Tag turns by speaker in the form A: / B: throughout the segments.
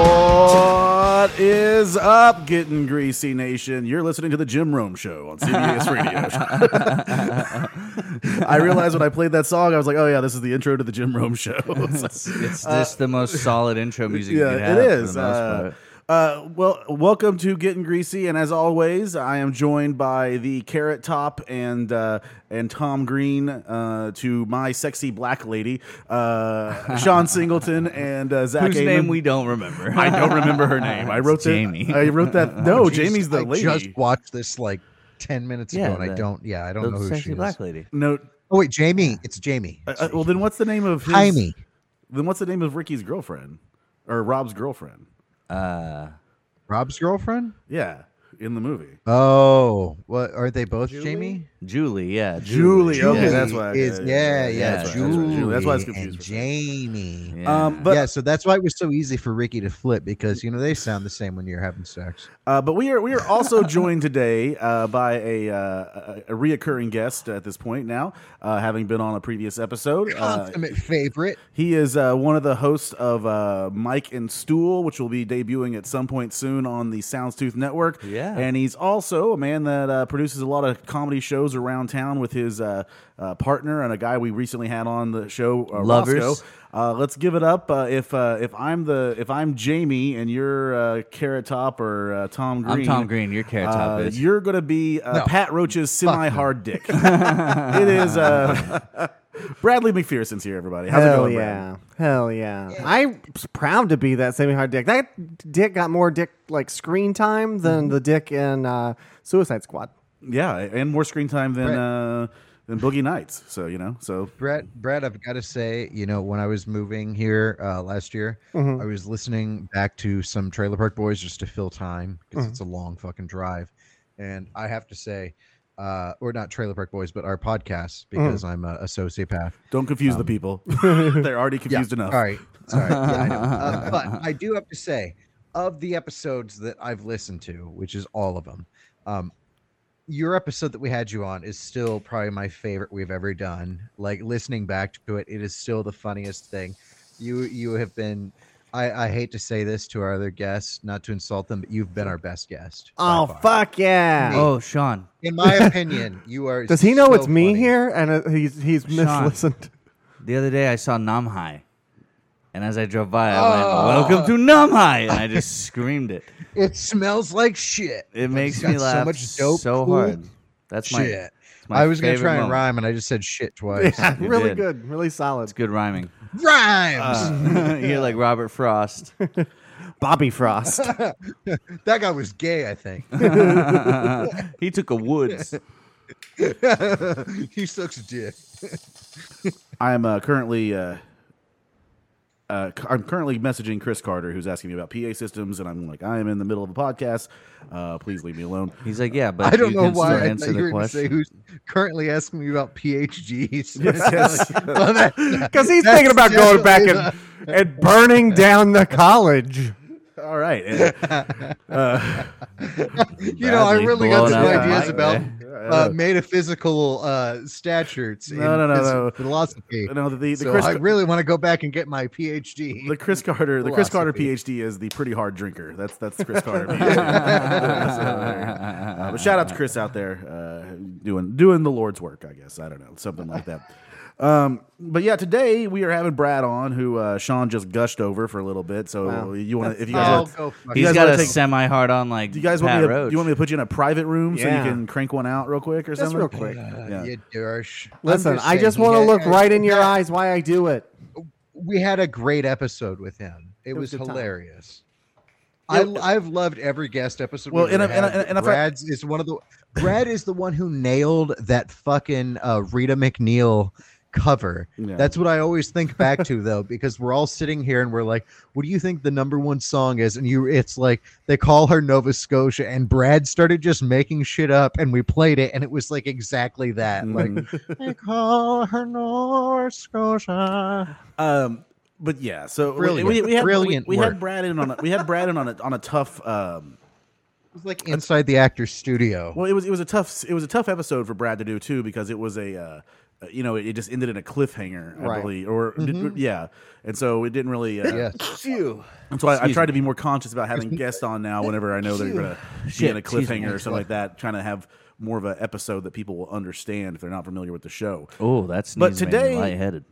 A: What is up, Getting Greasy Nation? You're listening to the Jim Rome Show on CBS Radio. I realized when I played that song, I was like, oh, yeah, this is the intro to the Jim Rome Show.
B: It's, it's
C: Uh,
B: just the most solid intro music. you could
A: yeah,
B: have
A: it is.
B: For the most
A: Uh,
B: part.
A: uh, well, welcome to Getting Greasy, and as always, I am joined by the Carrot Top and uh, and Tom Green uh, to my sexy black lady, uh, Sean Singleton and uh, Zach.
B: Whose
A: Amon.
B: name we don't remember.
A: I don't remember her name. I
B: It's
A: wrote that-
B: Jamie.
A: I wrote that. No,
C: Oh, Jeez,
A: Jamie's the
C: I
A: lady.
C: just watched this like ten minutes
B: Yeah,
C: ago, and
B: the-
C: I don't. Yeah, I
B: the
C: don't know who
B: sexy
C: she
B: black
C: is.
B: lady.
A: no.
C: Oh wait, Jamie. It's Jamie.
A: uh, uh, well, then what's the name of his,
C: Jaime.
A: Then what's the name of Ricky's girlfriend or Rob's girlfriend?
B: Uh,
C: Rob's girlfriend.
A: Yeah, in the movie.
C: Oh, what aren't they both Jamie?
B: Julie, yeah.
A: Julie.
C: Julie
A: Okay, that's why.
C: is yeah, yeah,
B: that's right, that's
A: right,
C: Julie.
A: Julie. That's why I was confused
C: and
A: for a second.
C: Jamie. Yeah.
B: Yeah.
A: Um, but
C: so that's why it was so easy for Ricky to flip because you know they sound the same when you're having sex.
A: Uh, but we are we are also joined today uh, by a, uh, a a reoccurring guest at this point now, uh, having been on a previous episode.
C: Oh,
A: Uh,
C: Ultimate favorite.
A: he is uh, one of the hosts of uh, Mike and Stool, which will be debuting at some point soon on the Soundstooth Network.
B: Yeah.
A: and he's also a man that uh, produces a lot of comedy shows around town with his uh, uh, partner and a guy we recently had on the show, uh,
B: Lovers.
A: Roscoe. Uh, let's give it up. Uh, if uh, if I'm the if I'm Jamie and you're uh, Carrot Top or uh, Tom Green,
B: I'm Tom Green. Your carrot top
A: uh,
B: bitch.
A: you're gonna be uh,
C: No.
A: Pat Roach's semi-hard dick. it is uh, Bradley McPherson's here, everybody. How's
D: Hell
A: it going,
D: yeah.
A: Brad?
D: Hell yeah. I'm s- proud to be that semi hard dick. That dick got more dick like screen time than
C: Mm-hmm.
D: the dick in uh, Suicide Squad.
A: Yeah, and more screen time than
C: Brett.
A: uh, than Boogie Nights. So you know, so
C: Brett, Brett, I've got to say, you know, when I was moving here uh, last year,
D: Mm-hmm.
C: I was listening back to some Trailer Park Boys just to fill time because it's a long fucking drive, and I have to say, uh, or not Trailer Park Boys, but our podcast because I'm a, a sociopath.
A: don't confuse
C: Um.
A: the people. They're already confused enough.
C: Sorry, sorry. Yeah, I know. Uh, but I do have to say, of the episodes that I've listened to, which is all of them, um, your episode that we had you on is still probably my favorite we've ever done. Like listening back to it, it is still the funniest thing. You you have been. I, I hate to say this to our other guests, not to insult them, but you've been our best guest. by
D: Oh,
C: far.
D: fuck yeah.
B: oh, Sean.
C: In my opinion, you are.
D: Does he know
C: so
D: it's me
C: funny.
D: here? And uh, he's he's
B: Sean.
D: mislistened.
B: The other day I saw Namhai. And as I drove by, I
C: Oh.
B: went, Welcome to Namhai. And I just screamed it.
C: It smells like shit.
B: It makes
C: got
B: me
C: so
B: laugh so,
C: much dope, cool
B: hard. That's my,
C: shit.
B: it's my
C: I was gonna
B: favorite
C: try and
B: moment.
C: rhyme, and I just said shit twice.
B: You
D: really
B: did.
D: good. Really solid.
B: It's good rhyming.
C: Rhymes.
B: You're like Robert Frost.
D: Bobby Frost.
C: that guy was gay, I think.
B: he took a woods.
C: he sucks dick.
A: I'm uh, currently. Uh, uh, c- I'm currently messaging Chris Carter, who's asking me about PA systems, and I'm like, I am in the middle of a podcast. Uh, please leave me alone.
B: He's like, yeah, but
C: I don't
B: you
C: know
B: can still
C: why I
B: answer
C: thought you
B: the
C: were going to say
B: question.
C: who's currently asking me about PhDs.
A: yes.
C: Well, that-
D: Because he's
C: That's
D: thinking about going back
C: definitely
D: and, and burning down the college.
A: All right. And-
C: you know, I
B: Bradley's
C: really got
B: blowing
C: some
B: up
C: ideas
B: the mic
C: about
A: there.
C: uh, metaphysical uh, statutes
A: No, no,
C: in
A: no,
C: phys-
A: no.
C: philosophy.
A: no, the, the
C: so
A: Chris
C: I really want to go back and get my PhD.
A: The Chris Carter, the Chris Carter
C: Philosophy.
A: PhD is the pretty hard drinker. That's that's the Chris Carter. PhD. So, uh, but shout out to Chris out there uh, doing doing the Lord's work. I guess I don't know something like that. Um, but yeah, today we are having Brad on, who uh, Sean just gushed over for a little bit. So
D: Wow.
A: you want to, if you guys,
C: I'll
A: want,
C: go fuck
A: You
B: He's
A: guys
B: got
A: wanna
B: a
A: take-
B: semi hard on like
A: do you guys
B: Pat
A: want me to,
B: Roach.
A: do you want me to put you in a private room so
D: Yeah.
A: you can crank one out real quick or
D: Just
A: something?
D: real quick.
A: Yeah.
C: Uh, you douche. I'm
D: Listen, I
C: saying,
D: just
C: he
D: want to
C: had-
D: look right in your
C: Yeah.
D: eyes why I do it.
C: we had a great episode with him. It,
D: was
C: was,
D: a good time.
C: hilarious.
A: Yeah.
C: I, I've loved every guest episode.
A: Well,
C: we've
A: and
C: ever
A: I- and I-
C: had.
A: and if I-
C: Brad's is one of the Brad is the one who nailed that fucking uh, Rita McNeil cover.
A: Yeah.
C: That's what I always think back to though, because we're all sitting here and we're like, "What do you think the number one song is?" And you, it's like they call her Nova Scotia, and Brad started just making shit up, and we played it, and it was like exactly that. Like
A: Mhm.
C: they call her Nova Scotia.
A: um, but yeah, so we-
C: Brilliant.
A: we, we had,
C: Brilliant
A: We, we had
C: work.
A: Brad in on a, we had Brad in on a on a tough. Um,
C: It was like inside the actor's studio.
A: well, it was it was a tough it was a tough episode for Brad to do too because it was a. Uh, you know, it just ended in a cliffhanger, I
D: Right.
A: believe, or
B: Mm-hmm.
A: did, yeah, and so it didn't really. Uh,
C: Yes.
A: And so I, I try to be more conscious about having guests on now whenever I know they're going to be
B: Shit,
A: in a
B: excuse me.
A: cliffhanger or something like that, trying to have more of an episode that people will understand if they're not familiar with the show.
B: Oh, that's
A: But
B: but today
A: today-
B: lightheaded.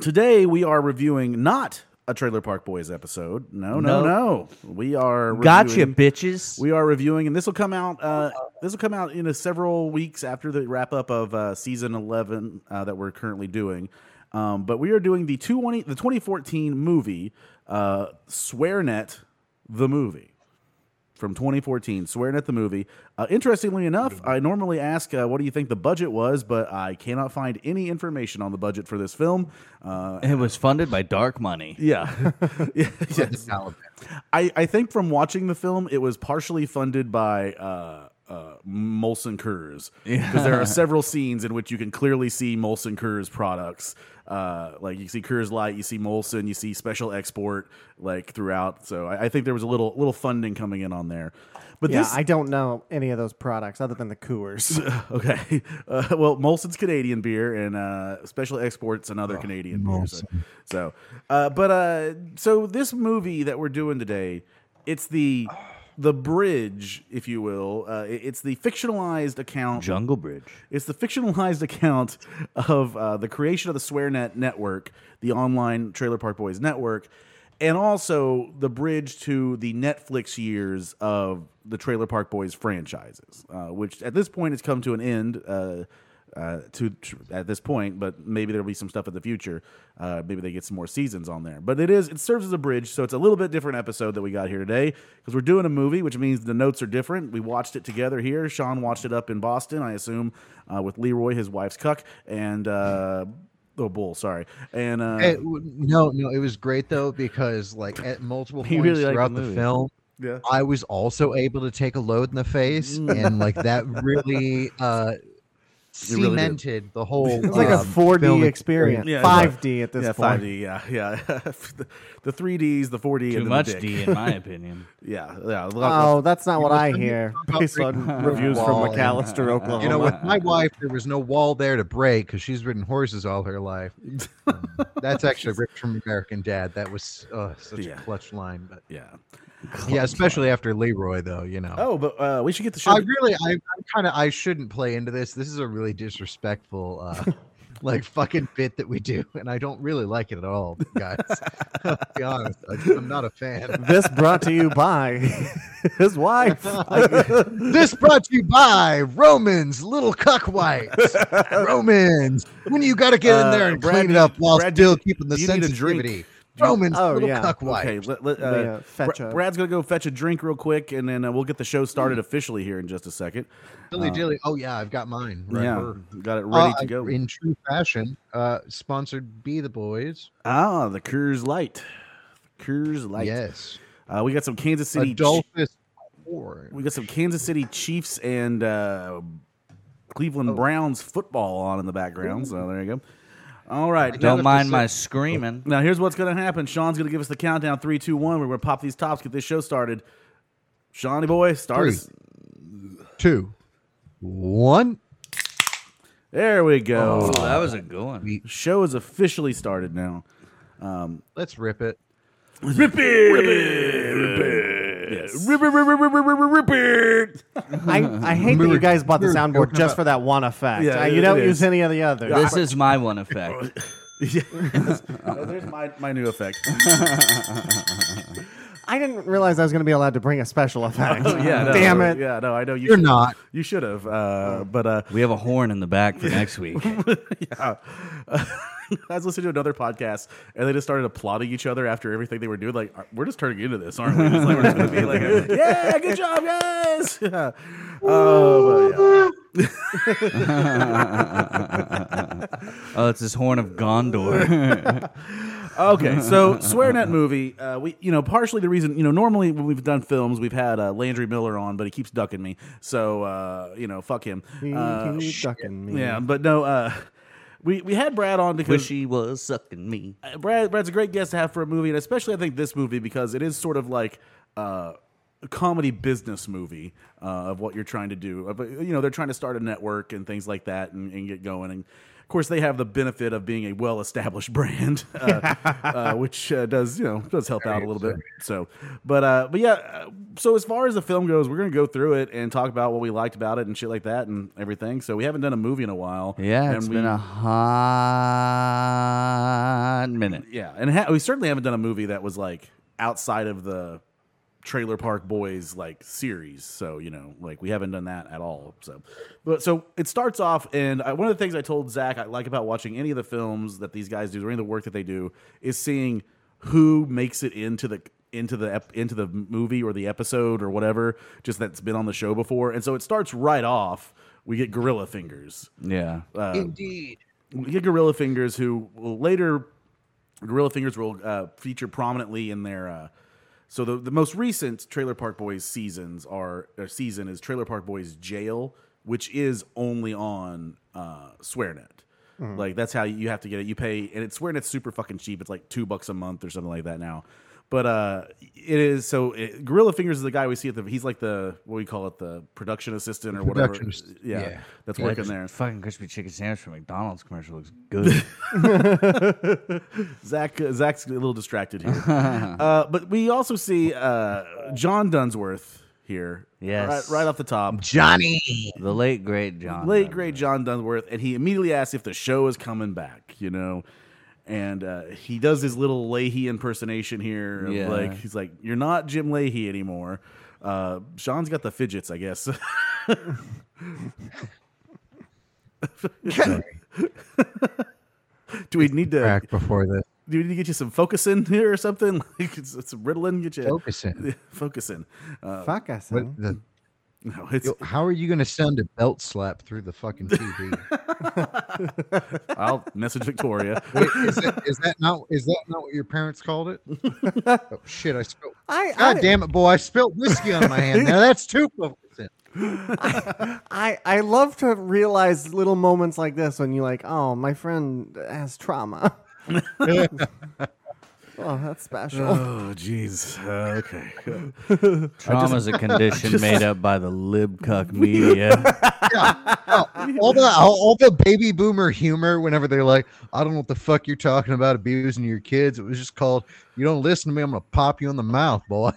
A: Today we are reviewing not a Trailer Park Boys episode. No, no, no. We are
B: Gotcha,
A: reviewing-
B: bitches.
A: We are reviewing, and this will come out. Uh, this will come out in a several weeks after the wrap up of uh, season eleven uh, that we're currently doing. Um, but we are doing the two twenty the twenty fourteen movie uh, SwearNet the movie from 2014 SwearNet the movie. Uh, interestingly enough, I normally ask uh, what do you think the budget was, but I cannot find any information on the budget for this film. Uh,
B: it was funded by dark money.
A: yeah, Yeah, yes.
C: Taliban.
A: I, I think from watching the film, it was partially funded by uh, uh, Molson Coors because there are several scenes in which you can clearly see Molson Coors products. Uh, like you see Coors Light, you see Molson, you see Special Export, like throughout. So I, I think there was a little little funding coming in on there. But
D: Yeah,
A: this,
D: I don't know any of those products other than the Coors.
A: Okay. Uh, well, Molson's Canadian beer and uh, Special Exports another Canadian beer. So, so, uh, but uh, so this movie that we're doing today, it's the the bridge, if you will. Uh, it- it's the fictionalized account.
B: Jungle Bridge.
A: It's the fictionalized account of uh, the creation of the SwearNet network, the online Trailer Park Boys network, and also the bridge to the Netflix years of the Trailer Park Boys franchises, uh, which at this point has come to an end. Uh, uh, to tr- at this point, but maybe there'll be some stuff in the future. Uh, maybe they get some more seasons on there. But it is it serves as a bridge, so it's a little bit different episode that we got here today because we're doing a movie, which means the notes are different. We watched it together here. Sean watched it up in Boston, I assume, uh, with Leroy, his wife's cuck, and uh, oh, bull, sorry, and uh,
C: It w- no, no, it was great though because like at multiple
B: He
C: points
B: really liked the
C: throughout the,
B: movie.
C: film,
A: yeah.
C: I was also able to take a load in the face,
A: Mm.
C: and like that really uh,
A: really did.
C: cemented the whole.
D: It's like a
C: um,
D: 4D
C: film
D: experience,
A: Yeah,
D: 5D at this
A: yeah,
D: point.
A: 5D. Yeah, yeah. the, the 3Ds, the 4D, and
B: Too
A: then
B: much
A: the dick.
B: D, in my opinion.
A: Yeah, yeah. a lot-
D: Oh, that's not what I
C: listen to
D: hear.
C: about
D: Based on reviews from
C: Wall and-
D: McAllister, Oklahoma.
C: You know, with my wife, there was no wall there to break because she's ridden horses all her life. Um, That's actually ripped from American Dad. That was uh, such
A: Yeah.
C: a clutch line, but
A: yeah.
C: yeah, especially after Leroy, though. You know,
A: Oh, but uh, we should get the show.
C: I really, I, I'm kind of, I shouldn't play into this. This is a really disrespectful, uh, like fucking bit that we do, and I don't really like it at all, guys. I'll be honest, I, am not a fan.
D: this brought to you by his wife.
C: This brought to you by Romans, little cuck whites. Romans, when you got to get in there
A: Uh,
C: and
A: Brad,
C: clean it
A: do-
C: up while
A: Brad, do
C: still
A: you-
C: keeping the
A: do you need a drink?
C: sensitivity. Romans,
D: Oh,
C: little
D: yeah.
C: cuck whites.
A: Okay, let, let, uh,
D: They, uh, fetch
A: Bra-
D: a-
A: Brad's gonna go fetch a drink real quick, and then uh, we'll get the show started officially here in just a second.
C: Dilly dilly. Oh yeah, I've got mine. Right
A: uh, Yeah,
C: here.
A: got it ready
C: Uh,
A: to go.
C: In true fashion, uh, sponsored be the boys.
A: ah, the Coors Light, Coors Light.
C: Yes,
A: Uh, we got some Kansas City.
C: Adolphus Ford.
A: Chi- we got some Kansas City Chiefs and uh, Cleveland Browns football on in the background. So there you go. All right,
C: Another
B: Don't mind
C: percent-
B: my screaming.
A: now here's what's gonna happen. Sean's gonna give us the countdown: three, two, one. We're gonna pop these tops, get this show started. Shawnee boy, start
C: Three.
A: us.
C: Two, one.
A: There we go.
B: Oh, that was a good one.
A: Show is officially started now.
C: Let's rip it.
A: Rip it! Rip it! Rip it! Yes. Rip it, rip it, rip it, rip it, rip it.
D: I, I hate that you guys bought the soundboard just for that one effect.
A: Yeah,
D: Uh,
A: it
D: you don't
A: is.
D: use any of the others.
B: This is my one effect.
A: Yes. Uh, There's my, my new effect.
D: I didn't realize I was going to be allowed to bring a special effect.
A: Yeah, no,
D: Damn it.
A: Yeah, no, I know you
C: You're
A: should-
C: not.
A: You should have. Uh, but uh,
B: We have a horn in the back for next week.
A: yeah. I was listening to another podcast, and they just started applauding each other after everything they were doing. Like, we're just turning into this, aren't we? It's like, we're just gonna be like, yeah, good job, guys. Yeah. Oh, but yeah.
B: oh, it's this horn of Gondor.
A: Okay, so SwearNet movie, uh, we you know partially the reason you know normally when we've done films we've had uh, Landry Miller on, but he keeps ducking me, so uh, you know fuck him. Uh,
D: He's ducking me.
A: yeah, but no, uh, we we had Brad on because
B: Wish she was sucking me.
A: uh, Brad Brad's a great guest to have for a movie, and especially I think this movie because it is sort of like uh, a comedy business movie uh, of what you're trying to do. Uh, But you know, they're trying to start a network and things like that, and, and get going. And of course, they have the benefit of being a well-established brand, uh, uh, which uh, does you know does help out a little bit. So, but uh, but yeah. uh, So as far as the film goes, we're gonna go through it and talk about what we liked about it and shit like that and everything. So we haven't done a movie in a while.
B: Yeah,
A: and
B: it's
A: we-
B: been a hot minute.
A: yeah, and ha- we certainly haven't done a movie that was like outside of the Trailer Park Boys like series. So you know, like we haven't done that at all. So, but so it starts off, and I, one of the things I told Zach I like about watching any of the films that these guys do, or any of the work that they do, is seeing who makes it into the into the ep- into the movie or the episode or whatever, just that's been on the show before. And so it starts right off. We get Gorilla Fingers.
B: Yeah.
A: Uh,
C: Indeed.
A: we get Gorilla Fingers, who will later Gorilla Fingers will uh, feature prominently in their. Uh, so the the most recent Trailer Park Boys seasons are or season is Trailer Park Boys Jail, which is only on uh, SwearNet. Like that's how you have to get it. You pay and it's SwearNet's super fucking cheap. It's like two bucks a month or something like that now. But uh, it is so it, Gorilla Fingers is the guy we see at the. He's like the what do you call it, the production assistant or
C: Production
A: whatever.
C: assist-
A: Yeah,
C: yeah.
A: that's
B: Yeah,
A: working
B: just
A: there.
B: Fucking crispy chicken sandwich from McDonald's commercial looks good.
A: Zach, uh, Zach's a little distracted here, uh, but we also see uh, John Dunsworth here.
B: Yes.
A: right, right off the top,
C: Johnny.
B: the late great John.
A: late
B: Lennon.
A: great John Dunsworth, and he immediately asks if the show is coming back. You know, and uh, he does his little Leahy impersonation here. of,
B: Yeah.
A: Like he's like, "You're not Jim Leahy anymore." Uh, Sean's got the fidgets, I guess. Do we need to?
C: Back before the
A: do we need to get you some focusing here or something? Like it's, it's some Ritalin, get you
C: focusing.
A: focusing. Uh,
D: Fuck us.
C: What the,
A: no, it's
C: yo, how are you going to send a belt slap through the fucking TV?
A: I'll message Victoria.
C: Wait, is, that, is that not is that not what your parents called it? oh shit! I spilled.
D: I, I,
C: God damn it, boy! I spilled whiskey on my hand. Now that's two focusing.
D: I, I love to realize little moments like this when you're like, oh, my friend has trauma. oh, that's
C: Uh,
D: special.
A: Oh, jeez. Uh, okay.
B: Trauma's a condition made up by the libcuck media.
C: all the all, all the baby boomer humor whenever they're like, I don't know what the fuck you're talking about abusing your kids. It was just called, you don't listen to me, I'm gonna pop you in the mouth, boy.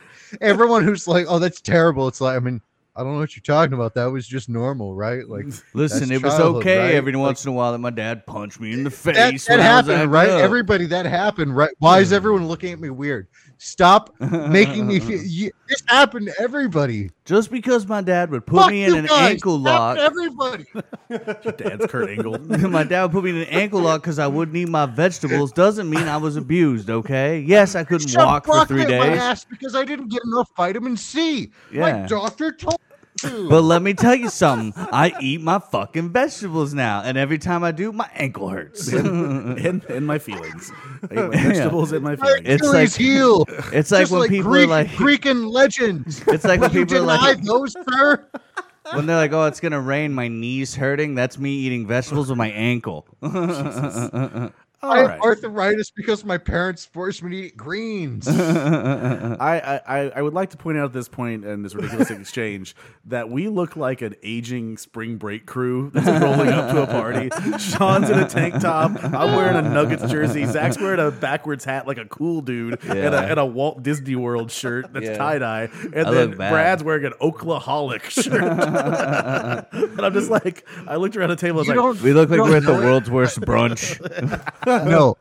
C: Everyone who's like, oh, that's terrible. It's like, I mean, I don't know what you're talking about. That was just normal, right? Like,
B: Listen,
C: that's
B: it was
C: childhood,
B: okay
C: right?
B: every
C: Like,
B: once in a while that my dad punched me in the
C: that,
B: face.
C: that
B: when I was acting
C: happened, right?
B: up.
C: Everybody, that happened, right? Why is everyone looking at me weird? Stop making me feel. You, this happened to everybody.
B: Just because my dad would put
C: Fuck
B: me
C: you
B: in an
C: guys.
B: ankle lock.
C: Stop Everybody.
A: Your dad's Kurt Angle.
B: my dad would put me in an ankle lock because I wouldn't eat my vegetables. Doesn't mean I was abused, okay? Yes, I couldn't
C: Some
B: walk for
C: bucket
B: three
C: in My
B: days.
C: ass because I didn't get enough vitamin C.
B: Yeah.
C: My doctor told me to.
B: But let me tell you something. I eat my fucking vegetables now, and every time I do, my ankle hurts.
A: and, and my feelings. I eat my vegetables and my feelings.
B: It's like-
C: Achilles heel.
B: It's like
C: Just
B: when people
C: Greek,
B: are like,
C: Greek and legends.
B: it's like when
C: Will you
B: people are
C: deny
B: like,
C: those, sir?
B: when they're like, oh, it's gonna rain, my knees hurting. That's me eating vegetables with my ankle.
A: All
C: I have
A: right.
C: arthritis because my parents forced me to eat greens.
A: I, I, I- I would like to point out at this point in this ridiculous exchange that we look like an aging spring break crew that's rolling up to a party. Sean's in a tank top. I'm wearing a Nuggets jersey. Zach's wearing a backwards hat like a cool dude and, a,
B: Yeah.
A: and a Walt Disney World shirt that's
B: Yeah.
A: tie dye. And
B: I
A: then
B: look bad.
A: Brad's wearing an Oklaholic shirt. and I'm just like, I looked around the table. I was
C: You
A: like,
C: don't-
B: We look like
C: you don't
B: we're at the
C: know it.
B: world's worst brunch.
C: no.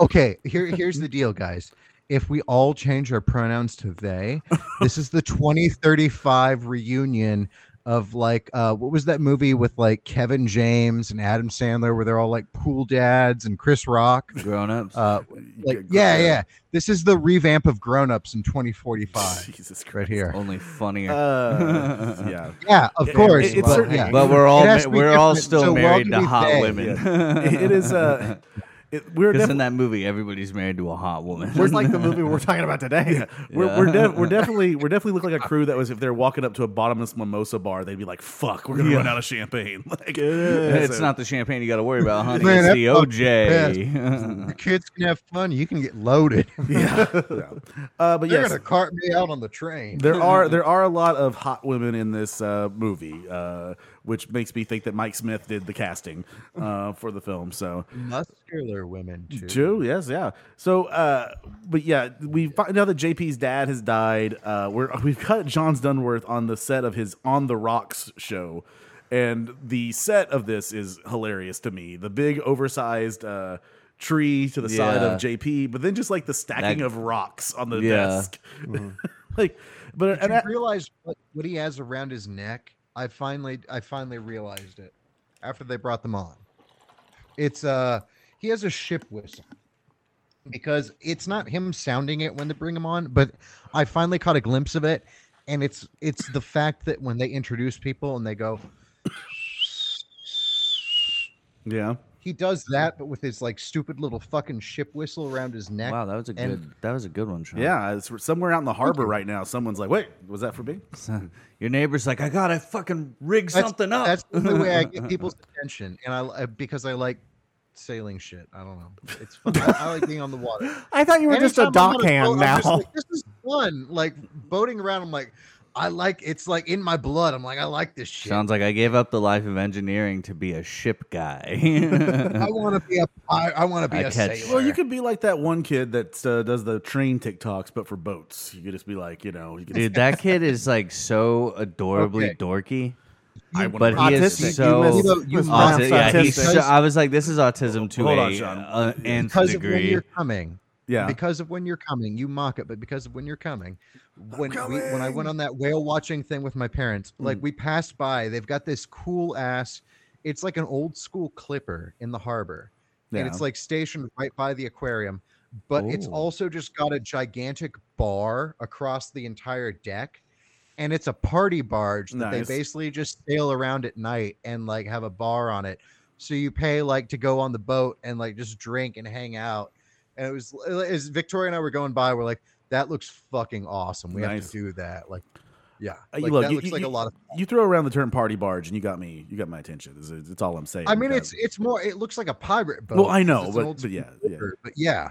C: Okay, here here's the deal, guys. If we all change our pronouns to they, this is the 2035 reunion of like uh, what was that movie with like Kevin James and Adam Sandler where they're all like pool dads and Chris Rock.
B: Grown ups.
C: Uh, like yeah, yeah. This is the revamp of Grown Ups in 2045
A: Jesus Christ.
C: right here.
B: Only funnier.
A: Uh, yeah.
C: Yeah, of
A: It-
C: course.
A: it- it's
C: but,
A: certainly-
C: yeah.
B: but we're all
C: It has
B: ma-
C: to be
B: we're all
C: different,
B: still
C: so
B: married to
C: welcoming
B: hot
C: day.
B: women.
A: it is uh it, we're
B: Because
A: defi-
B: in that movie, everybody's married to a hot woman.
D: Where's like the movie we're talking about today?
A: we're, we're,
B: Yeah.
A: def- we're definitely we're definitely look like a crew that was if they're walking up to a bottomless mimosa bar they'd be like fuck we're gonna run out of champagne like
B: it's
A: so-
B: not the champagne you got to worry about, honey.
C: Man,
B: it's
C: that
B: the
C: fucking
B: OJ.
C: The kids can have fun. You can get loaded.
A: yeah, yeah. Uh, but
C: They're
A: yes
C: gonna cart me out on the train.
A: there are there are a lot of hot women in this uh, movie uh, which makes me think that Mike Smith did the casting uh, for the film so
C: Muscular women too.
A: True. Yes. Yeah. So, uh, but yeah, we find now that JP's dad has died. Uh, we're we've got John's Dunworth on the set of his On the Rocks show, and the set of this is hilarious to me. The big oversized uh, tree to the side of
B: Yeah.
A: JP, but then just like the stacking of rocks on the
B: Yeah.
A: desk, like. But
C: Did
A: and
C: you
A: I-
C: realize what, what he has around his neck? I finally I finally realized it after they brought them on. It's uh he has a ship whistle. Because it's not him sounding it when they bring him on, but I finally caught a glimpse of it and it's it's the fact that when they introduce people and they go
A: yeah,
C: he does that but with his like stupid little fucking ship whistle around his neck.
B: wow, that was a good.
C: And-
B: that was a good one, Sean.
A: yeah, it's somewhere out in the harbor right now. Someone's like, "Wait, was that for me?"
B: So, your neighbor's like, I gotta fucking rig
C: That's-
B: something up.
C: That's the only way I get people's attention, and I li- uh, because I like sailing shit. I don't know. It's fun. I, I like being on the water.
D: I thought you were just a
C: Anytime I'm on
D: dock
C: boat,
D: hand
C: I'm
D: now.
C: just like, this is fun. Like boating around. I'm like, I like. It's like in my blood. I'm like, I like this shit.
B: Sounds like I gave up the life of engineering to be a ship guy.
C: I want to be a. I, I want to be
B: I
C: a
B: catch-
C: sailor.
A: Well, you could be like that one kid that uh, does the train TikToks, but for boats. You could just be like, you know, you could
B: Dude, that kid is like so adorably
C: Okay.
B: dorky.
A: I
B: but he is
D: Autistic.
B: so
D: You missed-
C: You know, you
D: missed
C: missed
B: Auti-
D: Brown's
B: yeah, he's
D: autistic.
B: so, I was like, this is autism to
A: Hold
B: a,
A: on, Sean.
B: uh, nth
C: because of when
B: degree.
C: you're coming.
A: yeah.
C: Because of when you're coming, you mock it, but because of when you're coming, when We, when I went on that whale watching thing with my parents,
A: Mm.
C: like we passed by, they've got this cool ass, it's like an old school clipper in the harbor, and it's
A: Yeah. Oh.
C: like stationed right by the aquarium, but it's
B: Ooh.
C: also just got a gigantic bar across the entire deck, and it's a party barge that
A: Nice.
C: they basically just sail around at night and like have a bar on it, so you pay like to go on the boat and like just drink and hang out and it was uh, as Victoria and I were going by, we're like, that looks fucking awesome. We have
A: Nice.
C: to do that. Like, yeah,
A: Uh, you
C: like,
A: look,
C: that
A: you-
C: looks
A: you-
C: like a
A: you-
C: lot of.
A: You throw around the term party barge, and you got me. You got my attention. It's, it's all I'm saying.
C: I mean,
A: That-
C: it's it's more. It looks like a pirate boat.
A: well, I
C: because
A: know,
C: it's an
A: but,
C: old
A: but yeah, yeah.
C: skipper, but yeah,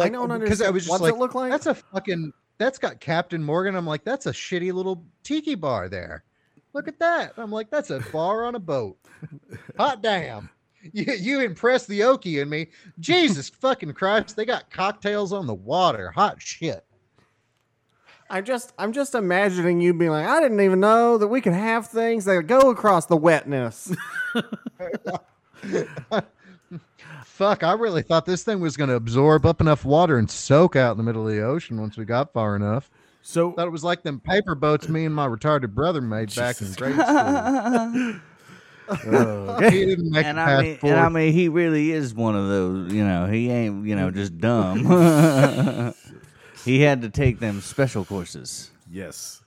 D: I don't
C: because um, I
D: understand.
C: was just
D: What's
C: like,
D: it look like?
C: that's a fucking that's got Captain Morgan. I'm like, that's a shitty little tiki bar there. Look at that. I'm like, that's a bar on a boat. Hot damn. You, you impressed the Okie and me. Jesus fucking Christ. They got cocktails on the water. Hot shit.
D: I'm just I'm just imagining you being like, I didn't even know that we could have things that go across the wetness.
C: Fuck, I really thought this thing was going to absorb up enough water and soak out in the middle of the ocean once we got far enough.
A: So
C: Thought it was like them paper boats me and my retarded brother made back in
A: Jesus
C: grade school. He didn't make
B: and
C: it
B: I
C: past
B: mean,
C: fourth.
B: and I mean, he really is one of those. You know, he ain't. You know, just dumb. he had to take them special courses.
A: yes,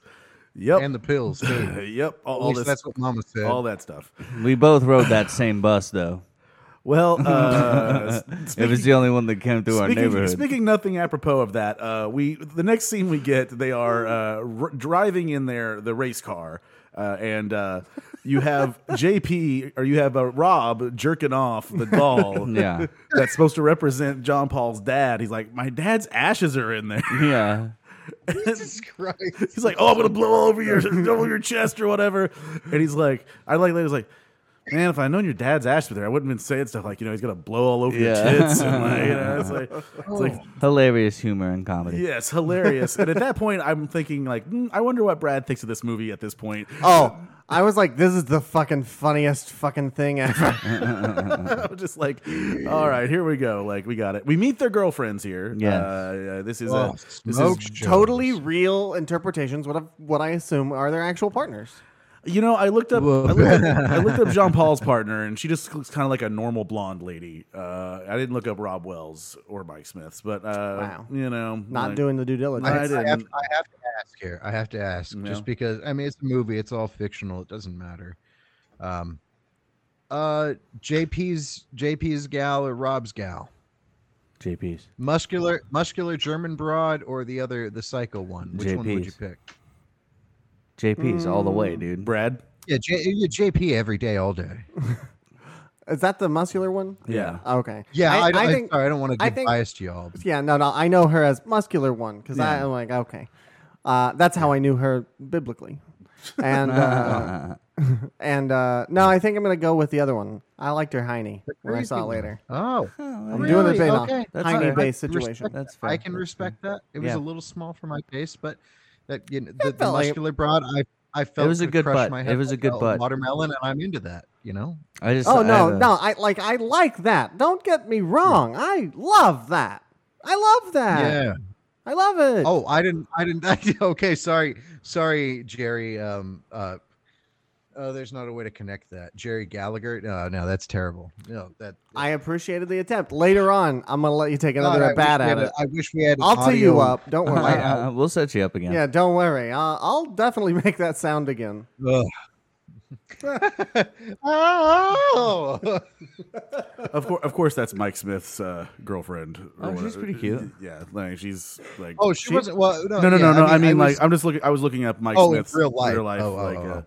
A: yep,
C: and the pills too.
A: yep. All,
C: At
A: all
C: least
A: this,
C: that's what Mama said.
A: all that stuff.
B: We both rode that same bus, though.
A: Well, uh,
B: it was the only one that came through our
A: Speaking,
B: neighborhood.
A: speaking nothing apropos of that, uh, we the next scene we get they are uh, r- driving in their the race car, uh, and uh, you have JP or you have uh, Rob jerking off the doll,
B: Yeah.
A: that's supposed to represent John Paul's dad. He's like, my dad's ashes are in there.
B: yeah,
C: Jesus Christ.
A: He's like, oh, I'm gonna blow all over your over your chest or whatever, and he's like, I like later he's like. Man, if I'd known your dad's ashes were there, I wouldn't have been saying stuff like, you know, he's gonna blow all over
B: Yeah.
A: your tits. And like, you know, it's like, it's like
B: hilarious humor and comedy.
A: Yes, hilarious. and at that point, I'm thinking like, hmm, I wonder what Brad thinks of this movie at this point.
D: oh, I was like, this is the fucking funniest fucking thing ever.
A: I'm just like, all right, here we go. Like, we got it. We meet their girlfriends here.
B: Yes.
A: Uh, uh, this is
C: Oh,
A: a this
C: smoke
A: is
C: shows.
D: totally real interpretations what of what I assume are their actual partners.
A: You know, I looked up, I
C: Whoa.
A: looked up, I looked up Jean Paul's partner, and she just looks kind of like a normal blonde lady. Uh, I didn't look up Rob Wells or Mike Smiths, but uh,
D: Wow.
A: you know,
D: Not
A: like-
D: doing the due
A: I
D: diligence.
C: I, have, I have
A: didn't.
C: to ask here. I have to ask
A: No.
C: just because I mean it's a movie. It's all fictional. It doesn't matter. Um, uh, JP's JP's gal or Rob's gal?
B: JP's.
C: Muscular muscular German broad or the other the psycho one? Which one would you
B: JP's.
C: pick?
B: JP's all the way, dude.
A: Brad.
C: Yeah, J, yeah, JP every day, all day.
D: Is that the muscular one?
A: Yeah.
D: Okay.
C: Yeah, I,
D: I,
C: don't, I,
D: think.
C: sorry, I don't want to
D: I
C: give
D: think-
C: bias to y'all. but-
D: Yeah, no, no. I know her as muscular one because
A: Yeah.
D: I'm like, okay, uh, that's how I knew her biblically, and uh, and uh, no, I think I'm gonna go with the other one. I liked her Heine when I
C: crazy
D: saw it
C: one.
D: later.
C: Oh,
B: Oh,
D: I'm
B: yeah.
D: doing it
C: Really?
D: based
C: Okay.
D: on
B: That's
D: Heine
B: fair.
D: based
C: I respect
D: situation.
B: That's fair.
C: I can
B: That's
C: respect that. It was
B: Yeah.
C: a little small for my taste, but that you know, the, the
D: felt like-
C: muscular broad, I I felt
B: was a
C: could
B: good
C: crush
B: butt.
C: My
B: It
C: head
B: was a
C: like
B: good butt.
C: Watermelon, and I'm into that. You know,
B: fair. I just.
D: Oh
B: I
D: no,
B: have a-
D: no, I like I like that. Don't get me wrong. I love that. I love that.
C: yeah.
D: I love it.
C: Oh, I didn't. I didn't. okay, sorry, sorry, Jerry. Um. Uh. Oh, there's not a way to connect that. Jerry Gallagher. No, no, that's terrible. No, that.
D: I appreciated the attempt. Later on, I'm gonna let you take
C: God,
D: another
C: I
D: at bat
C: wish we
D: at
C: had a-
D: it.
C: I wish we had. an
D: I'll tee you
C: audio-
D: up. Don't worry.
B: Uh, we'll set you up again.
D: Yeah, don't worry. I'll, I'll definitely make that sound again.
C: Ugh. oh.
A: Of course, of course, that's Mike Smith's uh, girlfriend. or
B: Oh, she's
A: whatever.
B: pretty cute.
A: Yeah, like she's like.
C: Oh, she, wasn't. Well, no,
A: no, no,
C: yeah,
A: no, no. I mean,
C: was-
A: like, I'm just looking. I was looking up Mike
C: Oh, in
A: Smith's
C: real life. Oh, oh,
A: like,
C: oh.
A: Uh,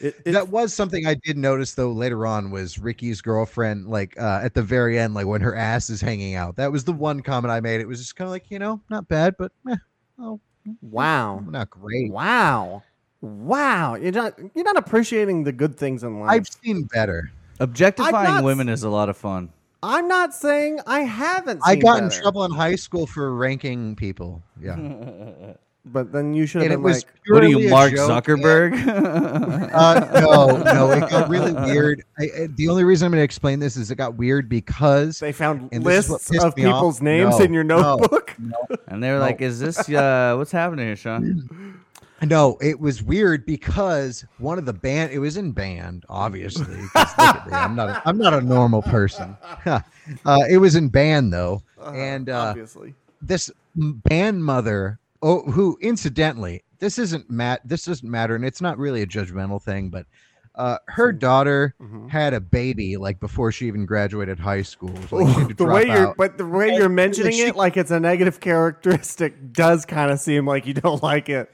A: it, it,
C: that was something I did notice though later on was Ricky's girlfriend, like uh, at the very end, like when her ass is hanging out. That was the one comment I made. It was just kind of like, you know, not bad, but meh, oh,
D: Wow.
C: not great.
D: Wow. Wow. You're not you're not appreciating the good things in life.
C: I've seen better.
B: Objectifying
D: not-
B: women is a lot of fun.
D: I, am not saying I haven't.
C: I
D: seen
C: got in
D: better,
C: trouble in high school for ranking people. Yeah, and
D: but then you should have
C: it
D: been
C: was
D: like,
B: What are
C: purely
B: you,
C: a
B: Mark
C: joke.
B: Zuckerberg?
C: Uh, no, no, it got really weird. I, I, the only reason I'm going to explain this is it got weird because
D: they found
C: and this is what
D: lists
C: pissed
D: of
C: me off.
D: people's names
C: No,
D: in your
C: no.
D: notebook.
B: and they were like, "Is this uh, what's happening here, Sean?"
C: No, it was weird because one of the band it was in band, obviously. 'cause look at me, I'm not a, I'm not a normal person. uh, it was in band though.
D: Uh-huh,
C: and uh,
D: obviously,
C: this m- band mother, oh who incidentally, this isn't Matt this doesn't matter, and it's not really a judgmental thing, but uh, her daughter
D: Mhm.
C: had a baby like before she even graduated high school. It was, like, she had to
D: the
C: drop
D: way you're
C: out.
D: but the way
C: And,
D: you're
C: like,
D: mentioning
C: she-
D: it like it's a negative characteristic does kind of seem like you don't like it.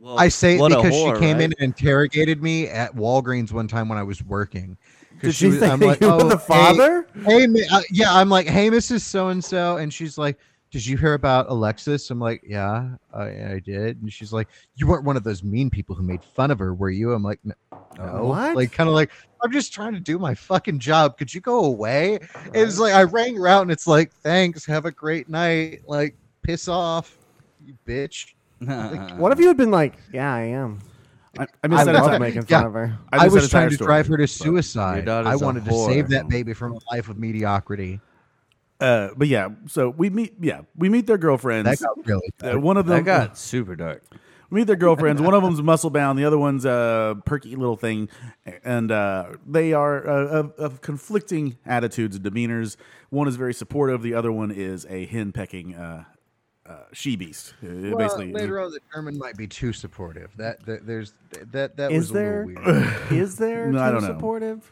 B: Well,
C: I say it
B: what a
C: because
B: whore,
C: she came in
B: right?
C: and interrogated me at Walgreens one time when I was working. 'Cause
D: Did she,
C: was-
D: think
C: I'm
D: that
C: like,
D: you
C: "Oh,
D: were the
C: hey-
D: father?
C: Hey, mi- uh, yeah, I'm like, hey, Mrs. So and so, and she's like, did you hear about Alexis? I'm like, yeah, I, I did. And she's like, you weren't one of those mean people who made fun of her, were you? I'm like, no. no."
D: What?
C: Like, kind of like, I'm just trying to do my fucking job. Could you go away? It was like I rang her out, and it's like, thanks, have a great night. Like, piss off, you bitch. Uh,
D: What if you had been like, yeah, I am.
A: I, I
D: I
A: missed that
D: love
A: entire.
D: making
C: yeah.
D: fun of her.
A: missed
C: I,
A: that
C: was
A: entire
C: trying to
A: story,
C: drive her to
A: but-
C: suicide. I
B: daughter's a
C: wanted to save
B: whore.
C: that baby from a life of mediocrity.
A: Uh, but yeah, so we meet. Yeah, we meet their girlfriends.
C: That got really.
A: Uh, one of
B: that
A: them
B: got super dark.
A: We meet their girlfriends. One of them's muscle bound. The other one's a perky little thing, and uh, they are uh, of, of conflicting attitudes and demeanors. One is very supportive. The other one is a hen pecking uh, uh, she beast. Uh, basically,
C: later on, the German might be too supportive. That, that there's that that
D: Is
C: was
D: there?
C: a little weird.
D: Is there
A: No, I
D: too
A: don't know.
D: supportive?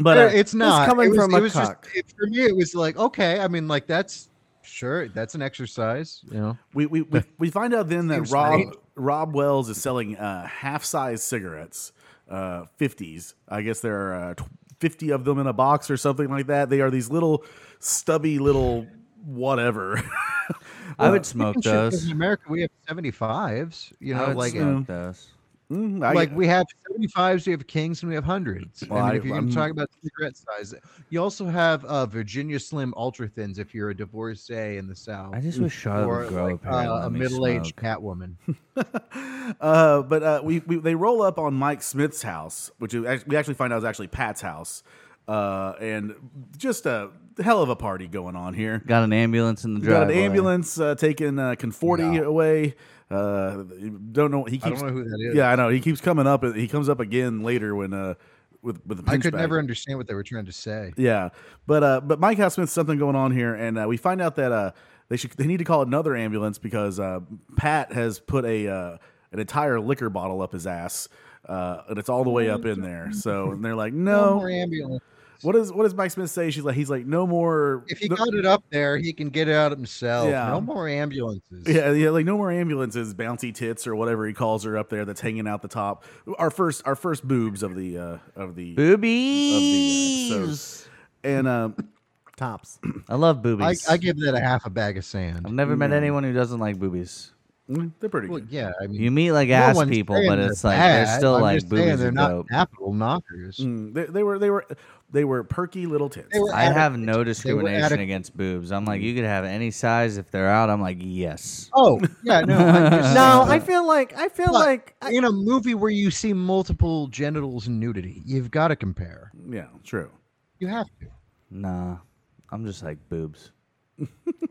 A: but uh,
C: There- it's not
D: coming
C: It was-
D: from
C: it
D: a
C: was just-
D: cuck.
C: it- for me, it was like okay. I mean, like that's sure. That's an exercise. You know,
A: we, we, we we find out then that
C: Seems
A: Rob
C: strange.
A: Rob Wells is selling uh, half size cigarettes, uh, fifties. I guess there are uh, tw- fifty of them in a box or something like that. They are these little stubby little whatever. Uh,
B: I would smoke
C: Even shit, 'cause
B: those.
C: in America we have seventy fives. You
B: I
C: know,
B: would
C: like um,
B: smoke those.
A: Mm, I-
C: like we have 75s, we have kings, and we have hundreds.
A: Well,
C: I mean,
A: I-
C: if you're
A: I'm-
C: gonna talk about cigarette size, you also have uh, Virginia Slim Ultra Thins if you're a divorcee in the South,
B: I just wish Charlotte
C: or
B: would grow
C: like,
B: up here and
C: uh,
B: let
C: a
B: me
C: middle-aged
B: smoke.
C: catwoman.
A: Uh, but uh, we, we they roll up on Mike Smith's house, which is, act- we actually find out is actually Pat's house. Uh, and just a hell of a party going on here.
B: Got an ambulance in the
A: Got
B: driveway.
A: an ambulance uh, taking uh, Conforti away. Uh, don't know. He
C: I
A: keeps.
C: don't know who that is.
A: yeah, I know. He keeps coming up. He comes up again later when uh, with with the.
C: I could
A: pinchback.
C: never understand what they were trying to say.
A: Yeah, but uh, but Mike has Smith's something going on here, and uh, we find out that uh, they should they need to call another ambulance because uh, Pat has put a uh, an entire liquor bottle up his ass, uh, and it's all the way up in there. So and they're like,
C: No
A: no.
C: more ambulance.
A: What is what does Mike Smith say? She's like, he's like, no more.
C: If he
A: no-
C: got it up there, he can get it out himself.
A: Yeah.
C: No more ambulances.
A: yeah, yeah, like no more ambulances, bouncy tits or whatever he calls her up there that's hanging out the top. Our first, our first boobs of the uh, of the
B: Boobies.
A: and um,
D: Tops.
B: I love
C: I,
B: boobies. I,
C: I give that a half a bag of
B: have
C: sand.
B: never met anyone who doesn't like boobies.
A: mm, they're pretty
C: Well,
A: good.
C: yeah, I mean,
B: You meet like
C: Mm-hmm. no
B: ass
C: one's
B: people,
C: saying
B: but it's like
C: bad.
B: they're still
C: I'm
B: like
C: just saying
B: boobies
C: They're
B: are
C: not
B: dope.
C: capital knockers.
A: Mm, they, they were they were they were perky little tits.
C: They were
B: I have
C: adequate.
B: no
C: They were
B: discrimination
C: adequate.
B: against boobs. I'm like, you could have any size if they're out. I'm like, yes.
C: Oh yeah, no. I'm just
D: No,
C: saying
D: I feel like I feel
C: But
D: like I,
C: in a movie where you see multiple genitals and nudity, you've got to compare.
A: Yeah, true.
C: You have to.
B: Nah, I'm just like boobs,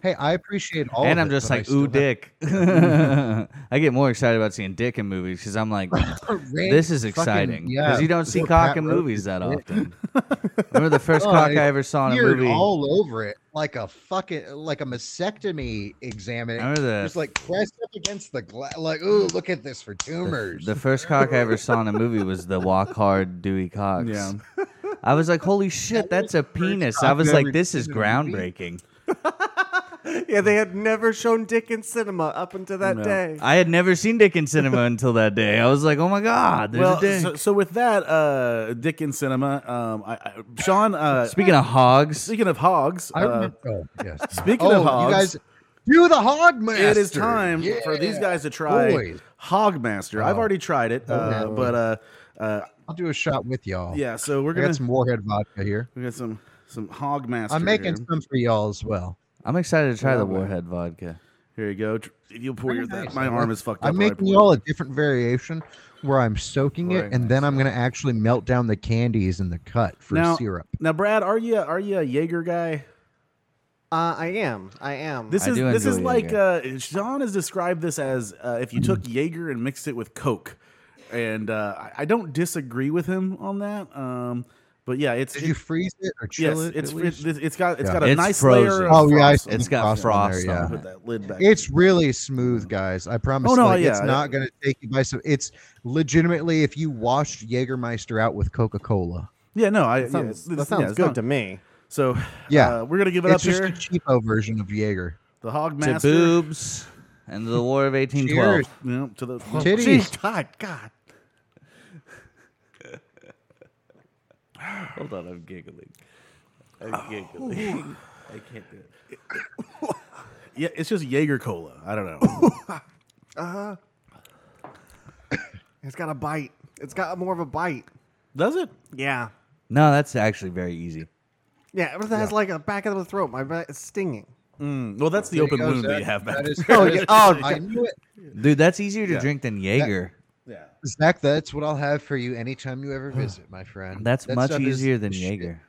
C: Hey, I appreciate all.
B: and
C: of
B: I'm
C: it,
B: just
C: but I
B: like,
C: still
B: ooh,
C: have-
B: dick. I get more excited about seeing dick in movies because I'm like,
C: Randy
B: this is
C: fucking-
B: exciting because
C: yeah,
B: you don't see
C: poor
B: cock
C: Pat
B: in
C: Roach
B: movies that
C: dick.
B: often. Remember the first
C: Oh,
B: cock I
C: it's
B: ever saw in a
C: Beard
B: movie?
C: all over it, like a fucking, like a mastectomy examining,
B: Remember the-
C: just like pressed up against the glass. Like, ooh, look at this for tumors.
B: The first cock I ever saw in a movie was the Walk Hard Dewey Cox.
A: Yeah.
B: I was like, holy shit, that's a penis. I
C: cock
B: was
C: I've
B: like,
C: ever
B: this
C: seen
B: is
C: in a movie.
B: groundbreaking.
D: yeah, they had never shown dick in cinema up until that
A: No.
D: day.
B: I had never seen dick in cinema until that day. I was like, oh my god, there's
A: well,
B: a dick.
A: so, so with that, uh, Dick in cinema. Um, I, I, Sean. Uh,
B: Speaking of hogs,
A: speaking of hogs,
C: I
A: uh,
C: remember. oh, yes.
A: speaking
C: oh,
A: of hogs,
C: you guys do the hog master.
A: it is time for these
C: Yeah.
A: guys to try
C: boys.
A: Hogmaster. I've
C: Oh.
A: already tried it, uh,
C: Okay.
A: but uh, uh,
C: I'll do a shot with y'all.
A: yeah. So we're
C: I
A: gonna
C: got some warhead vodka here.
A: we got some some Hogmaster.
C: I'm making
A: Here.
C: some for y'all as well.
B: I'm excited to try the
A: Love it.
B: Warhead vodka.
A: Here you go. Tr- If you pour your
C: Very
A: that,
C: nice.
A: my
C: I
A: arm
C: like-
A: is fucked up.
C: I'm
A: when I
C: making
A: pour-
C: y'all a different variation where I'm soaking
A: Very
C: it and then I'm going to actually melt down the candies in the cut for
A: Now-
C: syrup.
A: Now, Brad, are you are you a Jaeger guy?
D: Uh, I am. I am.
A: This
B: I
A: is
B: do
A: this is
B: enjoy
A: like uh, Sean has described this as uh, if you took
C: Mm-hmm.
A: Jaeger and mixed it with Coke, and uh, I- I don't disagree with him on that. Um, but yeah, it's
C: Did
A: it-
C: you freeze it or
A: yes,
C: chill it?
A: it's
C: at least?
A: it's it's got it's
C: Yeah.
A: got a
B: It's
A: nice
B: frozen.
A: layer. Of
C: oh yeah, I
A: frost
C: see
A: on
B: It's
C: the
B: got
C: on
B: frost
C: there,
B: on
C: yeah.
A: it. Put that lid back.
C: It's really smooth, guys. I promise.
A: Oh, no,
C: like, it's
A: yeah,
C: not going to take you by some. It's legitimately if you washed Jägermeister out with Coca Cola.
A: yeah, no, I
D: That sounds,
A: yeah,
D: that sounds good to me.
A: So
C: Yeah,
A: uh, we're gonna give it
C: it's
A: up
C: just
A: here.
C: a cheapo version of Jaeger.
A: The Hog
B: To
A: Master.
B: boobs and the War of 1812.
C: Cheers.
A: Yeah, to the
C: Oh, Titties.
A: Jeez, God, God.
B: Hold on, I'm giggling.
A: Oh.
B: I'm giggling. I can't do it.
A: Yeah, it's just Jaeger cola. I don't know.
D: It's got a bite. It's got more of a bite.
A: Does it?
D: Yeah.
B: No, that's actually very easy.
D: Yeah, but it has like a back of the throat. My back is stinging.
A: Mm, well, that's the
C: There
A: open
C: you go,
A: wound that
C: Zach.
A: you have back.
C: That is-
D: Oh,
C: that
D: yeah.
C: is-
D: Oh,
C: I knew it.
B: Dude, that's easier to
A: Yeah.
B: drink than Jaeger.
A: yeah.
C: Zach, that's what I'll have for you anytime you ever visit, my friend.
B: That's
C: That
B: much
C: stuff is
B: easier
C: the
B: than
C: shit.
B: Jaeger.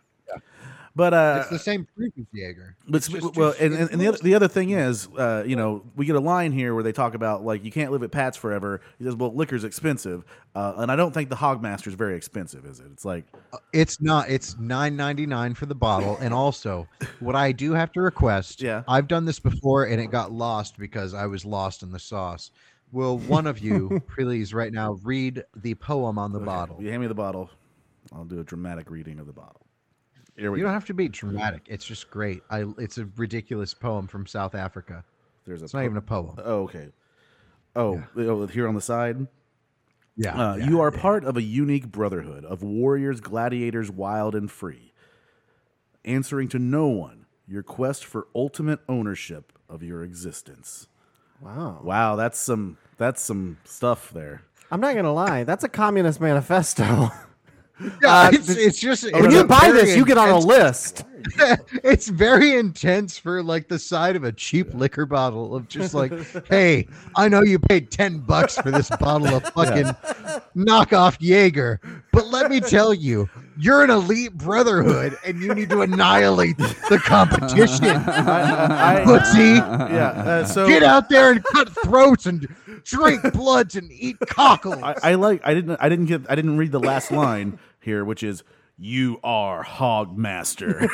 A: But uh,
C: It's the same proof as Jaeger.
A: But
C: It's
A: sp-
C: just
A: well,
C: too-
A: and,
C: it's
A: and, and the other
C: gross.
A: the other thing is, uh, you know, we get a line here where they talk about like you can't live at Pat's forever. He says, "Well, liquor's expensive," uh, and I don't think the Hogmaster is very expensive, is it? It's like
C: It's not. It's nine ninety nine for the bottle. And also, what I do have to request.
A: Yeah.
C: I've done this before, and it got lost because I was lost in the sauce. Will one of you please right now read the poem on the
A: okay,
C: bottle?
A: You hand me the bottle. I'll do a dramatic reading of the bottle. Here we
C: You
A: go.
C: don't have to be dramatic. It's just great. I. It's a ridiculous poem from South Africa.
A: There's a.
C: It's not even a poem.
A: oh, okay. Oh, oh, here on the side.
C: Yeah.
A: Uh,
C: yeah.
A: you are part of a unique brotherhood of warriors, gladiators, wild and free. Answering to no one, your quest for ultimate ownership of your existence.
D: Wow.
A: Wow, that's some that's some stuff there.
D: I'm not gonna lie. That's a communist manifesto.
C: Yeah,
D: Uh,
C: it's,
D: this-
C: it's just.
D: if
A: Oh,
C: it's
D: you
C: a
D: buy
C: very
D: this, you get on a
C: intense-
D: list.
C: it's very intense for like the side of a cheap liquor bottle of just like, hey, I know you paid 10 bucks for this bottle of fucking knockoff Jaeger, but let me tell you, You're an elite brotherhood, and you need to annihilate the competition.
A: I-
C: Pussy,
A: yeah. Uh, so
C: get out there and cut throats and drink bloods and eat cockles.
A: I, I like. I didn't. I didn't get. I didn't read the last line here, which is "You are Hogmaster."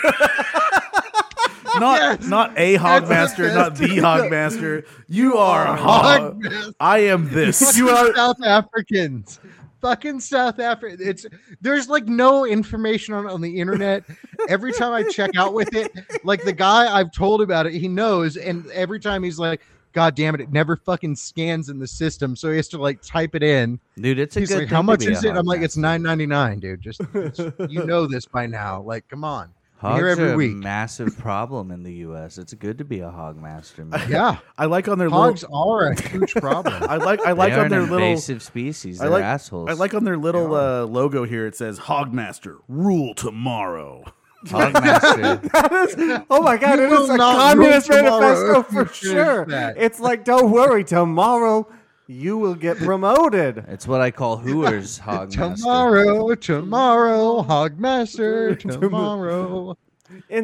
A: not
C: Yes.
A: not a
C: That's the
A: Hogmaster, not the Hogmaster. You are Hog.
C: Hogmaster.
A: I am this.
C: you are South Africans. Fucking South Africa. It's there's like no information on, on the internet. Every time I check out with it, like the guy I've told about it, he knows. And every time he's like, God damn it, it never fucking scans in the system. So he has to like type it in.
B: dude. It's a
C: he's
B: good
C: like,
B: thing
C: How
B: to
C: much
B: be a
C: is it? I'm like,
B: hogmaster.
C: it's nine ninety nine, dude. Just it's- you know this by now. Like, come on. I'm
B: Hogs
C: here every
B: are a
C: week.
B: massive problem in the U.S. It's good to be a hogmaster. Man.
C: Yeah.
A: I like on their little.
C: Hogs are a huge problem.
A: I like. I like
B: they are
A: on their
B: an
A: little.
B: invasive species.
A: I
B: They're
A: like-
B: assholes.
A: I like on their little uh, logo here. It says "Hogmaster rule tomorrow."
B: hogmaster.
D: That is, oh my god,
C: You
D: it
C: will
D: is a
C: not
D: communist
C: rule tomorrow
D: manifesto
C: if you
D: for
C: choose
D: sure.
C: that.
D: It's like, don't worry, tomorrow you will get promoted.
B: it's what I call hooers hogmaster.
C: Tomorrow, tomorrow, Hogmaster, tomorrow.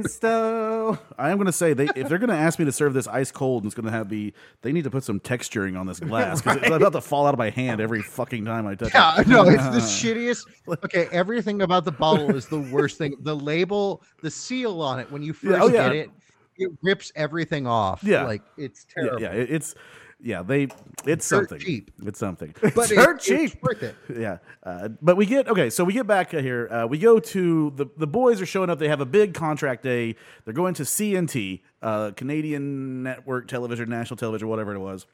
D: Insta.
A: I am going to say they if they're going to ask me to serve this ice cold and it's going to have be they need to put some texturing on this glass because it's about to fall out of my hand every fucking time I touch
C: Yeah,
A: it.
C: no, it's the shittiest. Okay, everything about the bottle is the worst thing. The label, the seal on it, when you first
A: Yeah, oh, yeah.
C: get it, it rips everything off.
A: Yeah.
C: like it's
A: Yeah,
C: terrible.
A: yeah, it- it's yeah they it's
C: Dirt
A: something
C: cheap.
A: it's something
C: But it-
D: Dirt
C: it's
D: cheap.
C: worth it.
A: yeah uh, but we get okay so we get back here uh, we go to the the boys are showing up they have a big contract day they're going to CNT uh, Canadian Network Television National Television whatever it was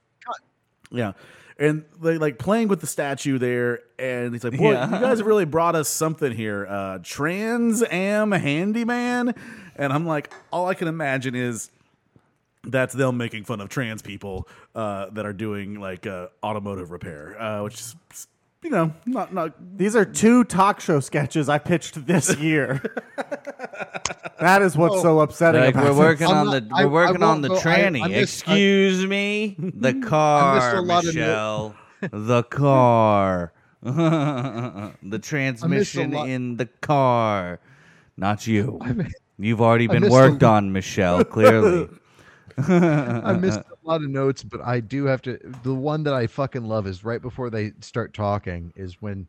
A: yeah and they like playing with the statue there and he's like boy
B: Yeah.
A: you guys have really brought us something here uh, Trans Am Handyman and I'm like all I can imagine is that's them making fun of trans people uh, that are doing like uh, automotive repair, uh, which is you know not not
D: These are two talk show sketches I pitched this year. that is what's so upsetting
B: Like
D: about
B: we're
D: it.
B: working
C: I'm
B: on
C: not-
B: the
C: I- I
B: we're working on
C: won't
B: the
C: go- I-
B: tranny.
C: I missed- I-
B: Excuse me, the car,
C: a lot of new-
B: Michelle, the car, the transmission
C: lot-
B: in the car, not you. You've already been
C: missed a
B: worked
C: lot.
B: on, Michelle. Clearly,
C: I
A: Uh,
C: missed a lot of notes, but I do have to. The one that I fucking love is right before they start talking is when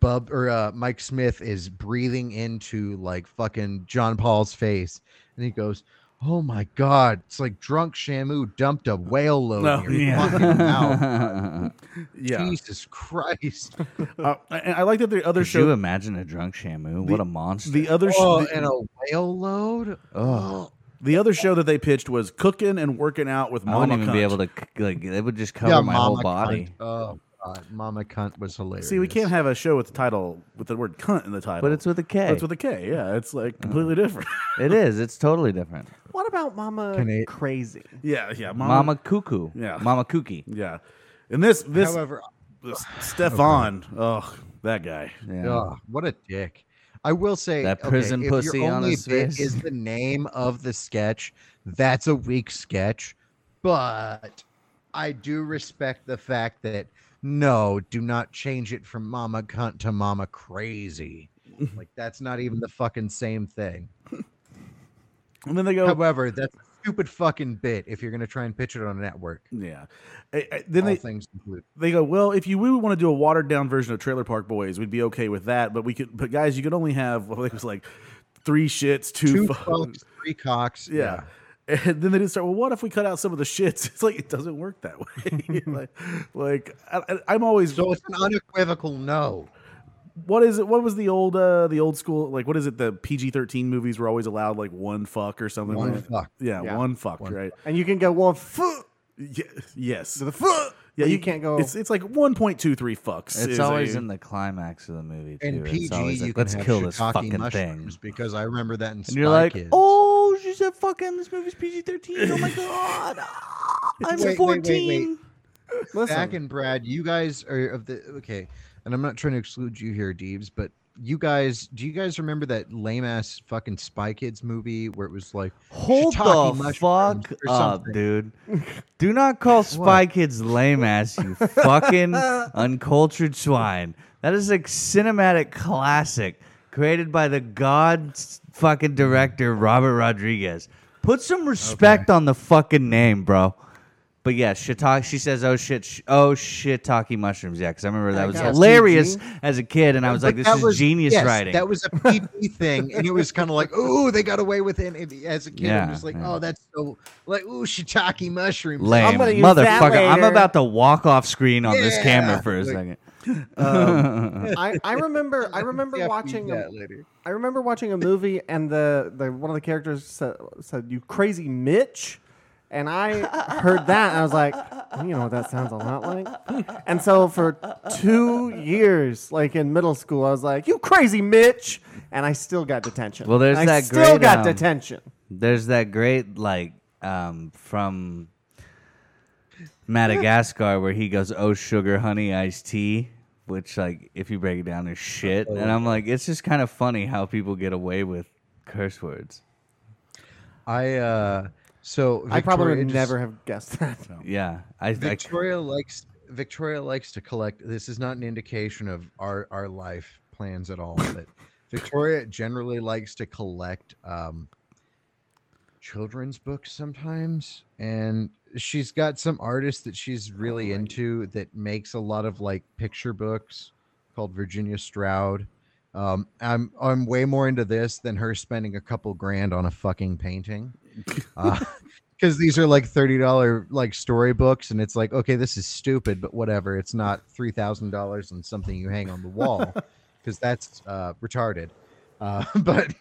C: Bub or uh, Mike Smith is breathing into like fucking John Paul's face, and he goes, "Oh my god, it's like drunk Shamu dumped a whale load
A: No,
C: in your
A: Oh, yeah.
C: fucking mouth."
A: yeah.
C: Jesus Christ!
A: Uh, and I like that the other
B: could you
A: show,
B: imagine a drunk Shamu? What a monster!
A: the other
C: Oh,
A: show,
C: and a whale load.
B: Ugh.
A: the other show that they pitched was cooking and working out with
B: I wouldn't
A: Mama
B: even
A: Cunt.
B: be able to c- like. It would just cover my whole body.
C: Cunt. Oh god, Mama Cunt was hilarious.
A: See, we can't have a show with the title with the word "cunt" in the title,
B: But it's with a K. Uh-huh.
A: But it's with a K. Yeah, it's like completely different.
B: it is. It's totally different.
D: What about Mama
C: Can I-
D: Crazy?
A: yeah, yeah, Mama,
B: Mama Cuckoo.
A: Yeah.
B: Mama Kookie.
A: Yeah, and this this
C: However,
A: this Stefan, oh that guy.
B: Yeah.
C: Yeah, what a dick. I will say
B: That
C: okay,
B: prison
C: if your
B: pussy on
C: only
B: his
C: bit
B: face.
C: is the name of the sketch. That's a weak sketch, but I do respect the fact that no, do not change it from Mama Cunt to Mama Crazy. like that's not even the fucking same thing.
A: And then they go,
C: However, that's a stupid fucking bit if you're gonna try and pitch it on a network.
A: yeah. I- I- then
C: all
A: they
C: things included.
A: they go, well, if you we would want to do a watered down version of Trailer Park Boys, we'd be okay with that. But we could, but guys, you could only have well, it was like three shits, two,
C: Two
A: fu-
C: fucks, three cocks.
A: yeah. And then they just start. Well, what if we cut out some of the shits? It's like it doesn't work that way. like, like I, I'm always.
C: So it's an unequivocal no.
A: what is it? What was the old, uh the old school? Like, what is it? The PG-13 movies were always allowed like one fuck or something.
C: One
A: like that.
C: fuck.
A: Yeah,
D: Yeah.
A: one fuck.
C: One
A: right.
D: And you can go one foot
A: Ye- yes.
D: to the foot.
A: yeah,
D: you, can't go.
A: It's it's like one point two three fucks.
B: It's
A: is
B: always
A: a-
B: in the climax of the movie too.
C: And
B: it's
C: PG,
B: always
C: you
B: like,
C: can
B: let's
C: have
B: kill this
C: shiitake
B: fucking thing.
C: mushrooms because I remember that in
B: And
C: Spy
B: you're like,
C: Kids.
B: oh, she said, fucking, this movie's PG 13. Oh my God. Ah, I'm
C: Wait, wait, wait,
B: 14.
C: wait.
D: listen,
C: Zach and Brad, you guys are of the okay. And I'm not trying to exclude you here, Deebs, but you guys, do you guys remember that lame ass fucking Spy Kids movie where it was like,
B: Hold
C: Shiitake
B: the
C: mushrooms
B: fuck
C: or
B: up,
C: something.
B: dude. Do not call Spy Kids lame ass, you fucking uncultured swine. That is a cinematic classic. created by the god s- fucking director Robert Rodriguez. Put some respect on the fucking name, bro. But yeah, shiitake. She says, "Oh shit, sh- oh shiitake mushrooms." Yeah, because I remember that
D: I
B: was
D: got
B: hilarious
D: CG.
B: as a kid, and I was
C: But
B: like, "This
C: that
B: is
C: was-
B: genius
C: yes,
B: writing."
C: That was a PP thing, and it was kind of like, oh, they got away with it. And as a kid,
B: Yeah,
C: I'm just like,
B: yeah.
C: oh, that's so like, ooh, shiitake mushrooms.
B: Lame,
D: I'm gonna use that
B: motherfucker. I'm
D: later.
B: about to walk off screen on this
C: Yeah.
B: camera for a
C: Like-
B: second.
D: I, I remember I
C: Yeah,
D: remember
C: we
D: watching
C: do
D: a,
C: that later.
D: I remember watching a movie and the, the one of the characters said, said you crazy Mitch and I heard that and I was like "Well, you know what that sounds a lot like and so for 2 years like in middle school I was like you crazy Mitch and I still got detention
B: Well, there's
D: I
B: that
D: still
B: great,
D: got
B: um,
D: detention
B: There's that great like um, from Madagascar where he goes, "Oh sugar, honey, iced tea," which like if you break it down is shit. And I'm like, it's just kind of funny how people get away with curse words.
C: I uh, so
D: I probably
C: Victoria
D: would
C: just-
D: never have guessed that
B: Yeah, I, I
C: Victoria likes Victoria likes to collect. This is not an indication of our our life plans at all. But Victoria generally likes to collect um, children's books sometimes, and she's got some artist that she's really into that makes a lot of like picture books called Virginia Stroud. Um, I'm I'm way more into this than her spending a couple grand on a fucking painting. Uh, because these are like thirty dollar like storybooks, and it's like, okay, this is stupid, but whatever. It's not three thousand dollars on something you hang on the wall, because that's uh, retarded. Uh, but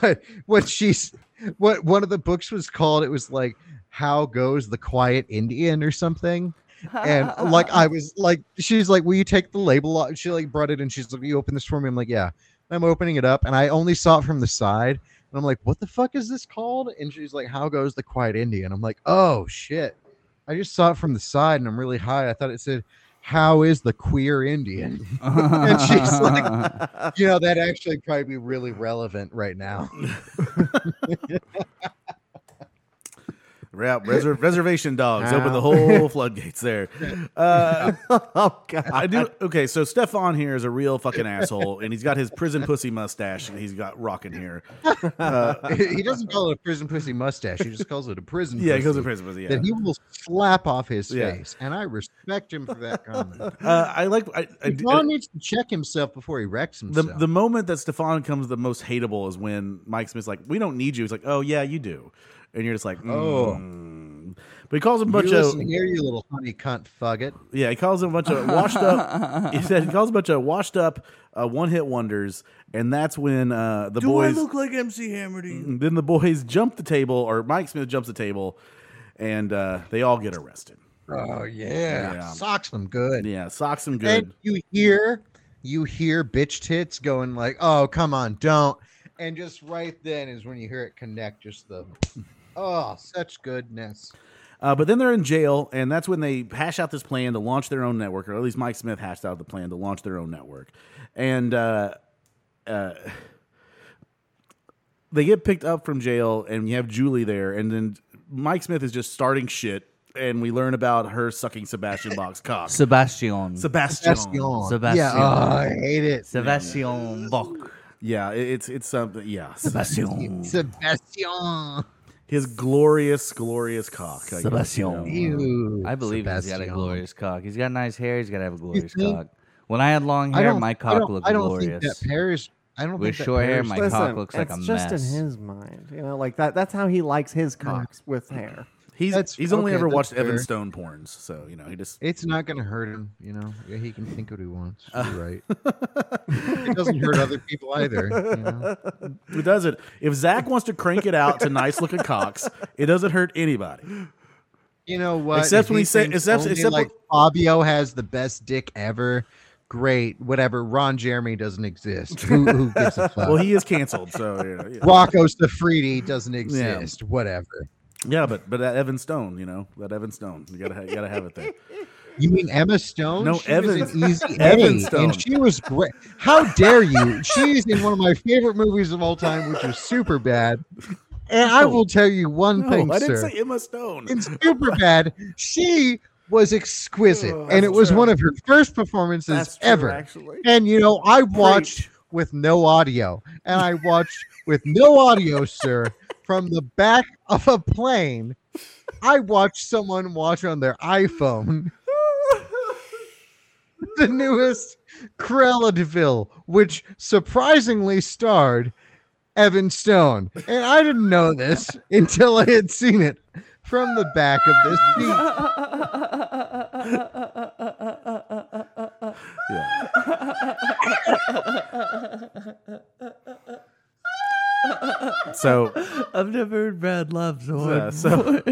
C: what what she's what one of the books was called? It was like How Goes the Quiet Indian or something. And like I was like, she's like, will you take the label off? She like brought it and she's like, you open this for me. I'm like, yeah. I'm opening it up, and I only saw it from the side. And I'm like, what the fuck is this called? And she's like, how goes the quiet Indian? I'm like, oh shit. I just saw it from the side and I'm really high. I thought it said, how is the queer Indian? and she's like, you know, that actually probably be really relevant right now.
A: Yeah, reser- reservation dogs open the whole floodgates there. Uh,
D: oh god
A: I do. Okay, so Stefan here is a real fucking asshole, and he's got his prison pussy mustache that he's got rocking here.
C: he doesn't call it a prison pussy mustache. He just calls it a prison
A: Yeah, he goes
C: pussy
A: to prison pussy. Yeah.
C: That he will slap off his
A: Yeah.
C: face. And I respect him for that comment.
A: Uh, I like. I, I, d- uh,
C: John needs to check himself before he wrecks
A: the,
C: himself.
A: the moment that Stefan comes the most hateable is when Mike Smith's like, "We don't need you." He's like, "Oh yeah, you do," and you're just like,
C: Oh.
A: "Mm." But he calls him a bunch
C: you
A: of
C: listen here, you little honey cunt fugget.
A: yeah. He calls him a bunch of washed up. He said he calls him a bunch of washed up uh, one hit wonders, and that's when uh, the boys
B: like MC Hammer to you?
A: And then the boys jump the table, or Mike Smith jumps the table, and uh, they all get arrested.
C: Oh yeah.
A: Yeah.
C: socks them good.
A: Yeah, socks them
C: And
A: good.
C: you hear, you hear bitch tits going like, "Oh come on, don't!" And just right then is when you hear it connect. Just the, oh, such goodness.
A: Uh, but then they're in jail, and that's when they hash out this plan to launch their own network, or at least Mike Smith hashed out the plan to launch their own network. And uh, uh, they get picked up from jail, and you have Julie there, and then Mike Smith is just starting shit, and we learn about her sucking Sebastian Bach's cock.
B: Sebastian.
A: Sebastian.
C: Sebastian. Yeah,
B: Sebastian.
C: oh, I hate it.
B: Sebastian Bach.
A: Yeah, it- it's it's something. Yeah,
B: Sebastian.
C: Sebastian.
A: his glorious, glorious cock. I guess, you
B: Sebastian.
A: know.
C: Ew.
B: I believe he's got
C: Sebastian.
B: a glorious cock. He's got nice hair. He's got to have a glorious cock. When I had long
C: I
B: hair,
C: don't.
B: my
C: I
B: cock
C: don't,
B: looked
C: I don't
B: glorious.
C: think that pairs. I don't
B: With
C: think that
B: short hair,
C: pairs-
B: my-
D: Listen,
B: cock looks like
D: it's
B: a
D: just
B: mess.
D: in his mind, you know, like that. That's how he likes his cocks with hair.
A: He's
C: That's-
A: he's only
C: okay,
A: ever
C: that's
A: watched Evan
C: fair.
A: Stone porns, so you know he just
C: It's not going to hurt him, you know. Yeah, he can think what he wants. You're right. it doesn't hurt other people either. You know?
A: it does it. If Zach wants to crank it out to nice looking cocks, it doesn't hurt anybody.
C: You know what?
A: Except
C: If
A: when he say-
C: thinks
A: except-
C: only,
A: except
C: like Fabio has the best dick ever. Great, whatever. Ron Jeremy doesn't exist. Who, who gives a fuck?
A: Well, he is canceled, so you know, yeah.
C: Rocco Siffredi doesn't exist. Whatever.
A: yeah. But but that Evan Stone, you know that Evan Stone, you gotta ha- you gotta have it there.
C: You mean Emma Stone?
A: No,
C: she was
A: Evan-
C: an easy
A: Evan
C: A,
A: Stone.
C: and she was great. How dare you? She's in one of my favorite movies of all time, which is super bad. And I will tell you one thing,
A: No, Oh, I didn't
C: sir.
A: say Emma Stone.
C: in Superbad, she was exquisite,
A: Oh,
C: and it
A: that's
C: was
A: true.
C: one of her first performances ever.
A: actually.
C: And you know, I watched with no audio, and I watched with no audio, sir, from the back of a plane. I watched someone watch on their iPhone the newest Cruella Deville, which surprisingly starred Evan Stone. And I didn't know this until I had seen it from the back of this seat.
A: Yeah. so
B: I've never heard Brad laugh so
A: Yeah, Uh, so,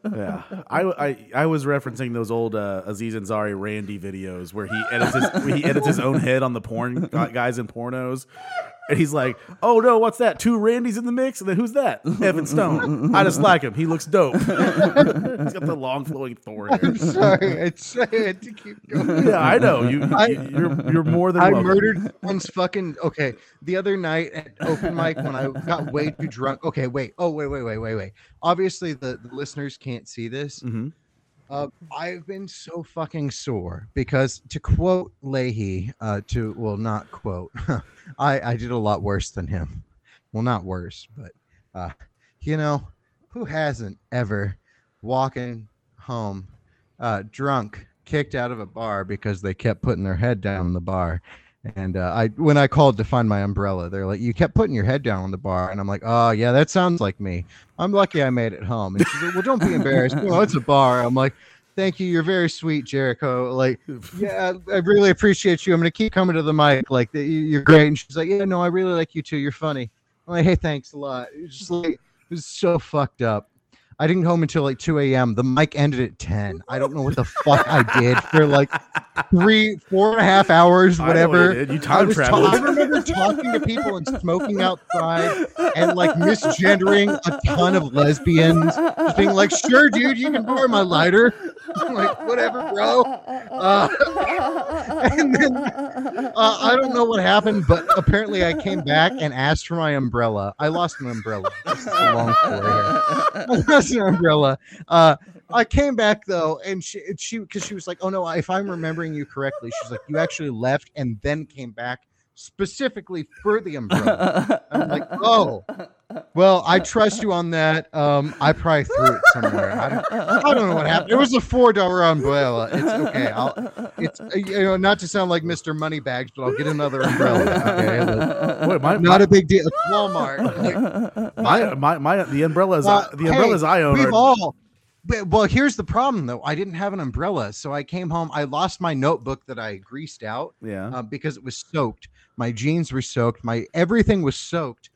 A: yeah. I, I I was referencing those old uh, Aziz Ansari Randy videos where he edits his, where he edits his own head on the porn gu- guys in pornos. And he's like, "Oh no, what's that? Two Randys in the mix, and then who's that? Evan Stone. I just like him. He looks dope. he's got the long flowing Thor hair.
C: I'm sorry. I tried to keep going.
A: Yeah, I know. You,
C: I-
A: you you're you're more than
C: I
A: welcome.
C: murdered someone's fucking. Okay, the other night at open mic when I got way too drunk. Okay, wait. Oh, wait, wait, wait, wait, wait. Obviously, the, the listeners can't see this.
A: Mhm.
C: Uh, I've been so fucking sore because, to quote Leahy, uh, to well, not quote. I I did a lot worse than him. Well, not worse, but uh, you know, who hasn't ever walking home uh, drunk, kicked out of a bar because they kept putting their head down on the bar. And uh, I, when I called to find my umbrella, they're like, "You kept putting your head down on the bar," and I'm like, "Oh yeah, that sounds like me. I'm lucky I made it home." And she's like, "Well, don't be embarrassed. You know, it's a bar." I'm like, "Thank you. You're very sweet, Jericho. Like, yeah, I I really appreciate you. I'm gonna keep coming to the mic. Like, you- you're great." And she's like, "Yeah, no, I really like you too. You're funny." I'm like, "Hey, thanks a lot." It's just like it was so fucked up. I didn't go home until like 2 a.m. The mic ended at 10. I don't know what the fuck I did for like three, four and a half hours,
A: I know what you
C: whatever.
A: did. You
C: I,
A: time
C: was ta-
A: traveled.
C: I remember talking to people and smoking outside and like misgendering a ton of lesbians, just being like, sure, dude, you can borrow my lighter. I'm like, whatever, bro. Uh, and then uh, I don't know what happened, but apparently I came back and asked for my umbrella. I lost my umbrella. This is a long story here. I lost an umbrella. Uh, I came back though, and she, and she, because she was like, "Oh no, if I'm remembering you correctly, she's like, you actually left and then came back specifically for the umbrella." I'm like, "Oh, well, I trust you on that. Um, I probably threw it somewhere. I don't, I don't know what happened. It was a four dollar umbrella. It's okay. I'll, it's uh, you know, not to sound like Mister Moneybags, but I'll get another umbrella. Okay, look,
A: Wait, my,
C: not a big deal. It's Walmart. Like,
A: my, my, my, the umbrellas,
C: uh,
A: the umbrellas
C: hey,
A: I own
C: We've
A: are
C: all. but- Well, here's the problem though. I didn't have an umbrella, so I came home. I lost my notebook that I greased out
A: yeah.
C: uh, because it was soaked. My jeans were soaked. My everything was soaked.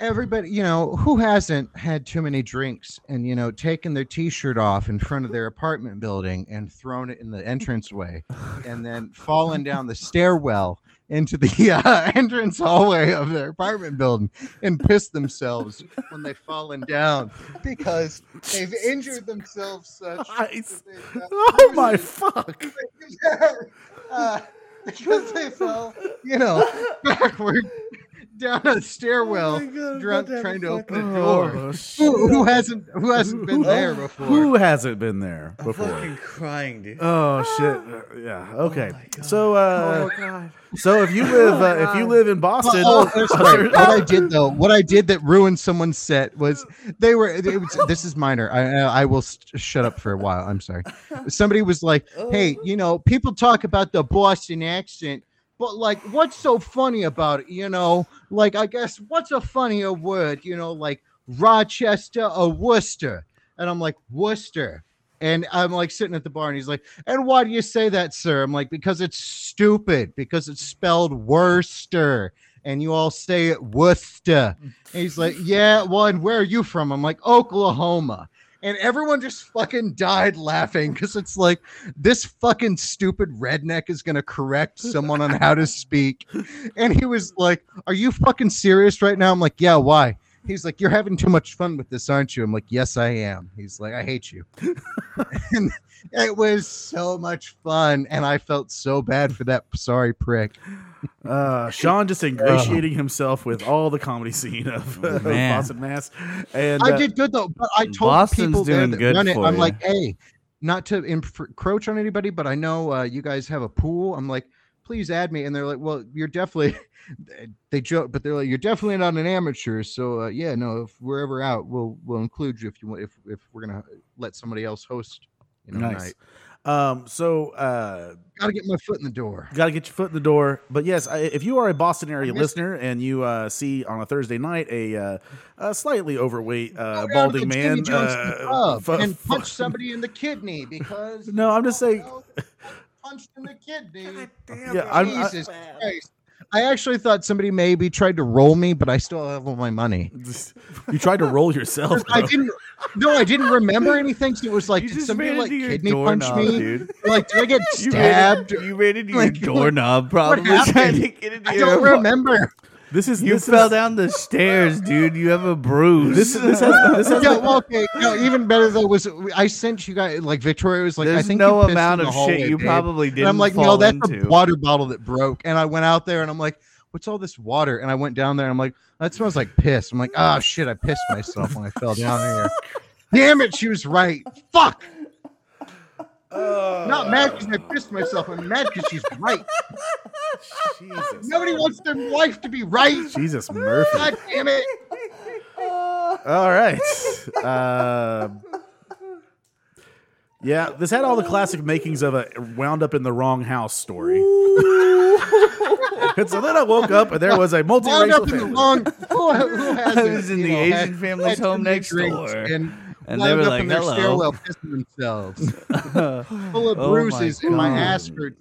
C: Everybody, you know, who hasn't had too many drinks and you know taken their T-shirt off in front of their apartment building and thrown it in the entranceway, and then fallen down the stairwell into the uh, entrance hallway of their apartment building and pissed themselves when they've fallen down because they've injured themselves such. that uh,
A: Nice.
C: they've got
A: Oh my fuck!
C: uh, because they fell, you know, backward down a stairwell, drunk trying to open the door.
A: Oh,
C: Who, who hasn't who hasn't been there before?
A: Who hasn't been there before?
B: fucking crying, dude.
C: Ah.
A: Oh shit! Uh,
C: Oh
A: Yeah. Okay. so, uh, so if you live uh, if you live in Boston,
C: Oh, that's right. What I did though, what I did that ruined someone's set was they were. It was, this is minor. I uh, I I will st- shut up for a while. I'm sorry. Somebody was like, "Hey, you know, people talk about the Boston accent, but like, what's so funny about it? You know, like, I guess what's a funnier word? You know, like Rochester or Worcester?" And I'm like, "Worcester." And I'm like sitting at the bar, and he's like, "And why do you say that, sir?" I'm like, "Because it's stupid. Because it's spelled Worcester." and you all say it Worcester. And he's like, Yeah, well, and where are you from? I'm like, Oklahoma. And everyone just fucking died laughing because it's like this fucking stupid redneck is gonna correct someone on how to speak. And he was like, Are you fucking serious right now? I'm like, Yeah, why? He's like, You're having too much fun with this, aren't you? I'm like, Yes, I am. He's like, I hate you. and it was so much fun. And I felt so bad for that sorry prick.
A: uh, Sean just ingratiating himself with all the comedy scene of, of
B: Man.
A: Boston, Mass, and
C: Oh, I
A: uh,
C: did good though, but I told the
B: Boston's
C: people there
B: doing
C: that
B: good
C: run it,
B: for
C: I'm
B: you.
C: like, hey, not to encroach on anybody, but I know uh, you guys have a pool. I'm like, please add me. And they're like, well, you're definitely, they joke, but they're like, you're definitely not an amateur. So uh, yeah, no, if we're ever out, we'll we'll include you if you want. If if we're gonna let somebody else host, you know,
A: nice.
C: night.
A: Um, so uh,
C: Gotta get my foot in the door.
A: Got to get your foot in the door. But yes, I, if you are a Boston area
C: miss-
A: listener and you uh, see on a Thursday night a, uh, a slightly overweight uh,
C: Go down to
A: balding
C: Oh, the
A: man,
C: Jimmy Johnston
A: uh,
C: pub
A: fu-
C: and
A: fu-
C: punch somebody in the kidney because
A: No, I'm just saying-
C: punched in the kidney.
A: yeah, I'm, I,
C: Jesus Christ. I actually thought somebody maybe tried to roll me, but I still have all my money.
A: you tried to roll yourself.
C: I
A: bro.
C: didn't. No, I didn't remember anything. So it was like,
B: you
C: did
B: just
C: somebody
B: ran
C: like
B: into your
C: kidney punch
B: doorknob,
C: me?
B: dude.
C: Like, did I get
B: You ran,
C: stabbed?
B: into, you ran into
C: Like, what-
B: your doorknob, probably
C: happened?
B: trying to get into
C: I
B: your
C: don't
B: apartment.
C: remember.
A: This is
B: You
A: this
B: fell
A: is,
B: down the stairs, dude. You have a bruise.
A: This is this has, this has
C: No, well, okay. No, even better though was I sent you guys like Victoria was like, I
B: There's
C: think you
B: no
C: pissed in
B: amount
C: the
B: of
C: hallway,
B: shit you
C: babe.
B: probably didn't.
C: And I'm like,
B: fall
C: no, that's
B: into.
C: a water bottle that broke. And I went out there and I'm like, what's all this water? And I went down there and I'm like, that smells like piss. I'm like, oh shit, I pissed myself when I fell down here. Damn it, she was right. Fuck.
B: Uh.
C: Not mad because I pissed myself. I'm mad because she's right.
A: Jesus,
C: Nobody wants their wife to be right.
A: Jesus Murphy.
C: God damn it.
A: All right. Uh, yeah, this had all the classic makings of a wound up in the wrong house story. and so then I woke up and there was a
C: Wound
A: multiracial
C: up in the
A: family.
C: wrong. Who, who has
B: I
C: it,
B: was in
C: you
B: the
C: know,
B: Asian
C: had-
B: family's
C: had too
B: home
C: many
B: next
C: drinks
B: door.
C: And,
B: And
C: wound
B: they were
C: up
B: like,
C: in their
B: "Hello."
C: stairwell pissing themselves. Full of
B: Oh my
C: bruises and my
B: God.
C: ass hurt.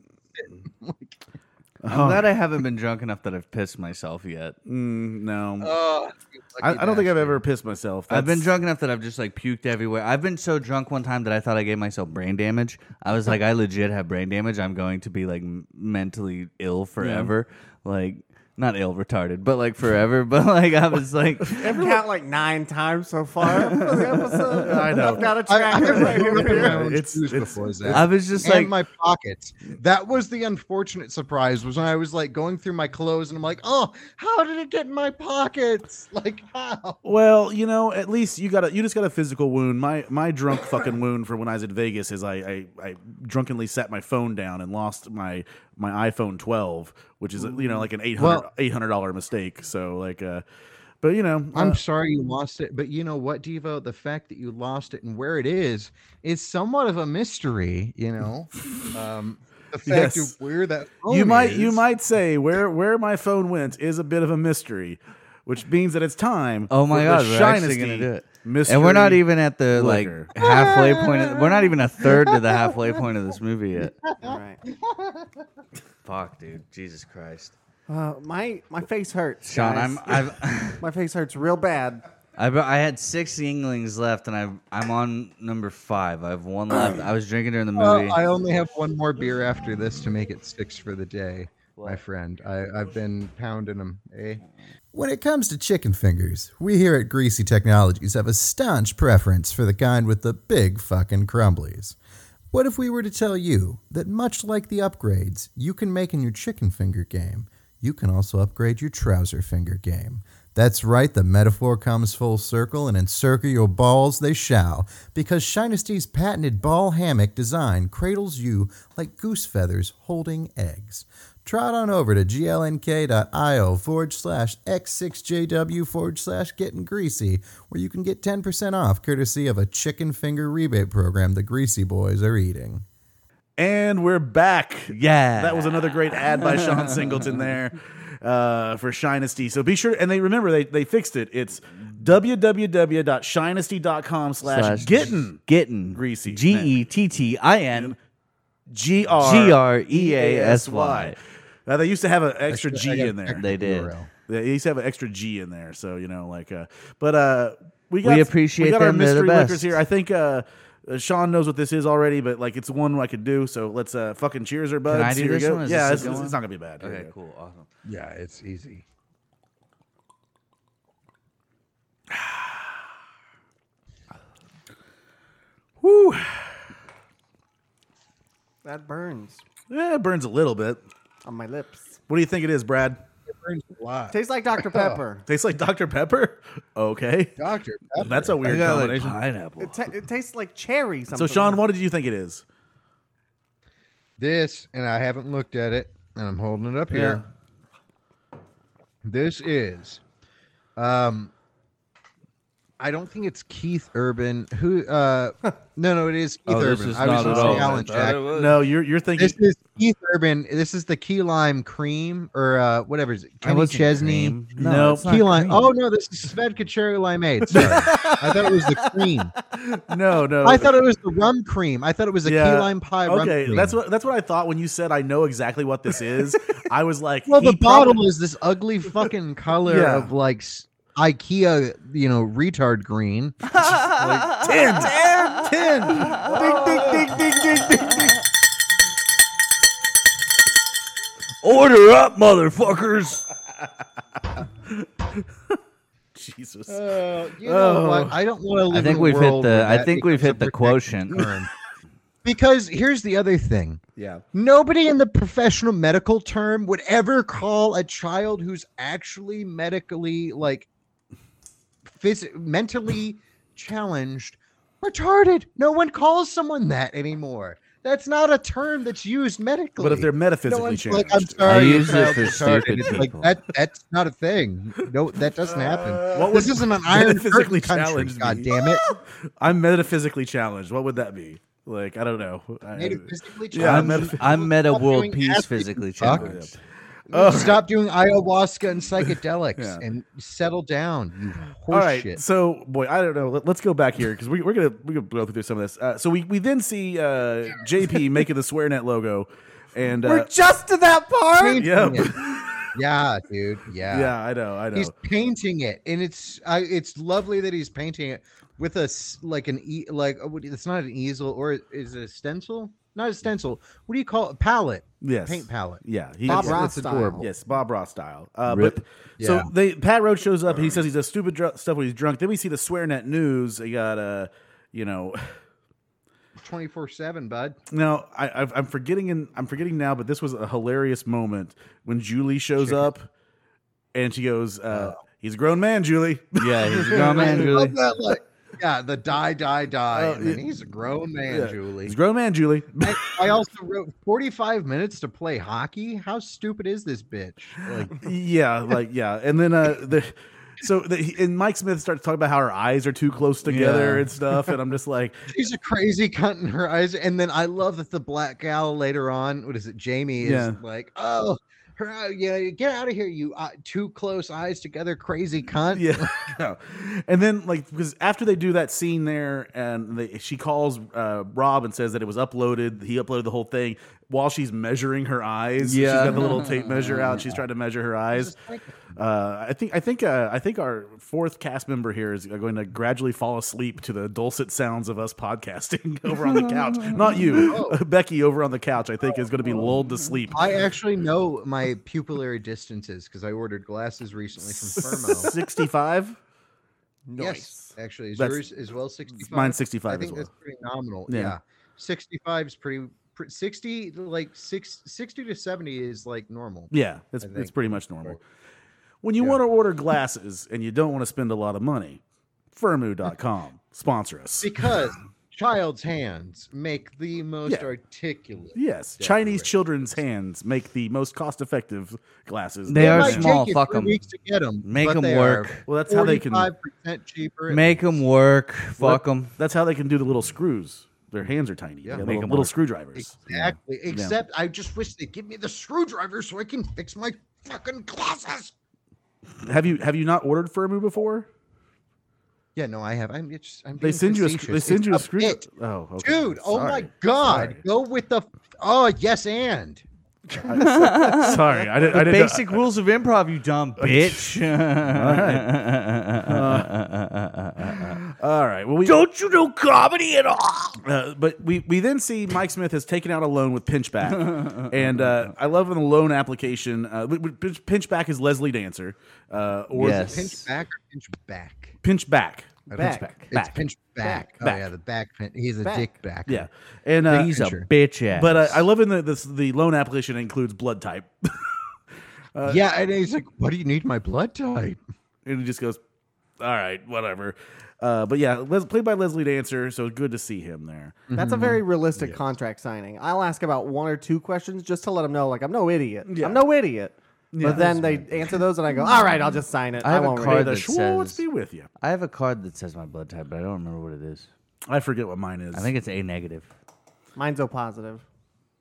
B: I'm glad I haven't been drunk enough that I've pissed myself yet.
A: Mm, no.
C: Oh,
A: I, I don't think I've ever pissed myself.
B: I've been
A: That's-
B: drunk enough that I've just like puked everywhere. I've been so drunk one time that I thought I gave myself brain damage. I was like, I legit have brain damage. I'm going to be like m- mentally ill forever. Like, not ill, retarded, but like forever. But like, I was like,
D: count like nine times so far. for the episode.
A: I know.
D: I've got a
C: I,
D: track
C: I've
D: of right
C: never
D: here.
C: owned
A: It's-
C: shoes
A: it's-
C: before, Zach.
B: I was just
C: and
B: like,
C: my pockets. That was the unfortunate surprise was when I was like going through my clothes and I'm like, oh, how did it get in my pockets? Like how?
A: Well, you know, at least you got a you just got a physical wound. My my drunk fucking wound for when I was in Vegas is I I, I drunkenly sat my phone down and lost my my iPhone 12, which is you know like an 800
C: Well-
A: $800 dollar mistake. So like uh but you know, uh,
C: I'm sorry you lost it, but you know what, Devo? The fact that you lost it and where it is is somewhat of a mystery. You know, um, the fact
A: Yes.
C: of where that
A: you
C: phone
A: might you
C: is.
A: might say where where my phone went is a bit of a mystery, which means that it's time.
B: Oh my
A: for
B: God,
A: the
B: we're actually
A: Shinesty
B: gonna do it.
A: Mystery.
B: and we're not even at the
A: liquor.
B: like halfway point. Of, we're not even a third to the halfway point of this movie yet.
D: All right.
B: Fuck, dude. Jesus Christ.
D: Uh, my my face hurts.
B: Sean,
D: guys.
B: I'm, I've.
D: my face hurts real bad.
B: I, bu- I had six Yinglings left, and I've, I'm on number five. I have one left. I was drinking during the
C: Well,
B: movie.
C: uh, I only have one more beer after this to make it six for the day, my friend. I, I've been pounding them, eh?
E: When it comes to chicken fingers, we here at Greasy Technologies have a staunch preference for the kind with the big fucking crumblies. What if we were to tell you that much like the upgrades you can make in your chicken finger game, you can also upgrade your trouser finger game? That's right, the metaphor comes full circle, and encircle your balls they shall, because Shinesty's patented ball hammock design cradles you like goose feathers holding eggs. Trot on over to glnk.io forward slash x6jw forward slash getting greasy, where you can get 10% off courtesy of a chicken finger rebate program the Greasy Boys are eating.
A: and we're back.
B: yeah.
A: That was another great ad by Sean Singleton there uh, for Shinesty. So be sure and they remember they, they fixed it. It's www.shinesty.com slash getting
B: Gittin.
A: Greasy.
B: G E T T I N.
A: G R
B: G R E A S Y.
A: Now, they used to have an extra
C: I
A: G
C: got
A: in there.
B: They did.
C: URL.
A: They used to have an extra G in there. So you know, like, uh, but uh, we got
B: We appreciate
A: we got our
B: them. They're the
A: mystery
B: best.
A: liquors here. I think uh, uh, Sean knows what this is already, but like, it's one I could do. So let's uh, fucking cheers her, buds.
B: I do
A: here we
B: this
A: go.
B: one? Is
A: Yeah,
B: this
A: it's,
B: a good
A: it's
B: one?
A: it's not gonna be bad. Here we
B: Okay,
A: go.
B: cool. Awesome.
C: Yeah, it's easy.
D: That burns
A: Yeah, Eh, it burns a little bit.
D: on my lips.
A: What do you think it is, Brad?
C: It burns a lot.
D: Tastes like Dr Pepper.
A: Tastes like Dr. Pepper. Okay,
C: Doctor,
A: that's a weird combination.
B: pineapple.
D: It, ta it tastes like cherry. Something.
A: so, Sean, what did you think it is?
C: this, and I haven't looked at it.
E: and I'm holding it up here. This is, um, I don't think it's Keith Urban. Who? Uh, no, no, it is Keith
F: Oh, this
E: Urban.
F: is
E: I
F: not
E: was
F: at
E: gonna say
F: all.
E: Alan
F: I thought
E: Jack.
F: it was.
A: No, you're you're
E: This
A: thinking.
E: is Keith Urban. This is the key lime cream or uh, whatever. Is it? Kenny Chesney.
B: Cream.
A: No,
B: it's not
E: Key lime.
B: cream.
E: Oh no, this is Svedka cherry limeade. Sorry, I thought it was the cream.
A: No, no.
E: I thought it was the rum cream. I thought it was a
A: Yeah.
E: key lime pie. rum
A: Okay,
E: cream.
A: that's what that's what I thought when you said I know exactly what this is. I was like,
E: Well, the
A: he
E: bottle
A: probably-
E: is this ugly fucking color
A: Yeah.
E: of like s- IKEA, you know, retard green.
A: ten, ten, ten.
B: Order up, motherfuckers.
A: Jesus.
E: Uh, you know
A: Oh.
E: what? I don't want to live.
B: I
E: in
B: think
E: a
B: we've hit
E: world where
B: the. I
E: that
B: think we've
E: becomes a
B: hit the
E: protected
B: quotient.
E: term. because here's the other thing:
A: yeah.
E: nobody in the professional medical term would ever call a child who's actually medically, like, phys- mentally challenged, retarded. No one calls someone that anymore. That's not a term that's used medically.
A: But if they're
E: No
A: metaphysically
E: one's
A: changed,
E: like, I'm sorry. your
B: use it
E: child's
B: for
E: retarded."
B: stupid
E: It's
B: people.
E: Like, that, that's not a thing. No, that doesn't happen.
A: what
E: this
A: was
E: isn't an iron
A: metaphysically
E: physically country.
A: challenged
E: God
A: me?
E: damn it.
A: I'm metaphysically challenged. What would that be? Like I don't know. I-
E: Metaphysically
A: Yeah, I'm
E: challenged.
A: meta-
B: I'm meta
E: Stop
B: world
E: doing
B: peace
E: acid,
B: physically
E: fuck.
B: challenged.
A: Oh.
E: Stop doing ayahuasca and psychedelics
A: Yeah.
E: and settle down, you
A: All right,
E: horseshit.
A: so boy, I don't know. Let, us go back here because we, we're gonna we're gonna blow through some of this. Uh, so we, we then see uh, JP making the SwearNet logo, and uh,
D: We're just to that part.
E: Changing
A: yeah,
E: it. yeah, dude. Yeah.
A: yeah, I know, I know.
E: He's painting it, and it's I, it's lovely that he's painting it with a s- like an e like oh, what- it's not an easel or is it a stencil? Not a stencil. What do you call it? palette?
A: yes,
E: Paint palette.
A: Yeah, he
D: Bob
A: yeah.
D: Ross style.
A: Yes, Bob Ross style. Uh,
B: Rip.
A: But,
E: Yeah.
A: So they Pat Roach shows up. and He says he's a stupid dr- stuff when he's drunk. Then we see the SwearNet news. He got uh, you know,
E: Twenty four seven, bud.
A: now I, I've, I'm forgetting and I'm forgetting now, but this was a hilarious moment when Julie shows up, and she goes, uh, "He's a grown man, Julie."
B: Yeah, he's a grown man,
E: I
B: Julie.
E: love that, like, yeah, the die, die, die.
A: Oh,
E: and then
A: yeah.
E: he's a grown man,
A: Yeah.
E: Julie.
A: He's a grown man, Julie.
E: I, I also wrote 45 minutes to play hockey. How stupid is this bitch? Like,
A: yeah, like yeah, and then uh, the so the, he- and Mike Smith starts talking about how her eyes are too close together
B: Yeah.
A: and stuff, and I'm just like,
E: she's a crazy cunt in her eyes. And then I love that the black gal later on, what is it, Jamie, is
A: Yeah.
E: like, oh, her, eye- yeah, get out of here, you uh, two close eyes together, crazy cunt.
A: yeah, no. and then like because after they do that scene there, and they, she calls uh, Rob and says that it was uploaded. He uploaded the whole thing while she's measuring her eyes. she's
B: Yeah.
A: got the little tape measure out. She's trying to measure her
E: It's
A: eyes.
E: just like,
A: Uh, I think I think uh, I think our fourth cast member here is going to gradually fall asleep to the dulcet sounds of us podcasting over on the couch. Not you,
E: Oh.
A: Becky, over on the couch. I think is going to be lulled to sleep.
E: I actually know my pupillary distances because I ordered glasses recently from Firmo.
A: Sixty-five.
E: Yes, actually, is
A: That's-
E: yours as well 65?
A: Mine's 65
E: I
A: as
E: think
A: well.
E: that's pretty nominal.
A: Yeah.
E: Yeah. 65 is pretty, pre- 60, like six, 60 to 70 is like normal.
A: Yeah, it's
E: I
A: it's
E: think.
A: pretty much normal. When you
E: Yeah.
A: want to order glasses and you don't want to spend a lot of money, Firmu.com sponsor us.
E: Because child's hands make the most
A: Yeah.
E: articulate.
A: Yes,
E: Definitely
A: Chinese
E: right.
A: children's hands make the most cost-effective glasses.
B: They are
A: known to
E: might
A: man.
E: take
B: small,
E: you
B: fuck
E: three
B: 'em.
E: weeks to get 'em,
B: Make
E: but
B: 'em
E: they are
B: work.
A: Well, that's how they can
E: 45% cheaper. at
B: Make them
E: least.
B: work. Fuck them.
A: That's how they can do the little screws. Their hands are tiny.
E: Yeah.
A: Yeah,
B: Make
A: little,
B: 'em
A: little
B: work.
A: screwdrivers.
E: Exactly. Except I just wish they'd give me the screwdriver so I can fix my fucking glasses.
A: Have you have you not ordered Firmu before?
E: Yeah, no, I have. I'm just. I'm
A: They
E: being
A: send you a sc-
E: facetious.
A: they send
E: It's
A: you a
E: a
A: screw.
E: bit.
A: Oh, okay.
E: Dude, oh my
A: Sorry.
E: god.
A: Sorry.
E: Go with the Oh, yes and.
A: Sorry, I didn't. I
B: The
A: didn't know-
B: basic rules of improv, you dumb bitch.
A: All right. Well, we
B: Don't you do comedy at all?
A: Uh, but we, we then see Mike Smith has taken out a loan with Pinchback, and uh, I love when the loan application. Uh, w- w- Pinch- Pinchback is Leslie Dancer, uh, or
B: Yes.
E: Pinch back or pinch back?
A: Pinchback.
E: Back.
A: Pinchback.
E: It's
A: Back.
E: pinch back. Oh
A: Back.
E: yeah, the back pin. He's a
D: Back.
E: dick back.
A: Yeah, and uh,
B: He's a
E: sure.
B: bitch ass.
A: but uh, I love in the this, the loan application includes blood type, Uh,
E: yeah, and he's like, "What do you need my blood type?"
A: and he just goes all right, whatever. Uh, but yeah, Les- played by Leslie Dancer, so good to see him there.
D: That's a very realistic contract signing. I'll ask about one or two questions just to let them know, like, I'm no idiot.
A: Yeah.
D: I'm no idiot. but then they answer those, and I go, all right, I'll just sign it.
B: I
D: I,
B: have a
D: won't
A: May
B: card
D: read it.
A: the
B: that
A: Uh, Schwartz
B: says-
A: be with you.
B: I have a card that says my blood type, but I don't remember what it is.
A: I forget what mine is.
B: I think it's A negative.
D: Mine's O positive.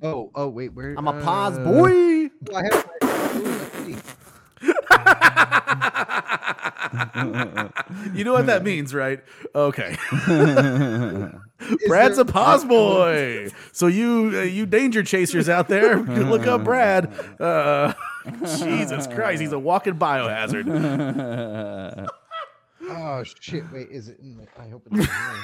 E: Oh, oh, wait, where?
D: I'm a pos
E: uh,
D: boy.
E: I have. ooh, let's see.
A: you know what that means, right? Okay. Brad's a pos boy. So you uh, you danger chasers out there, you can look up Brad. Uh, Jesus Christ, he's a walking biohazard.
E: Oh shit! Wait, is it? In the, I hope it's. In here.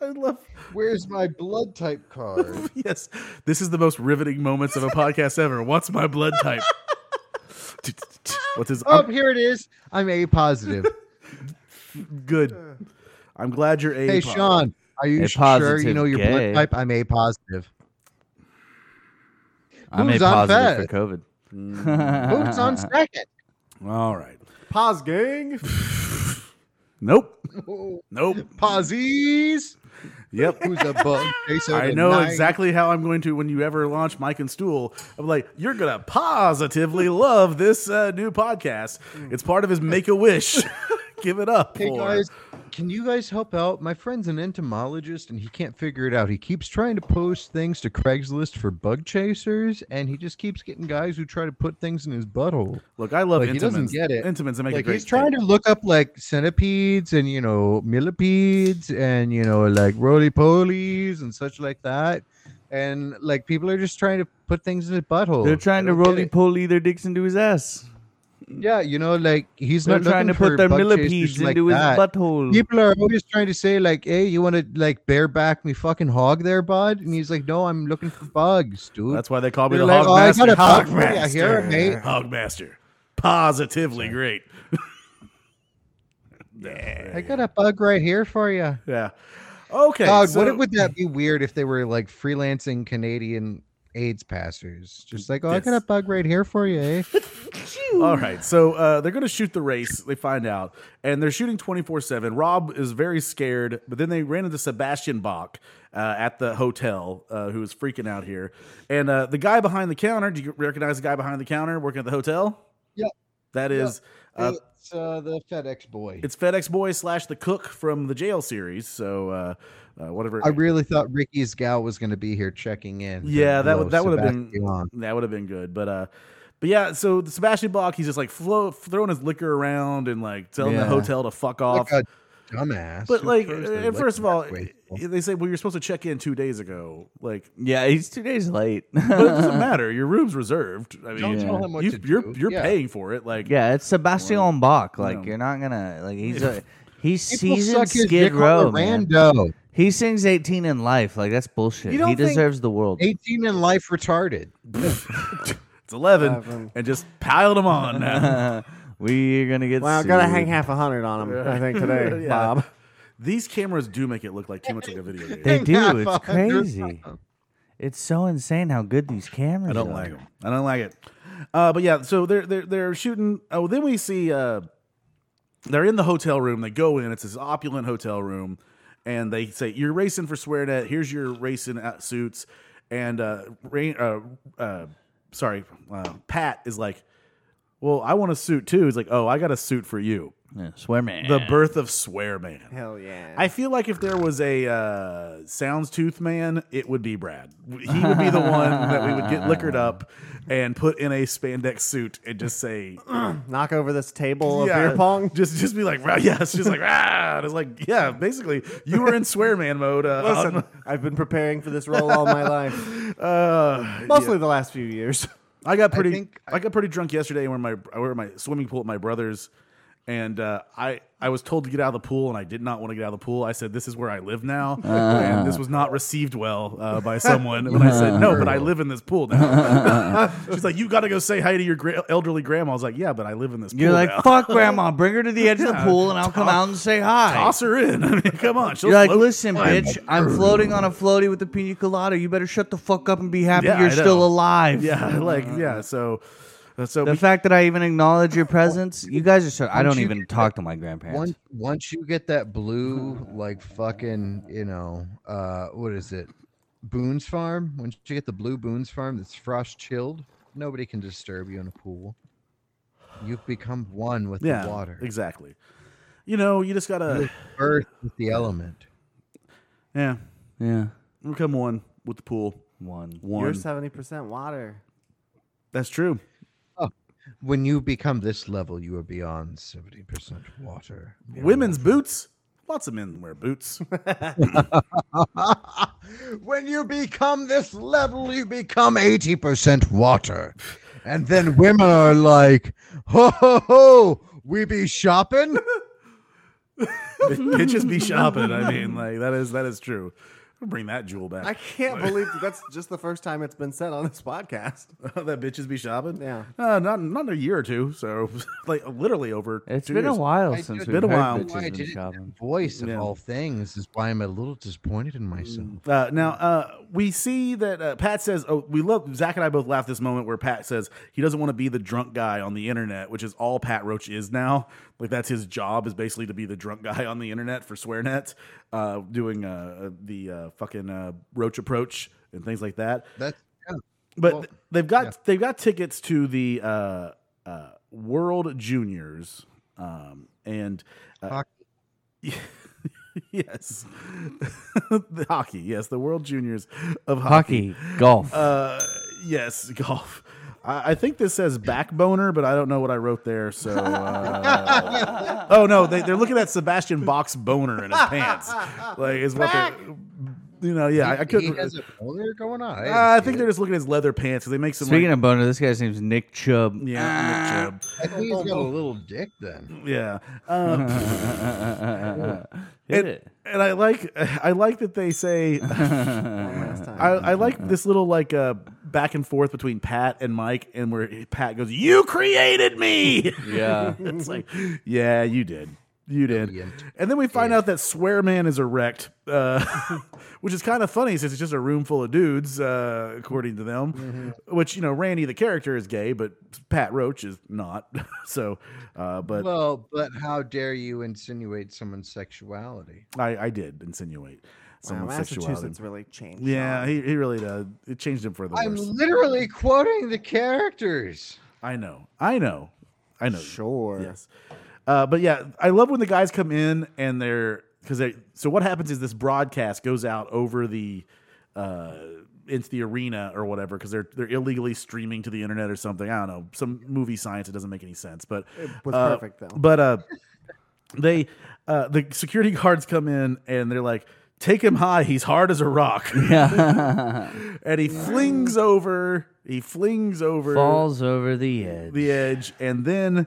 A: I love.
E: Where's my blood type card?
A: Yes, this is the most riveting moments of a podcast ever. What's my blood type? What's his?
E: Oh, here it is. I'm A positive.
A: I'm good. I'm glad you're a.
E: hey,
A: pos.
E: Sean, are you
B: A
E: sure you
B: positive
E: know your
B: gay.
E: blood type? I'm A positive.
B: I'm A
E: Who's on
B: positive for COVID.
E: Boots on second.
A: All right.
D: Pos gang.
A: Nope. Nope.
E: Posies.
A: Yep.
E: Who's a bum?
A: I know exactly how I'm going to when you ever launch Mike and Stool. I'm like, you're gonna positively love this uh, new podcast. It's part of his Make a Wish. Give it up.
E: Hey
A: for-
E: guys, can you guys help out? My friend's an entomologist and he can't figure it out. He keeps trying to post things to Craigslist for bug chasers, and he just keeps getting guys who try to put things in his butthole.
A: Look, I love
E: Like,
A: Intimans.
E: he doesn't get it.
A: Intimans that make a
E: Like
A: great.
E: he's trying to look up like centipedes and you know millipedes and you know like roly polies and such like that, and like people are just trying to put things in his butthole.
B: They're trying
E: They
B: to
E: don't get
B: roly
E: it.
B: poly their dicks into his ass.
E: Yeah, you know, like he's
B: They're
E: not
B: trying to
E: looking for
B: put their
E: bug chasers
B: millipedes
E: like
B: into his
E: that.
B: butthole.
E: People are always trying to say like, "Hey, you want to like bareback me fucking hog there, bud?" And he's like, "No, I'm looking for bugs, dude."
A: That's why they call me
E: They're
A: the
E: like,
A: Hogmaster.
E: "Oh, I got a bug for
A: Hogmaster.
E: you here, mate."
A: Hogmaster. Positively great. yeah.
E: I got a bug right here for you.
A: Yeah. Okay.
E: God,
A: so-
E: what would that be weird if they were like freelancing Canadian AIDS pastors? Just like, "Oh, I got
A: Yes.
E: a bug right here for you." Eh?
A: All right, so uh, they're going to shoot the race. They find out, and they're shooting twenty four seven. Rob is very scared, but then they ran into Sebastian Bach uh, at the hotel, uh, who is freaking out here. And uh, the guy behind the counter, do you recognize the guy behind the counter working at the hotel?
E: Yep.
A: that is. Uh,
E: it's uh, the FedEx boy.
A: it's FedEx Boy slash the cook from the jail series. So uh, uh, whatever.
E: I really thought Ricky's gal was going to be here checking in. to
A: Yeah, that
E: blow
A: would that would have been
E: Sebastian on.
A: that would have been good, but uh, but yeah. So the Sebastian Bach, he's just like flo- throwing his liquor around and like telling
B: Yeah.
A: the hotel to fuck off.
E: like a dumbass.
A: but
E: who
A: like,
E: throws
A: uh,
E: their
A: and first of all,
E: liquor away.
A: they say, well, you're supposed to check in two days ago. Like,
B: Yeah, he's two days late.
A: but it doesn't matter. Your room's reserved. I mean,
E: Don't tell him what
A: you,
E: to
A: you're
E: do.
A: you're
E: Yeah.
A: paying for it. Like,
B: yeah, it's Sebastian Bach. Like
A: No.
B: you're not gonna like he's a he's
E: People
B: seasoned
E: suck his
B: Skid
E: dick on the
B: Row. Man.
E: Rando,
B: He sings 18 in life. Like that's bullshit.
D: You don't
B: He
D: think-
B: deserves the world.
E: eighteen and life retarded.
A: it's eleven,
D: Eleven.
A: and just piled them on. now.
B: we are gonna get.
D: Well, gotta
B: sued.
D: hang half a hundred on him, I think, today,
A: Yeah.
D: Bob.
A: These cameras do make it look like too much like a video game.
B: They
E: Hang half
B: do.
E: a
B: It's
E: hundred.
B: crazy. It's so insane how good these cameras.
A: I don't
B: are.
A: like them. I don't like it. Uh, but yeah, so they're they're they're shooting. Oh, then we see uh, they're in the hotel room. They go in. It's this opulent hotel room, and they say, "You're racing for SwearNet. Here's your racing uh, suits." And uh, rain, uh, uh, sorry, uh, Pat is like, "Well, I want a suit too." He's like, "Oh, I got a suit for you."
B: Yeah, swear man.
A: The birth of Swear Man.
D: Hell yeah.
A: I feel like if there was a uh, Sounds Tooth man, it would be Brad. He would be the one that we would get liquored up and put in a spandex suit and just say,
D: Knock over this table of
A: yeah,
D: beer pong.
A: Just, just be like, "Rah," yeah, it's just like, rah. It's like, yeah, basically, you were in Swear Man mode. Uh,
D: Listen, I've been preparing for this role all my life,
A: uh,
D: mostly the last few years.
A: I got pretty. I,
E: think-
A: got pretty drunk yesterday. Where my I were at my swimming pool at my brother's, and uh, I I was told to get out of the pool, and I did not want to get out of the pool. I said, "This is where I live now," and this was not received well uh, by someone. When I said, "No, but I live in this pool now," she's like, "You got to go say hi to your gra- elderly grandma." I was like, "Yeah, but I live in this."
B: You're
A: pool
B: like
A: now.
B: fuck, grandma. Bring her to the edge of the pool, and I'll come out and say hi.
A: toss her in. I mean, come on. She'll
B: You're like,
A: float.
B: listen, bitch. I'm floating on a floaty with a pina colada. You better shut the fuck up and be happy
A: Yeah, I
B: you're
A: know.
B: still alive.
A: Yeah, like yeah. So uh, So
B: The
A: we-
B: fact that I even acknowledge your presence, you guys are so. I
E: Once
B: don't
E: you
B: even
E: get
B: talk to my grandparents.
E: Once once you get that blue, like fucking, you know, uh, what is it? Boone's Farm. Once you get the blue Boone's Farm that's frost chilled, nobody can disturb you in a pool. You've become one with
A: yeah,
E: the water.
A: exactly. You know, you just gotta,
E: You've birthed with the element.
A: yeah,
B: yeah,
A: become one with the pool.
B: one.
A: One.
D: You're seventy percent water.
A: That's true.
E: When you become this level, you are beyond seventy percent water.
A: Women's boots. Lots of men wear boots.
E: when you become this level, you become 80% water. And then women are like, ho, ho, ho, we be shopping?
A: it just be shopping. I mean, like that is that is true. Bring that jewel back.
D: I can't believe that that's just the first time it's been said on this podcast.
A: that bitches be shopping.
D: Yeah.
A: Uh, not not in a year or two. So like literally over.
B: It's
A: two
B: been a
A: years.
B: while
E: I
B: since
E: don't
B: we've
A: know
B: been
A: why I
B: heard bitches
E: did
B: been
E: it.
B: shopping.
E: Voice of
A: Yeah.
E: all things is why I'm a little disappointed in myself.
B: Mm.
A: Uh, now uh, we see that uh, Pat says, "Oh, we love." Zach and I both laughed this moment where Pat says he doesn't want to be the drunk guy on the internet, which is all Pat Roach is now. Like that's his job is basically to be the drunk guy on the internet for SwearNet, uh, doing uh, the uh, fucking uh, Roach approach and things like that.
E: That's yeah.
A: But
E: Well,
A: th- they've got they've got tickets to the uh, uh, World Juniors, um, and uh, yes, the hockey. Yes, the World Juniors of hockey.
B: Hockey, golf.
A: Uh, yes, golf. I, I think this says backboner, but I don't know what I wrote there. So, uh, oh no, they, they're looking at Sebastian Bach's boner in his pants. Like is what they're. You know, yeah, I, I
E: He
A: couldn't.
E: has a boner going on. didn't
B: Ah,
A: Uh, I
E: see
A: think
E: it.
A: they're just looking at his leather pants because they make some. like,
B: Speaking of boner, this guy's name's Nick Chubb.
A: yeah, Nick Chubb.
E: I think he's got a little dick then.
A: Yeah. Um,
B: Hit
A: and,
B: it.
A: and I like I like that they say
D: One last time.
A: I, I like this little like uh, back and forth between Pat and Mike and where Pat goes, "You created me."
B: Yeah.
A: it's like, "Yeah, you did." You did.
E: Brilliant.
A: And then we find out that Swear Man is erect, uh, which is kind of funny since it's just a room full of dudes, uh, according to them.
D: Mm-hmm.
A: Which, you know, Randy, the character, is gay, but Pat Roach is not. so, uh, but
E: Well, but how dare you insinuate someone's sexuality?
A: I, I did insinuate
D: Wow,
A: someone's sexuality.
D: Massachusetts really changed.
A: Yeah,
D: Sean.
A: he, he really does. It changed him for the
E: I'm
A: worse.
E: literally quoting the characters.
A: I know. I know. I know.
D: sure.
A: Yes. Uh, but yeah, I love when the guys come in and they're because they. So what happens is this broadcast goes out over the uh, into the arena or whatever because they're they're illegally streaming to the internet or something. I don't know some movie science. It doesn't make any sense, but
D: It was
A: uh,
D: perfect though.
A: But uh, they uh, the security guards come in and they're like, "Take him high. He's hard as a rock."
B: Yeah.
A: and he flings over. He flings over
B: Falls over the edge.
A: the edge, and then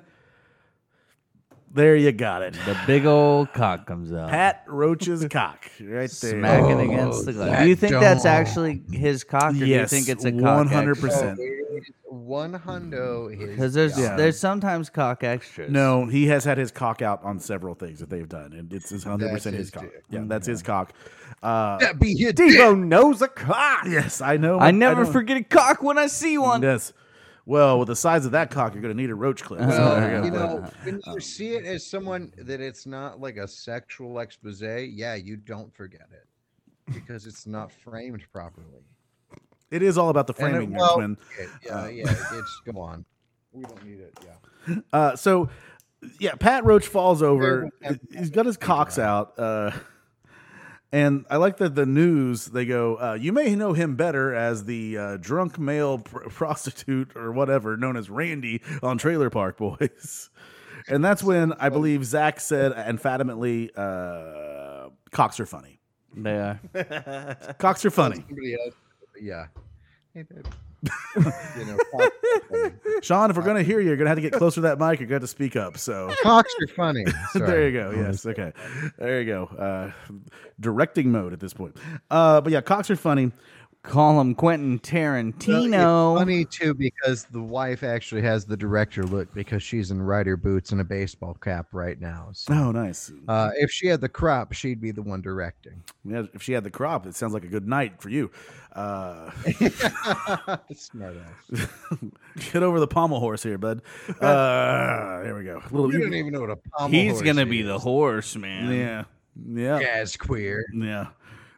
A: there you got it.
B: The big old cock comes out.
A: Pat Roach's cock, right there.
B: Smack it against the glass. Do you think that's actually his cock, or
A: Yes,
B: do you think it's a cock?
A: one hundred percent.
E: One hundo is
B: Because there's
A: Yeah.
B: there's sometimes cock extras.
A: No, he has had his cock out on several things that they've done, and it's hundred percent his
E: his
A: cock.
E: dick.
A: Yeah, that's his cock. Uh,
E: that be your
D: Devo knows a cock.
A: yes, I know.
B: I never
A: know.
B: forget a cock when I see one.
A: Yes. Well, with the size of that cock, you're going to need a roach clip. So there
E: Well,
A: you
E: uh, you
A: go.
E: know, when you see it as someone that it's not like a sexual expose, yeah, you don't forget it because it's not framed properly.
A: it is all about the
E: And it-
A: framing, your
E: well,
A: twin.
E: okay, yeah, yeah, it's go on. We don't need it. Yeah.
A: Uh, so, yeah, Pat Roach falls over. He's got his cocks out. Uh, and I like that the news, they go, uh, you may know him better as the uh, drunk male pr- prostitute or whatever known as Randy on Trailer Park Boys. And that's when I believe Zach said emphatically, uh, cocks are funny.
B: They are.
A: Cocks are funny.
E: Somebody else. Yeah. Hey, babe. you know, cock-
A: Sean, if we're going to hear you, you're going to have to get closer to that mic. You're going to have to speak up. So.
E: cocks are funny.
A: there
E: Sorry.
A: you go. Yes. Okay. There you go. Uh, directing mode at this point. Uh, but yeah, cocks are funny.
B: Call him Quentin
E: It's
B: Tarantino.
E: funny too because the wife actually has the director look because she's in rider boots and a baseball cap right now. So,
A: Oh, nice.
E: uh, if she had the crop, she'd be the one directing.
A: Yeah, if she had the crop, it sounds like a good night for you. Uh,
E: Smart ass.
A: get over the pommel horse here, bud. Uh, here we go. Little,
E: You don't even know what a pommel
B: He's
E: horse
B: gonna be the
E: is.
B: horse, man.
A: yeah, yeah, yeah,
E: jazz queer.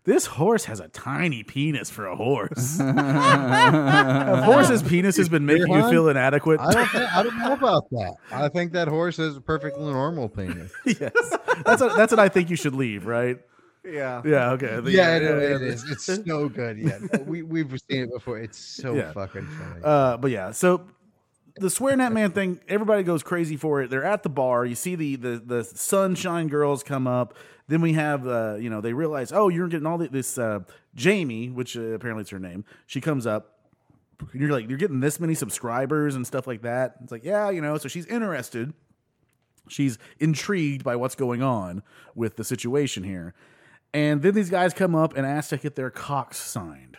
A: This horse has a tiny penis for a horse. a horse's penis has been making you
E: Juan?
A: feel inadequate.
E: I don't, thi- I don't know about that. I think that horse is a perfectly normal penis.
A: yes, that's what, that's what I think you should leave, right?
D: Yeah.
A: Yeah. Okay. The-
E: yeah, no, it
A: yeah.
E: is. It's so good. Yeah, we we've seen it before. It's so
A: Yeah.
E: fucking funny.
A: Uh, but yeah, so the swearing at man thing, everybody goes crazy for it. They're at the bar. You see the the the sunshine girls come up. Then we have uh, you know they realize oh you're getting all the, this uh, Jamie, which uh, apparently is her name. She comes up. And you're like you're getting this many subscribers and stuff like that. It's like yeah, you know. So she's interested. She's intrigued by what's going on with the situation here. And then these guys come up and ask to get their cocks signed.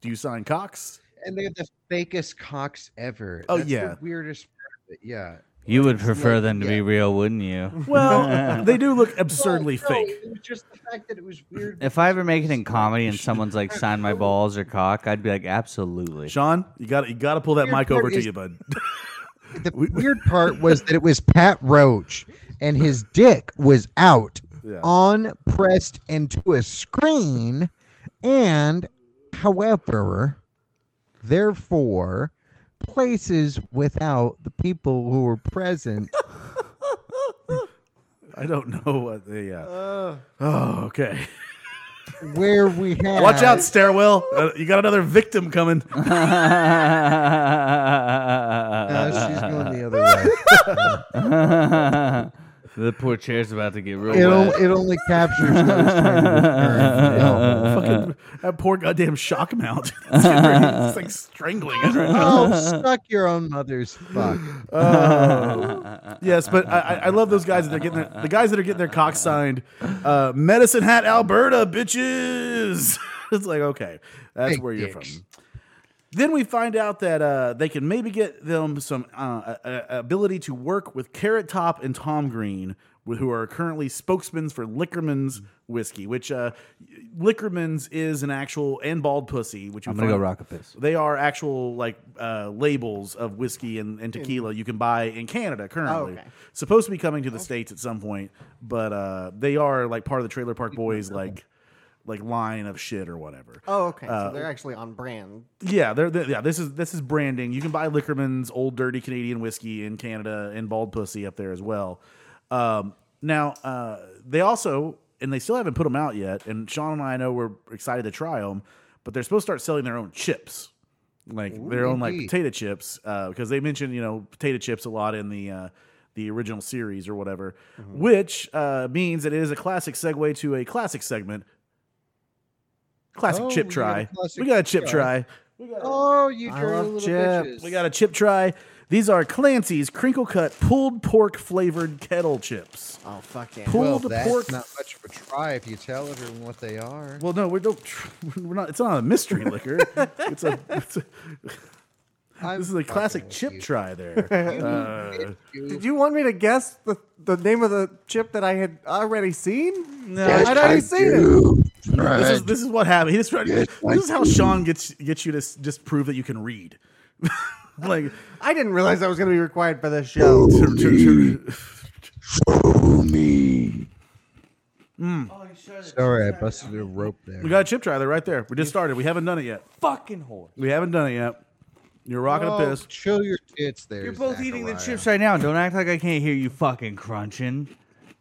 A: Do you sign cocks?
E: and they're the fakest cocks ever.
A: Oh,
E: That's
A: yeah.
E: the weirdest. part of it, Yeah,
B: You would prefer
E: like,
B: them to
E: yeah.
B: be real, wouldn't you?
A: Well, they do look absurdly
E: Well, Oh, no,
A: fake.
E: It was just the fact that it was weird.
B: If I ever make it in comedy and someone's like, "Sign my balls or cock," I'd be like, "Absolutely."
A: Sean, you got you got to pull that
E: Your
A: mic
E: part
A: over to
E: is-
A: you, bud.
E: the weird part was that it was Pat Roach, and his dick was out
A: Yeah.
E: on pressed into a screen, and however, therefore, places without the people who were present.
A: I don't know what they. Uh... oh, okay.
E: where we have
A: Watch out, stairwell. Uh, you got another victim coming.
E: No, she's going the other way.
B: the poor chair's about to get real
E: It,
B: wet.
E: o- it only captures those kind of return.
A: Fucking that poor goddamn shock mount. it's like strangling it right now.
E: Oh, suck your own mother's fuck.
A: Yes, but I, I I love those guys that are getting their, the guys that are getting their cocks signed. Uh, Medicine Hat, Alberta, bitches. it's like okay, that's
E: Big
A: where you're
E: dicks.
A: from. Then we find out that uh, they can maybe get them some uh, a, a- ability to work with Carrot Top and Tom Green, wh- who are currently spokesmen for Liquorman's whiskey, which uh, Liquorman's is an actual and Bald Pussy, which we
B: I'm gonna go
A: find-
B: rock a piss.
A: They are actual like uh, labels of whiskey and, and tequila you can buy in Canada currently.
D: okay.
A: Supposed to be coming to the states at some point, but uh, they are like part of the Trailer Park Boys like like line of shit or whatever.
D: Oh, okay.
A: Uh,
D: so they're actually on brand.
A: Yeah, they're, they're- yeah. This is this is branding. You can buy Liquorman's Old Dirty Canadian Whiskey in Canada and Bald Pussy up there as well. Um, now uh, they also and they still haven't put them out yet. And Sean and I know we're excited to try them, but they're supposed to start selling their own chips, like their own like
E: indeed.
A: potato chips, because they mentioned you know potato chips a lot in the. Uh, the original series or whatever,
E: Mm-hmm.
A: which uh, means that it is a classic segue to a classic segment, classic
E: Oh,
A: chip
E: we got a
A: try.
E: classic
A: we got a chip
E: try.
A: try.
E: Oh, you
D: I
E: dirty
D: love
E: little
D: Jep.
E: bitches.
A: We got a chip try. These are Clancy's crinkle cut pulled pork flavored kettle chips.
D: Oh, fuck yeah.
A: Pull
E: well,
A: the
E: that's
A: pork.
E: not much of a try if you tell everyone what they are.
A: well, no, we don't. We're not. It's not a mystery liquor. it's a. It's a
E: I'm
A: this is a classic
E: fucking
A: chip
E: with
A: try there. Uh,
E: you.
D: Did you want me to guess the, the name of the chip that I had already seen?
A: no,
D: I'd already seen it.
A: this, is, this is what happened. He just tried, this is how Sean gets gets you to s- just prove that you can read. like
D: I didn't realize I was going to be required for this show.
E: Sorry, I busted a rope there.
A: we got a chip try there right there. We just started. We haven't done it yet.
B: Fucking whore.
A: We haven't done it yet. You're rocking
E: oh,
A: a piss.
E: Chill your tits there.
B: You're both eating the
E: Zachariah.
B: chips right now. Don't act like I can't hear you fucking crunching.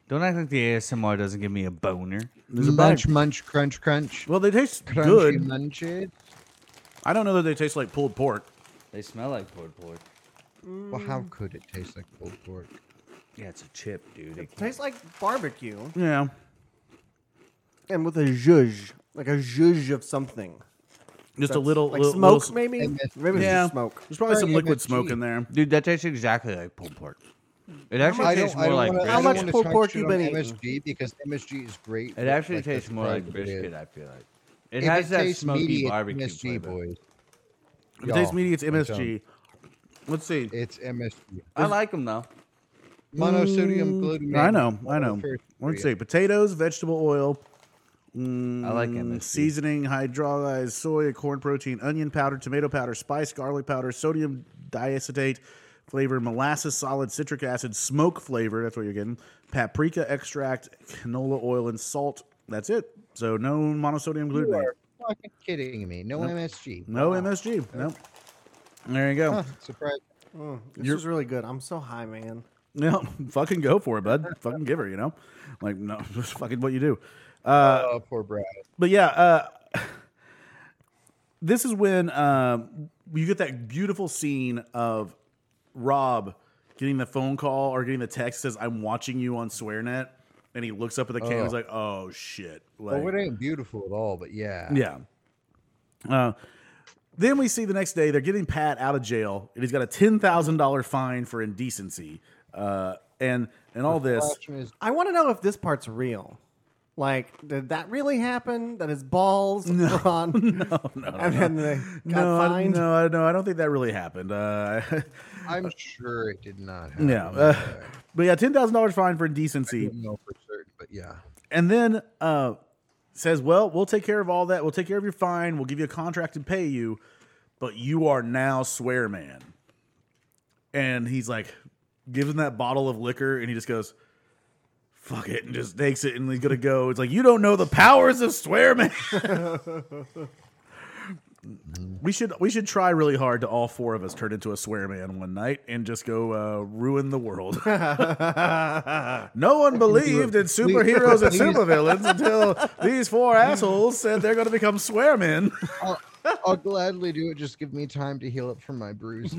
B: Don't act like the ASMR doesn't give me a boner.
E: munch, munch, crunch, crunch.
A: Well, they taste
E: Crunchy
A: good.
E: munch it.
A: I don't know that they taste like pulled pork.
B: They smell like pulled pork.
E: Well, how
C: Mm.
E: could it taste like pulled pork?
B: Yeah, it's a chip, dude. It can't-
D: Tastes like barbecue
A: Yeah.
D: and with a zhuzh, like a zhuzh of something.
A: Just a
D: That's
A: little
D: like
A: little,
D: smoke,
A: little-
D: maybe.
E: And
D: Maybe
E: that's-
D: it's
A: Yeah.
D: just smoke.
A: There's probably
E: Or
A: some
E: you
A: liquid
E: could
A: smoke in
E: cheat.
A: there.
B: Dude, that tastes exactly like pulled pork. It actually
E: I
B: tastes
E: don't, I
B: more
E: don't
B: like
E: wanna, I
D: How
E: don't
D: much
B: brisket.
E: wanna
D: pulled
E: talk
D: pork
E: shit
D: you
E: on
D: been eating?
E: MSG because MSG is great.
B: It
E: but,
B: actually
E: like, the
B: tastes more
E: fried
B: like
E: potato-
B: brisket, I feel like. It
C: If
B: has that
C: tastes
B: smoky
C: meaty, it's
B: barbecue
C: MSG,
B: flavor.
C: boys.
A: If it tastes
C: Y'all,
A: meaty, it's
C: I'm telling
A: MSG. Let's see.
C: It's MSG.
B: I like them though.
E: Mm,
C: Monosodium glutamate.
A: I know, I
C: All
A: know.
C: the first
A: Let's
C: three.
A: see. Potatoes, vegetable oil,
B: I like
A: Mm,
B: MSG.
A: Seasoning, hydrolyzed soy, corn protein, onion powder, tomato powder, spice, garlic powder, sodium diacetate flavor, molasses solid, citric acid, smoke flavor. That's what you're getting. Paprika extract, canola oil, and salt. That's it. So no monosodium
C: You
A: glutamate.
C: are fucking kidding me. No MSG.
A: No MSG. Nope. There you go.
C: Huh, surprise.
D: This is really good. I'm so high, man.
A: No, fucking go for it, bud. fucking give her, you know? Like, no, just fucking what you do.
C: oh, poor Brad.
A: But yeah, uh, this is when um, you get that beautiful scene of Rob getting the phone call or getting the text says, "I'm watching you on SwearNet," and he looks up at the camera, and he's like, "Oh shit!" Like,
C: Well, it ain't beautiful at all, but yeah.
A: yeah. Uh, then we see the next day they're getting Pat out of jail, and he's got a ten thousand dollar fine for indecency, uh, and and all this.
C: Watchman is-
D: I want to know if this part's real. Like, did that really happen? That his balls were on, and then they got
A: No, I,
D: fined.
A: no, I- no, I don't think that really happened. Uh,
C: I'm sure it did not happen.
A: yeah,
C: I
A: uh, but yeah, ten thousand dollars fine for indecency.
C: don't know for certain, but yeah.
A: and then uh, says, "Well, we'll take care of all that. We'll take care of your fine. We'll give you a contract and pay you, but you are now swear man." And he's like, gives him that bottle of liquor, and he just goes, "Fuck it," and just takes it, and he's gonna go. It's like you don't know the powers of swear man. We should we should try really hard to all four of us turn into a swear man one night and just go uh, ruin the world. no one believed in superheroes and supervillains until these four assholes said they're going to become swear men.
C: I'll, I'll gladly do it. Just give me time to heal up from my bruise.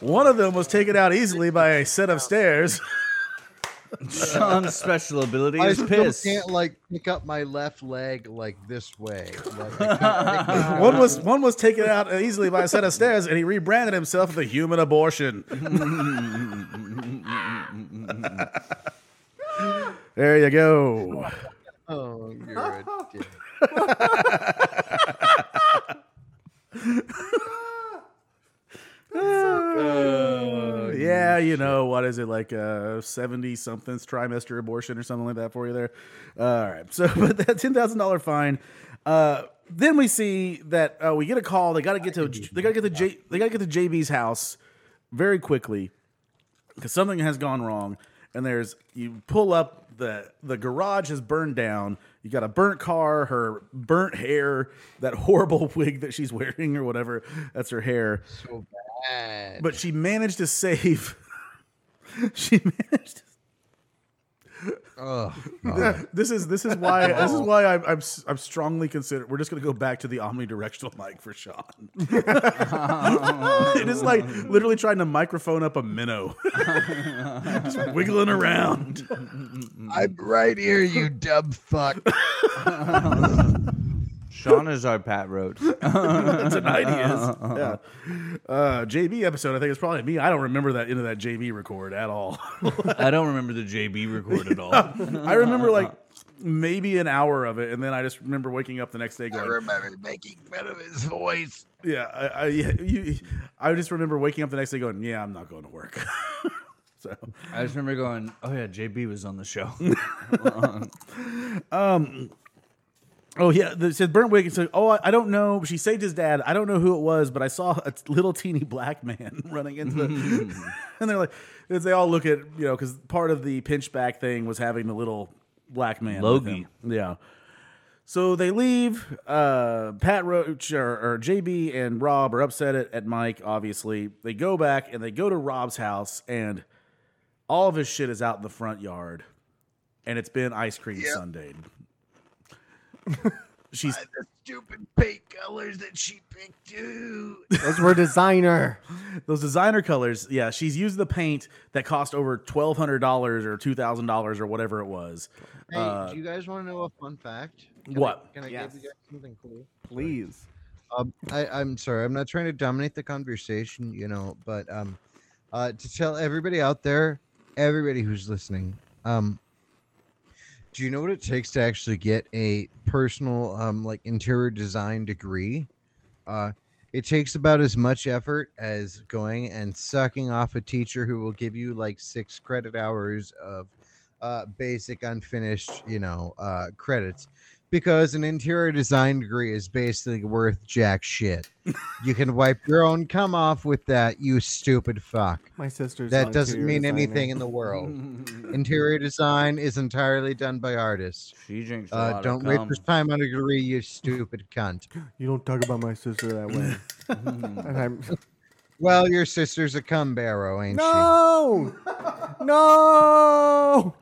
A: One of them was taken out easily by a set of stairs.
B: Sean's special ability
C: I
B: is
C: still
B: piss.
C: can't like pick up my left leg like this way. Like, I can't pick my-
A: One was one was taken out easily by a set of stairs, and he rebranded himself the human abortion. there you go.
C: oh, you're a dick.
A: Uh, yeah, you know what is it like a seventy something trimester abortion or something like that for you there? all right, so but that ten thousand dollar fine. Uh, then we see that uh, we get a call. They got to get to they got to get to J, they got to get to JB's house very quickly because something has gone wrong. And there's you pull up the the garage has burned down. You got a burnt car, her burnt hair, that horrible wig that she's wearing or whatever. That's her hair
C: So bad.
A: but she managed to save. she managed.
C: Ugh.
A: To, this is this is why this is why I'm I'm, s- I'm strongly considered. We're just gonna go back to the omnidirectional mic for Sean. it is like literally trying to microphone up a minnow, just wiggling around.
C: I'm right here, you dumb fuck.
B: Sean is our Pat Roach.
A: Tonight he is. Yeah. Uh, JB episode. I think it's probably me. I don't remember that into that JB record at all.
B: I don't remember the JB record at all.
A: I remember like maybe an hour of it, and then I just remember waking up the next day going,
C: remember making fun of his voice.
A: Yeah, I, I, yeah, you, I just remember waking up the next day going, "Yeah, I'm not going to work." so,
B: I just remember going, "Oh yeah, JB was on the show."
A: oh yeah, they said Burnt Wig. said, "Oh, I, I don't know." She saved his dad. I don't know who it was, but I saw a t- little teeny black man running into the. and they're like, as they all look at you know, because part of the pinchback thing was having the little black man. with
B: Logie.
A: him. yeah. So they leave. Uh, Pat Roach or, or JB and Rob are upset at, at Mike. Obviously, they go back and they go to Rob's house, and all of his shit is out in the front yard, and it's been ice cream sundae. She's
C: The stupid paint colors that she picked too.
D: Those were designer.
A: those designer colors. Yeah, she's used the paint that cost over twelve hundred dollars or two thousand dollars or whatever it was.
C: Hey,
A: Uh,
C: do you guys want to know a fun fact? Can
A: What?
C: I, can I
D: Yes.
C: give you guys something cool?
D: Please.
C: Um, I, I'm sorry, I'm not trying to dominate the conversation, you know, but um, uh, to tell everybody out there, everybody who's listening, um,
E: Do you know what it takes to actually get a personal um like interior design degree? Uh it takes about as much effort as going and sucking off a teacher who will give you like six credit hours of uh, basic unfinished, you know, uh, credits because an interior design degree is basically worth jack shit. you can wipe your own cum off with that, you stupid fuck.
D: My sister's
E: That
D: an
E: doesn't
D: interior
E: mean
D: designer.
E: anything in the world. Interior design is entirely done by artists.
B: She drinks a
E: Uh,
B: lot
E: don't
B: of
E: waste
B: cum.
E: your time on a degree, you stupid cunt.
D: You don't talk about my sister that way. And I'm-
E: Well, your sister's a cum barrow, ain't
D: no, no,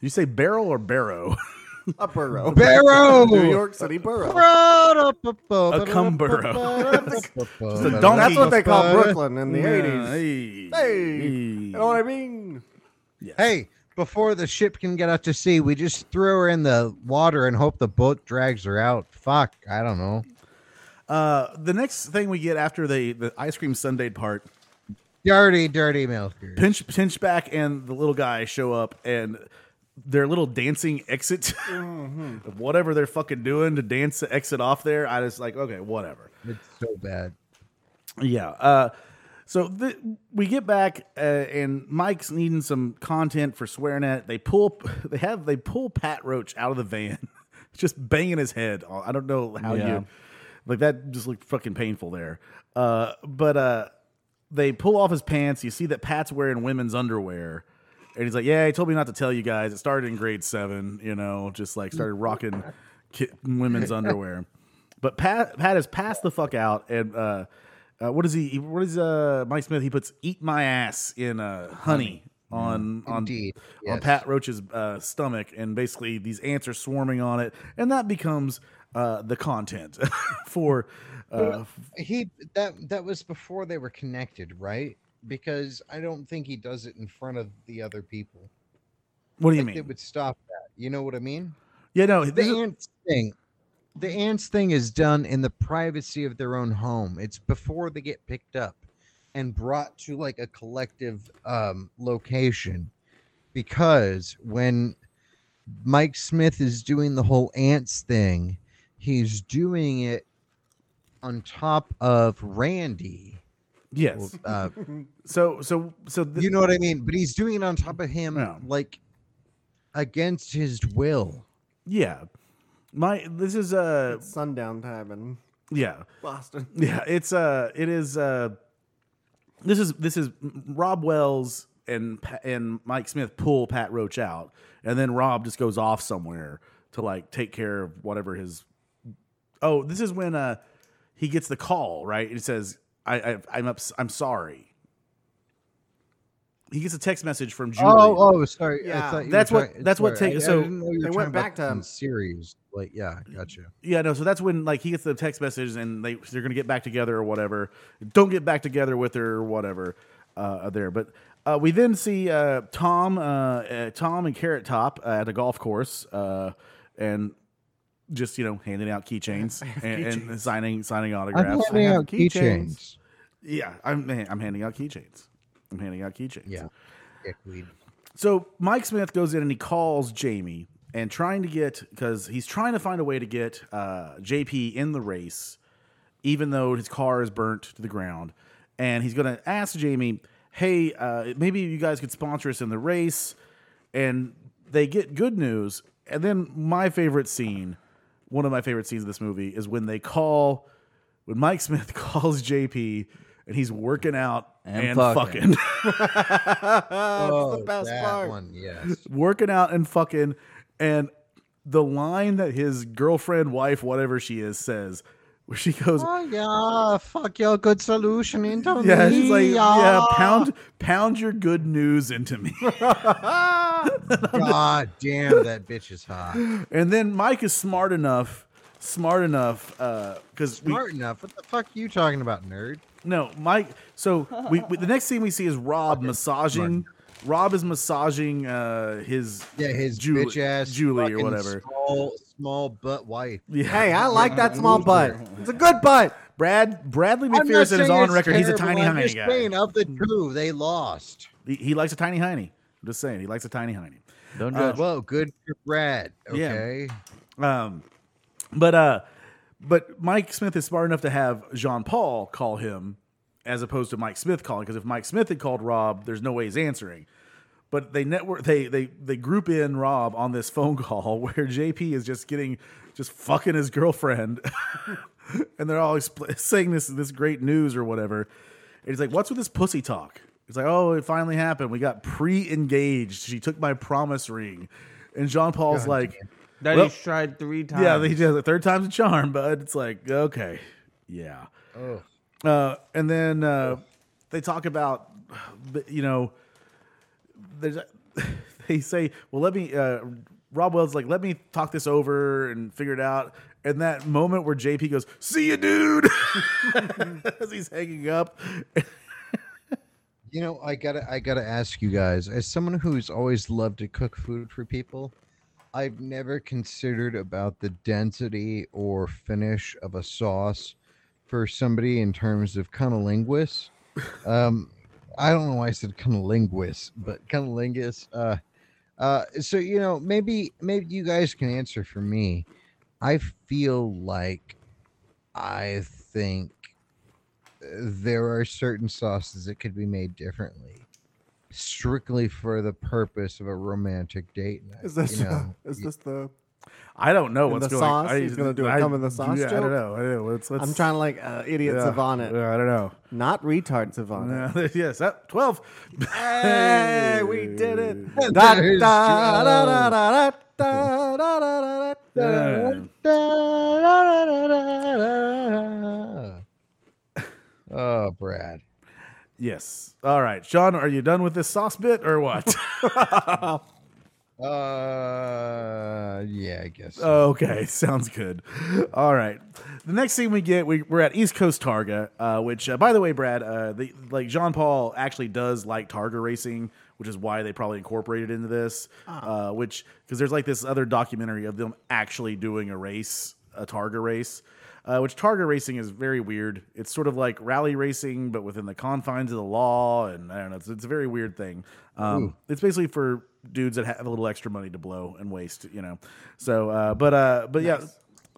A: you say barrel or barrow?
D: a burrow,
E: she? Barrow!
D: New York City burrow.
A: A cum burrow.
E: Just
A: donkey.
D: That's what they call
E: Barrow.
D: Brooklyn in the '80s.
A: Hey.
D: Hey, you know what I mean?
E: Hey, before the ship can get out to sea, we just throw her in the water and hope the boat drags her out. Fuck, I don't know.
A: Uh, the next thing we get after the, the ice cream sundae part,
E: Dirty, dirty milker.
A: Pinch Pinchback and the little guy show up and their little dancing exit,
D: Mm-hmm.
A: whatever they're fucking doing to dance to exit off there. I just like okay, whatever.
E: It's so bad.
A: Yeah. Uh, so th- we get back, uh, and Mike's needing some content for swearing at. They pull, they have, they pull Pat Roach out of the van, just banging his head. on- I don't know how
B: Yeah.
A: you, like that, just looked fucking painful there. Uh, but uh, they pull off his pants. You see that Pat's wearing women's underwear. And he's like, "Yeah, he told me not to tell you guys. It started in grade seven, you know, just like started rocking ki- women's underwear." But Pat Pat has passed the fuck out, and uh, uh, what is he? What is uh, Mike Smith? He puts "eat my ass" in uh, honey on on
E: Mm-hmm. Indeed,
A: on
E: yes.
A: Pat Roach's uh, stomach, and basically these ants are swarming on it, and that becomes uh, the content for. Uh,
E: He that that was before they were connected, right? Because I don't think he does it in front of the other people.
A: what do you
E: Like, They
A: mean?
E: would stop that. You know what I mean?
A: Yeah, no,
E: the
A: this is-
E: ants thing the ants thing is done in the privacy of their own home it's before they get picked up and brought to like a collective um, location because when mike smith is doing the whole ants thing he's doing it on top of randy
A: yes.
E: uh,
A: So so so th-
E: you know what i mean but he's doing it on top of him
A: Yeah.
E: like against his will
A: yeah, my this is uh
D: It's sundown time in
A: yeah.
D: Boston.
A: Yeah, it's uh it is uh this is this is Rob Wells and Pa- and Mike Smith pull Pat Roach out and then Rob just goes off somewhere to like take care of whatever his Oh, this is when uh he gets the call, right? It says I, I I'm ups- I'm sorry. He gets a text message from Julie.
E: Oh, oh, sorry. I
D: Yeah,
E: thought you were
A: that's what-
E: talking-
A: that's what
E: sorry,
A: take-
E: I- I
A: so
E: didn't know you were
D: they
E: talking
D: went
E: about
D: back
E: the
D: to-
E: series. Like, yeah, gotcha.
A: Yeah, no. So that's when like he gets the text message and they they're gonna get back together or whatever. Don't get back together with her or whatever. Uh, there, but uh, we then see uh, Tom, uh, uh, Tom and Carrot Top uh, at a golf course, uh, and just you know handing out keychains and, and signing signing autographs.
D: handing have out keychains.
E: keychains.
D: keychains.
A: yeah, I'm I'm handing out keychains. I'm handing out keychains.
E: Yeah. Dickweed.
A: So Mike Smith goes in and he calls Jamie and trying to get because he's trying to find a way to get uh, JP in the race, even though his car is burnt to the ground, and he's going to ask Jamie, "Hey, uh, maybe you guys could sponsor us in the race," and they get good news. And then my favorite scene, one of my favorite scenes of this movie, is when they call when Mike Smith calls JP and he's working out and,
B: And fucking.
A: fucking.
D: That's
E: Oh,
D: the best
E: that
D: part.
E: one, yes.
A: working out and fucking and the line that his girlfriend wife whatever she is says where she goes
E: oh yeah, fuck your good solution into
A: yeah
E: me. ah.
A: she's like yeah pound pound your good news into me
E: God damn, that bitch is hot.
A: and then mike is smart enough smart enough because we
E: Smart enough. What the fuck are you talking about, nerd?
A: no mike so we, we the next scene we see is rob massaging rob is massaging uh his
E: Yeah, his
A: Julie-
E: bitch ass,
A: Julie or
E: fucking
A: whatever.
E: small, small butt wife.
A: yeah.
D: Hey, I like that small butt. It's a good butt.
A: brad bradley
E: I'm not
A: mcpherson is
E: saying
A: on
E: it's
A: record he's a
E: terrible,
A: tiny
E: I'm
A: heiny
E: just
A: guy
E: saying, of the two, they lost.
A: He, he likes a tiny heiny. I'm just saying, he likes a tiny heiny.
B: Don't
E: Uh,
B: judge.
E: whoa, good for Brad.
A: Yeah.
E: Okay.
A: Um, but uh, but Mike Smith is smart enough to have Jean Paul call him, as opposed to Mike Smith calling. Because if Mike Smith had called Rob, there's no way he's answering. But they network they they they group in Rob on this phone call where JP is just getting just fucking his girlfriend, and they're all expl- saying this this great news or whatever. And he's like, "What's with this pussy talk?" It's like, "Oh, it finally happened. We got pre-engaged. She took my promise ring." And Jean Paul's like,
B: that
A: well-
B: he's tried three times.
A: yeah, they just the third time's a charm, but it's like okay, yeah.
E: Oh,
A: Uh, and then uh, they talk about, you know, there's they say, well, let me. Uh, Rob Wells like, let me talk this over and figure it out. And that moment where JP goes, "See you, dude," as he's hanging up.
E: you know, I gotta, I gotta ask you guys. As someone who's always loved to cook food for people, I've never considered about the density or finish of a sauce for somebody in terms of cunnilingus. Um, I don't know why I said cunnilingus, but cunnilingus. Uh, uh, so you know, maybe, maybe you guys can answer for me. I feel like I think there are certain sauces that could be made differently strictly for the purpose of a romantic date night
D: Is this
E: you know?
D: is this the?
A: I don't know
D: In
A: what's
D: the
A: going.
D: sauce?
A: I,
D: He's gonna do a
A: I-
D: come in the sauce
A: Yeah, I
D: joke?
A: don't know. I don't know. Let's, let's,
D: I'm trying to like uh, idiot
A: yeah,
D: savant it,
A: yeah, I don't know.
D: not retard savant it.
A: Uh, yes, that twelve.
D: Hey, we did it. Da, da,
E: There's
D: da, da, da, da,
E: Joe.
D: da, da, da, da, da, da.
A: Uh,
E: Oh, Brad.
A: Yes. All right, Sean, are you done with this sauce bit or what?
E: Uh, yeah, I guess. so.
A: okay, sounds good. All right. The next thing we get, we, we're at East Coast Targa, uh, which, uh, by the way, Brad, uh, the, like John Paul actually does like Targa racing, which is why they probably incorporated into this.
D: Ah.
A: Uh, which because there's like this other documentary of them actually doing a race, a Targa race. Uh, which Targa racing is very weird. It's sort of like rally racing, but within the confines of the law, and I don't know. It's, it's a very weird thing. Um, it's basically for dudes that have a little extra money to blow and waste, you know. So, uh, but uh, but yeah,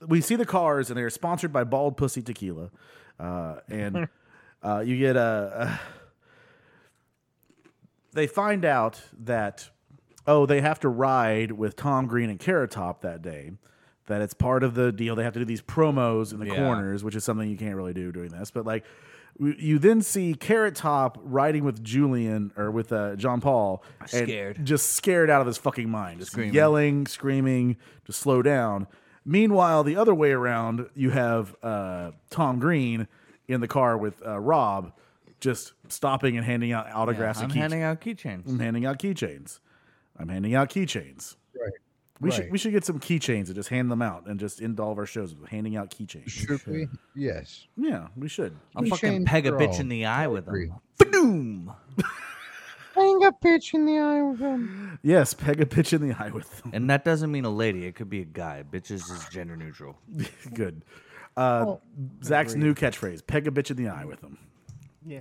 A: we see the cars, and they're sponsored by Bald Pussy Tequila, uh, and uh, you get a. a they find out that oh they have to ride with Tom Green and Carrot Top that day. That it's part of the deal. They have to do these promos in the
B: Yeah.
A: corners, which is something you can't really do doing this. But like, w- you then see Carrot Top riding with Julian or with uh, John Paul, and
B: Scared.
A: just scared out of his fucking mind, just yelling, screaming to slow down. Meanwhile, the other way around, you have uh, Tom Green in the car with uh, Rob, just stopping and handing out autographs
B: I'm
A: and keychains.
B: handing out keychains.
A: I'm handing out keychains. I'm handing out keychains.
E: Right.
A: We should
E: Right.
A: we should get some keychains and just hand them out and just end all of our shows with handing out keychains.
E: Should we? Yes.
A: Yeah, we should.
B: I'll
E: Keychains
B: fucking peg a
E: for
B: bitch
E: all.
B: in the eye with
E: agree.
B: them. Boom.
E: Hang a bitch in the eye with him.
A: Yes, peg a pitch in the eye with them.
B: And that doesn't mean a lady. It could be a guy. Bitches is gender neutral.
A: Good. Uh, Zach's new catchphrase: "Peg a bitch in the eye with them."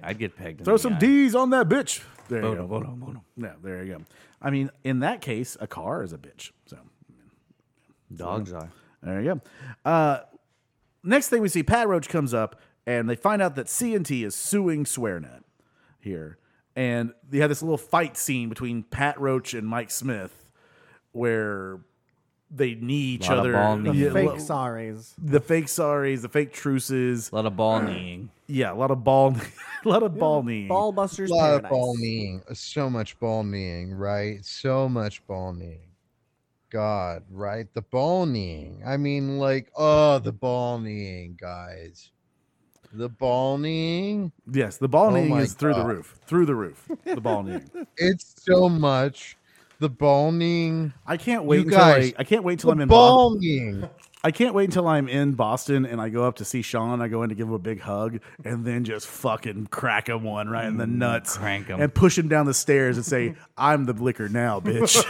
B: I'd get pegged. In
A: Throw
B: the
A: some
B: eye.
A: D's on that bitch. There you go.
B: Bono, bono, bono.
A: Yeah, there you go. I mean, in that case, a car is a bitch. So
B: Dogs are.
A: there you go. Uh, next thing we see, Pat Roach comes up, and they find out that CNT is suing SwearNet here, and they have this little fight scene between Pat Roach and Mike Smith, where they knee each
B: Lot of
A: other.
B: ball knees.
A: Yeah,
D: Fake
A: lo-
D: sorries.
A: the fake sorries, the fake truces.
B: A lot of ball kneeing.
A: Yeah, a lot of ball, a lot of ball kneeing.
D: Ball Busters
E: Love
D: Paradise.
E: ball kneeing. uh, So much ball kneeing, right? So much ball kneeing. God, right? The ball kneeing. I mean, like, oh, the ball kneeing, guys. The ball kneeing.
A: Yes, the ball
E: Oh
A: kneeing
E: my
A: is through the
E: God.
A: roof. Through the roof. The ball kneeing.
E: It's so much. The ball kneeing.
A: I can't wait
E: You
A: until
E: guys,
A: I, I can't wait till I'm
E: The
A: in
E: ball
A: Boston.
E: kneeing.
A: I can't wait until I'm in Boston and I go up to see Sean. I go in to give him a big hug and then just fucking crack him one right in the
E: Mm,
A: nuts.
B: crank him.
A: And push him down the stairs and say, I'm the liquor now, bitch.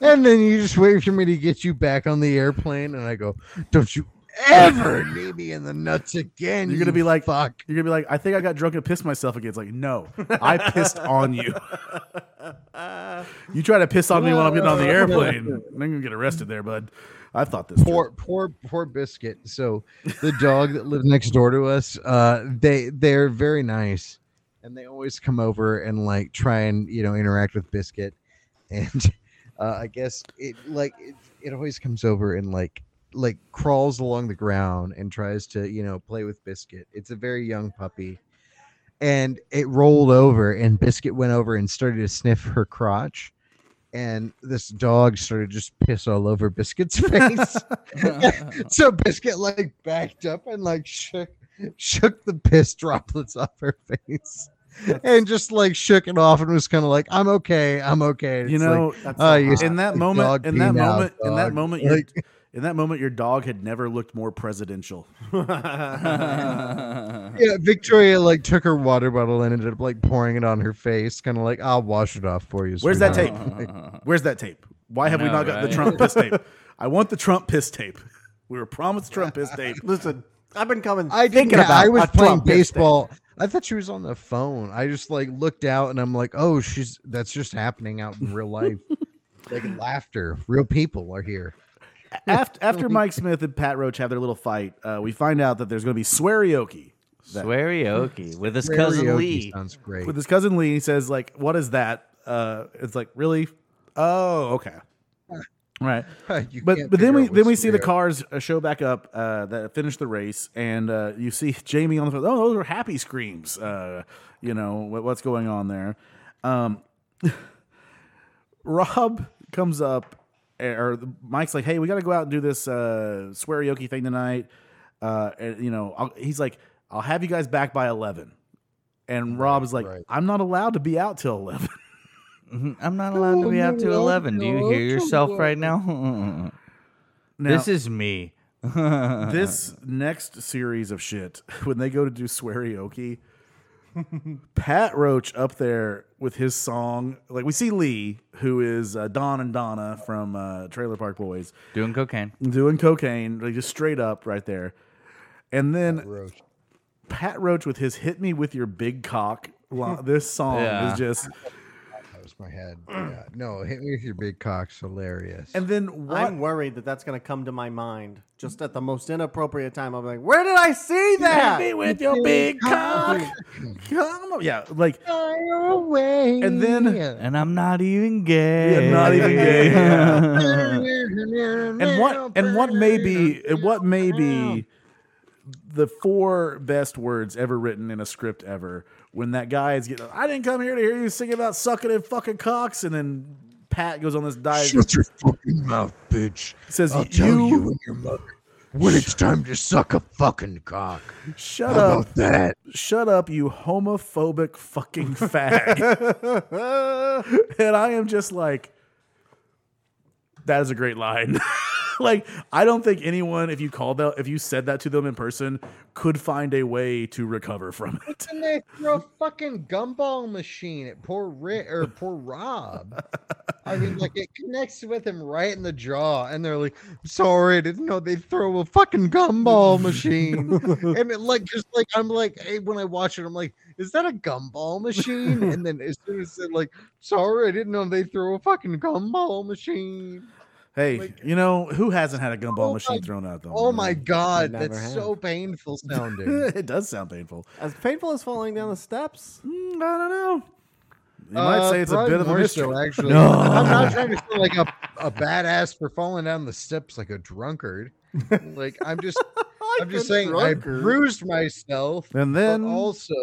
E: And then you just wait for me to get you back on the airplane, and I go, "Don't you ever knee me in the nuts again.
A: You're gonna be like,
E: fuck.
A: You're gonna be like, I think I got drunk and pissed myself again. It's like, no, I pissed on you. you try to piss on me while I'm getting on the airplane. I'm gonna get arrested there, bud. I thought this.
E: poor poor poor biscuit so the dog that lives next door to us uh they they're very nice and they always come over and like try and you know interact with biscuit and uh i guess it like it, it always comes over and like like crawls along the ground and tries to you know play with biscuit it's a very young puppy and it rolled over and biscuit went over and started to sniff her crotch and this dog started to just piss all over biscuit's face so biscuit like backed up and like shook shook the piss droplets off her face and just like shook it off and was kind of like i'm okay i'm okay
A: You
E: It's like,
A: know,
E: oh, you
A: in that
E: stupid
A: moment,
E: dog
A: in that
E: peeing out,
A: moment, in that
E: dog.
A: moment, your,
E: Like-
A: in that moment, your dog had never looked more presidential.
E: yeah victoria like took her water bottle and ended up like pouring it on her face kind of like i'll wash it off for you
A: Where's that
E: sweetheart."
A: tape? Where's that tape? Why have we
B: know,
A: not got the
B: right?
A: Trump piss tape? I want the Trump piss tape. We were promised Trump piss tape.
D: Listen, I've been coming.
E: I didn't-
D: thinking
E: yeah,
D: about
E: I was
D: a
E: playing
D: Trump piss tape.
E: baseball. I thought she was on the phone. I just like looked out and I'm like, oh, she's that's just happening out in real life. like laughter. Real people are here.
A: after, after Mike Smith and Pat Roach have their little fight, uh, we find out that there's going to be swearioki that-
B: Swearioki with his cousin
E: Karaoke
B: Lee.
E: sounds great.
A: with his cousin Lee. He says, "Like, what is that?" Uh, it's like, really? Oh, okay. All right.
E: You
A: But
E: can't
A: but then
E: figure
A: we
E: out what
A: then we see the
E: scenario.
A: cars uh, show back up uh, that finish the race, and uh, you see Jamie on the phone. Oh, those are happy screams. Uh, you know what, what's going on there. Um, Rob comes up, or Mike's like, "Hey, we got to go out and do this uh, swearioki thing tonight." Uh, and you know, I'll, he's like, "I'll have you guys back by 11. And Rob's like,
E: right.
A: "I'm not allowed to be out till 11.
B: Mhm. I'm not allowed to be out to 11. Do you hear yourself right now?
A: Now,
B: This is me.
A: this next series of shit when they go to do swearioki pat roach up there with his song like we see lee who is uh, don and donna from uh, trailer park boys
B: Doing cocaine.
A: doing cocaine like just straight up right there and then
E: Roach.
A: pat roach with his hit me with your big cock li- this song
B: Yeah.
A: is just
E: That was my head. Yeah. No, hit me with your big cock's hilarious.
A: and then what
D: I'm worried that that's going to come to my mind just at the most inappropriate time. I'm like, where did I see that?
A: me with your big cock come on yeah like
E: Fire away.
A: And then-
B: And I'm not even gay.
A: Yeah, not even gay,
B: Yeah.
A: and what and what may be and what may be the four best words ever written in a script ever when that guy is getting I didn't come here to hear you sing about sucking and fucking cocks and then Pat goes on this diet
E: Shut your fucking mouth, bitch.
A: says
E: I'll tell
A: you,
E: you, and your mother when it's time to suck a fucking cock.
A: shut
E: How
A: up
E: about that?
A: shut up you homophobic fucking fag and I am just like that is a great line like I don't think anyone if you called that if you said that to them in person could find a way to recover from it
E: And they throw a fucking gumball machine at poor Rick or poor Rob. I mean, like it connects with him right in the jaw, and they're like, "Sorry, I didn't know they throw a fucking gumball machine." and it, like, just like I'm like, hey, when I watch it, I'm like, "Is that a gumball machine?" And then as soon as they're like, "Sorry, I didn't know they throw a fucking gumball machine."
A: Hey,
E: Like-
A: you know who hasn't had a gumball
E: Oh
A: machine
E: my-
A: thrown at them?
E: Oh my god,
D: Mm, never
E: that's
D: have.
E: so painful sounding.
A: it does sound painful.
D: As painful as falling down the steps.
A: Mm, I don't know. You
E: Uh,
A: might say it's a bit of a
E: more
A: mystery.
E: So, actually, I'm not trying to feel like a, a badass for falling down the steps like a drunkard. Like I'm just, I'm just saying I bruised myself,
A: and
E: but
A: then
E: also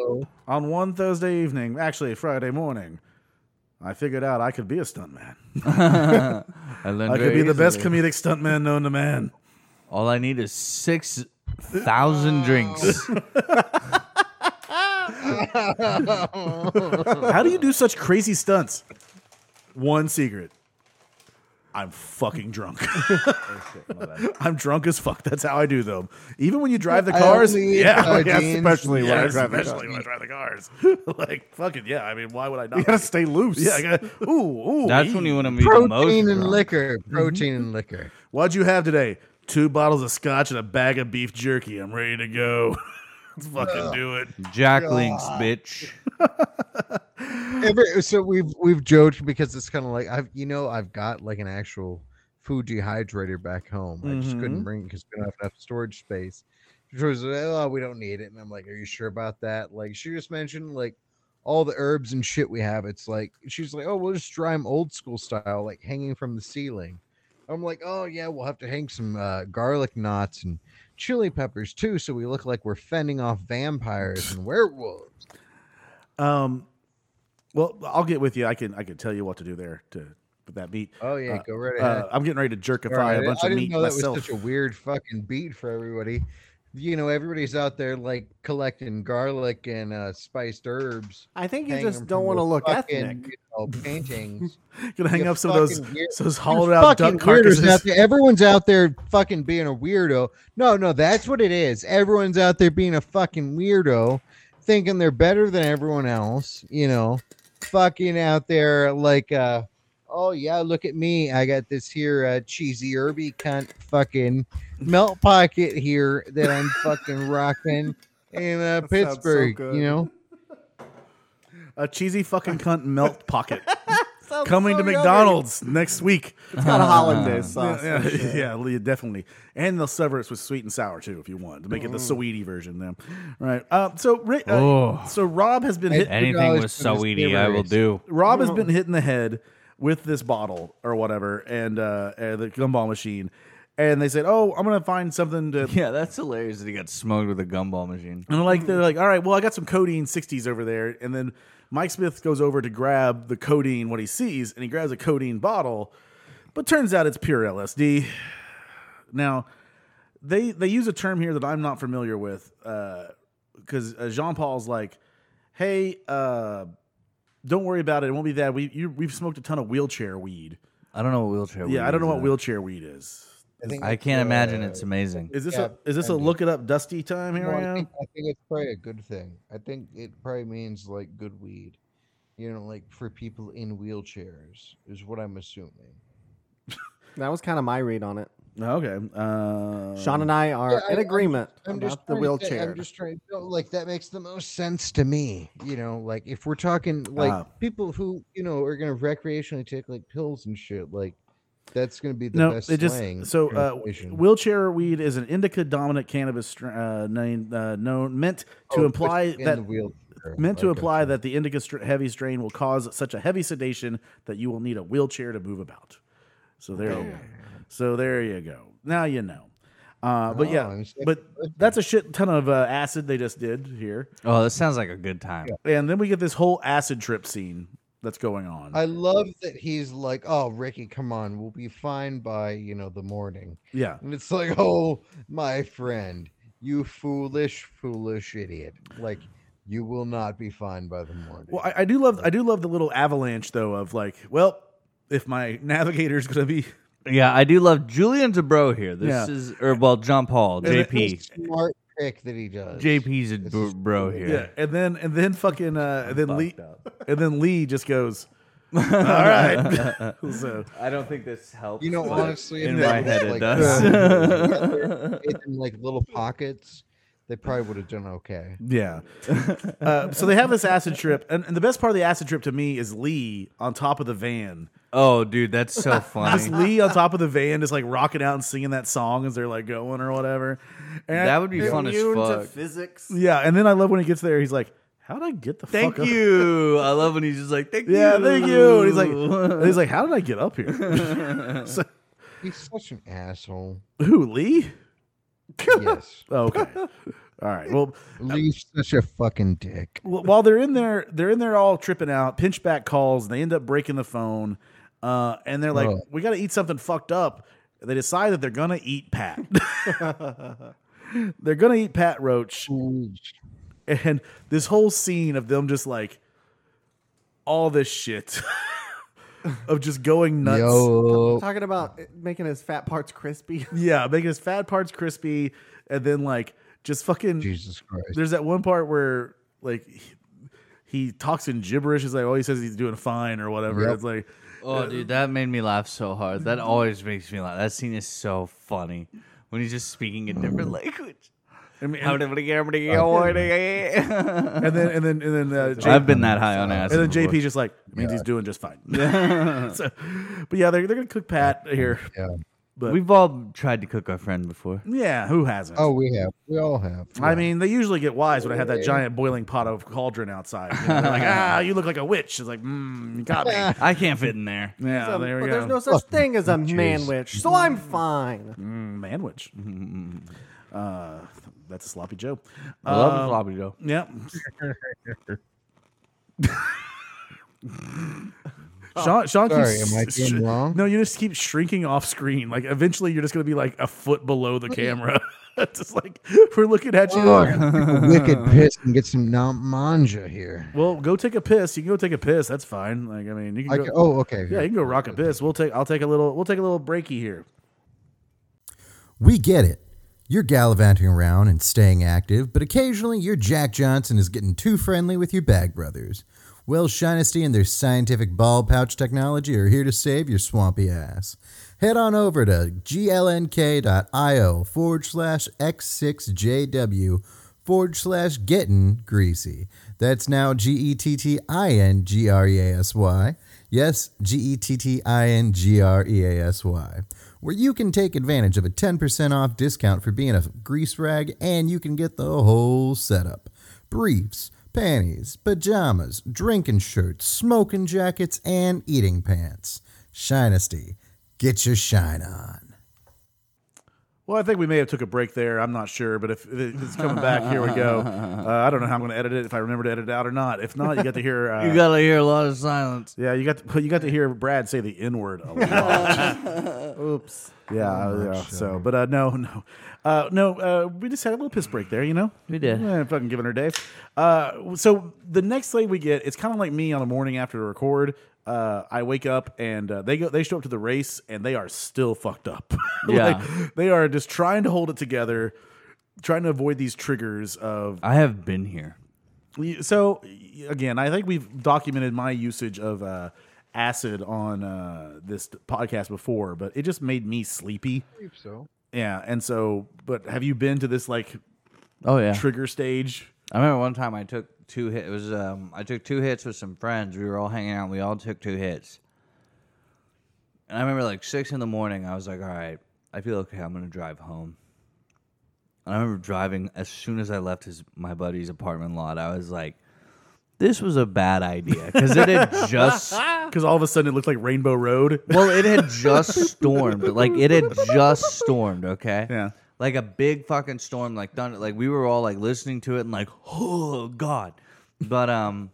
A: on one Thursday evening, actually Friday morning, I figured out I could be a stuntman.
B: I learned
A: I could
B: very
A: be the best
B: easily.
A: comedic stuntman known to man.
B: All I need is 6,000 drinks.
A: How do you do such crazy stunts? One secret. I'm fucking drunk.
D: Oh,
A: I'm drunk as fuck. That's how I do them. Even when you drive the
E: I
A: cars,
E: only eat
A: yeah,
E: sardines.
A: yes,
D: Especially
A: Yeah,
D: when I drive the
A: especially when I drive the cars. like fucking yeah. I mean, why would I not?
D: You gotta stay loose.
A: yeah, I got. Ooh, ooh.
B: That's
A: ee.
B: when you want to be the most.
E: protein and
A: Mm-hmm.
B: drunk.
E: liquor, protein and liquor.
A: What'd you have today? two bottles of scotch and a bag of beef jerky. I'm ready to go. Let's fucking do it.
B: Jack links, bitch.
E: Every, so we've we've joked because it's kind of like I've you know I've got like an actual food dehydrator back home. I just
A: Mm-hmm.
E: couldn't bring because we don't have enough storage space. She was like, oh, we don't need it, and I'm like, are you sure about that? Like she just mentioned like all the herbs and shit we have. It's like she's like, oh, we'll just dry them old school style, like hanging from the ceiling. I'm like, oh yeah, we'll have to hang some uh, garlic knots and chili peppers too, so we look like we're fending off vampires and werewolves.
A: Um, well, I'll get with you. I can I can tell you what to do there to with that beat.
E: Oh yeah,
A: Uh,
E: go right ahead.
A: Uh, I'm getting ready to jerkify
E: Sorry,
A: a bunch
E: I
A: of
E: didn't
A: meat
E: know
A: myself.
E: that was such a weird fucking beat for everybody. You know, everybody's out there like collecting garlic and uh, spiced herbs.
D: I think you
E: hanging
D: just
E: them
D: don't
E: from
D: want to
E: the
D: look
E: fucking,
D: ethnic.
E: you know, paintings.
A: Gonna hang
E: You
A: up some of those
E: fucking weird-
A: those
E: You
A: hollowed out
E: fucking
A: duck
E: weirdos
A: carcasses.
E: out there. Everyone's out there fucking being a weirdo. No, no, that's what it is. Everyone's out there being a fucking weirdo, thinking they're better than everyone else. You know, fucking out there like, uh, oh yeah, look at me. I got this here uh, cheesy herby cunt fucking melt pocket here that I'm fucking rocking in uh,
D: sounds so
E: Pittsburgh.
D: good.
E: you know.
A: A cheesy fucking cunt melt pocket
D: Sounds
A: coming
D: so
A: to
D: yummy.
A: McDonald's next week.
D: It's got a hollandaise
E: Oh,
D: sauce.
A: Yeah,
D: for
A: yeah,
D: sure.
A: yeah, le- definitely. And they'll sever it with sweet and sour too, if you want to make
E: Oh.
A: it the sweetie version. Then, right? Uh, so, Ri- uh,
B: Oh.
A: so Rob has been hit.
B: Anything
E: dollars
B: with
E: for this
B: Saweetie, I will
E: giveaways.
B: do.
A: Rob has been hit in the head with this bottle or whatever, and uh, uh, the gumball machine. And they said, "Oh, I'm gonna find something to."
B: Yeah, that's hilarious that he got smoked with a gumball machine.
A: And like they're like, "All right, well, I got some codeine 60s over there." And then Mike Smith goes over to grab the codeine, what he sees, and he grabs a codeine bottle, but turns out it's pure LSD. Now, they they use a term here that I'm not familiar with, because uh, Jean Paul's like, "Hey, uh, don't worry about it. It won't be that. We you, we've smoked a ton of wheelchair weed."
B: I don't know what wheelchair.
A: Yeah,
B: weed
A: I don't know
B: is,
A: what
B: uh,
A: wheelchair weed is.
E: think
B: I
E: it's,
B: can't imagine
E: uh,
B: it's amazing.
A: Is this
E: Yeah,
A: a is this a
E: kinda.
A: look it up dusty time here?
E: No,
A: I
E: I,
A: am?
E: think, I think it's probably a good thing. I think it probably means like good weed, you know, like for people in wheelchairs is what I'm assuming.
D: That was kind of my read on it.
A: Okay. Uh,
D: Sean and I are
E: Um, Yeah, I-
D: in
E: I'm-
D: agreement
E: I'm just
D: about the
E: trying to say-
D: wheelchair.
E: I'm just trying. No, like that makes the most sense to me. You know, like if we're talking like
A: Ah.
E: people who you know are gonna recreationally take like pills and shit, like that's gonna be the
A: no,
E: best
A: it just
E: slang
A: so
E: for
A: uh,
E: inflation.
A: wheelchair weed is an indica dominant cannabis str- uh, name, uh, known meant to
E: Oh, it's
A: imply
E: in
A: that
E: the wheelchair.
A: meant to
E: Okay.
A: imply that the indica str- heavy strain will cause such a heavy sedation that you will need a wheelchair to move about. So there you go. So there you go. Now you know. Uh, but
E: Oh,
A: yeah,
E: I'm sick
A: but
E: of listening.
A: that's a shit ton of uh, acid they just did here,
B: Oh, this sounds like a good time.
A: and then we get this whole acid trip scene that's going on.
E: I love that he's like, "Oh, Ricky, come on, we'll be fine by you know the morning."
A: yeah,
E: And it's like, oh, my friend, you foolish, foolish idiot. Like, you will not be fine by the morning.
A: Well, I, I do love I do love the little avalanche though of like, well, if my navigator's gonna be
B: Yeah, I do love Julian's a bro here. This
A: Yeah.
B: is or well, John Paul,
A: And it-
E: It's
B: JP,
E: a smart trick that he does.
B: JP's a
E: This
B: bro
E: is
B: bro
E: cool.
B: here.
A: yeah, and then and then fucking uh, and then Lee
B: Fucked up.
A: and then Lee just goes, all right, so
B: I don't think this helps.
E: You know,
B: but
E: honestly,
B: in
E: if
B: my
E: they
B: head
E: had,
B: it
E: like,
B: does.
E: made them, like little pockets, they probably would have done okay.
A: yeah. Uh, so they have this acid trip, and, and the best part of the acid trip to me is Lee on top of the van.
B: oh, dude, that's so
A: Just
B: funny.
A: Lee on top of the van, just like rocking out and singing that song as they're like going or whatever. And
B: that would be fun as
D: Immune to
B: fuck.
D: physics.
A: yeah. And then I love when he gets there. He's like, "How did I get the
B: Thank
A: fuck up
B: you. I love when he's just like, thank
A: Yeah,
B: you.
A: thank you. And he's like, and he's like, how did I get up here? so,
E: He's such an asshole.
A: who Lee?
E: Yes.
A: Oh, okay, all right. Well,
E: Lee's such a fucking dick.
A: wh- while they're in there, they're in there all tripping out. Pinchback calls. They end up breaking the phone, uh, and they're like,
E: Oh.
A: we got to eat something fucked up. They decide that they're gonna eat Pat. they're gonna eat Pat Roach, and this whole scene of them just like all this shit of just going nuts.
E: Yo.
D: Talking about it- making his fat parts crispy.
A: Yeah, making his fat parts crispy, and then like just fucking.
E: Jesus Christ.
A: There's that one part where like he, he talks in gibberish. It's like, oh, he says he's doing fine or whatever.
E: Yep.
A: It's like,
B: Oh, dude, that made me laugh so hard. That always makes me laugh. That scene is so funny. when he's just speaking a different language.
A: I mean,
B: I've
A: and,
B: uh, been
A: and then and then and then uh, J-
B: that high on acid.
A: and then
B: before.
A: JP's just like it means he's doing just fine. so, but yeah, they're they're gonna cook Pat here.
C: Yeah.
A: But
B: We've all tried to cook our friend before.
A: yeah, who hasn't?
C: Oh, we have. We all have.
A: I mean, they usually get wise when I have that giant boiling pot of cauldron outside. You know, they're like, ah, you look like a witch. It's like, mm, you got me. Yeah,
B: I can't fit in there.
D: Um,
A: Oh, there we
D: but
A: go.
D: there's no such thing as a man witch, so I'm fine.
A: Mm, man witch.
B: Mm-hmm,
A: Uh, that's a sloppy Joe.
B: I love
A: Um,
B: the floppy Joe.
A: Yep. Sean, Sean
C: Sorry,
A: keeps,
C: am I
A: sh-
C: doing wrong?
A: No, you just keep shrinking off screen. Like eventually, you're just gonna be like a foot below the camera. just like we're looking at you.
C: wicked piss and get some nam- manja here.
A: Well, go take a piss. You can go take a piss. That's fine. Like I mean, you can
C: I
A: go.
C: ca- oh, okay.
A: yeah, you can go rock a piss. We'll take. I'll take a little. We'll take a little breaky here.
E: We get it. You're gallivanting around and staying active, but occasionally your Jack Johnson is getting too friendly with your bag brothers. Well, Shinesty and their scientific ball pouch technology are here to save your swampy ass. Head on over to glnk.io forward slash x6jw forward slash gettin greasy. That's now G E T T I N G R E A S Y. Yes, G E T T I N G R E A S Y, where you can take advantage of a 10% off discount for being a grease rag and you can get the whole setup briefs, panties, pajamas, drinking shirts, smoking jackets, and eating pants. Shinesty, get your shine on.
A: Well, I think we may have took a break there. I'm not sure, but if if it's coming back, here we go. Uh, I don't know how I'm going to edit it. If I remember to edit it out or not. If not, you got to hear. Uh,
B: You gotta hear a lot of silence.
A: yeah, you got to, you got to hear Brad say the N word a lot.
D: Oops.
A: yeah, yeah. So, but uh, no, no, uh, no. Uh, we just had a little piss break there, you know.
B: We did.
A: Eh, fucking giving her Dave. Uh, so the next thing we get, it's kind of like me on a morning after to record. Uh, I wake up and uh, they go. They show up to the race and they are still fucked up. Like,
B: Yeah.
A: they are just trying to hold it together, trying to avoid these triggers of
B: I have been here.
A: we- So again, I think we've documented my usage of uh, acid on uh, this podcast before, but it just made me sleepy.
C: So
A: Yeah, and so, but have you been to this like
B: Oh yeah.
A: trigger stage?
B: I remember one time I took two hits. It was um, I took two hits with some friends. We were all hanging out. and We all took two hits. And I remember like six in the morning. I was like, all right, I feel okay. I'm gonna drive home. And I remember driving as soon as I left his my buddy's apartment lot. I was like, this was a bad idea because it had just
A: Because all of a sudden it looked like Rainbow Road.
B: well, it had just stormed. Like it had just stormed. Okay.
A: Yeah.
B: Like a big fucking storm, like thunder. Like we were all like listening to it and like, oh god. But um,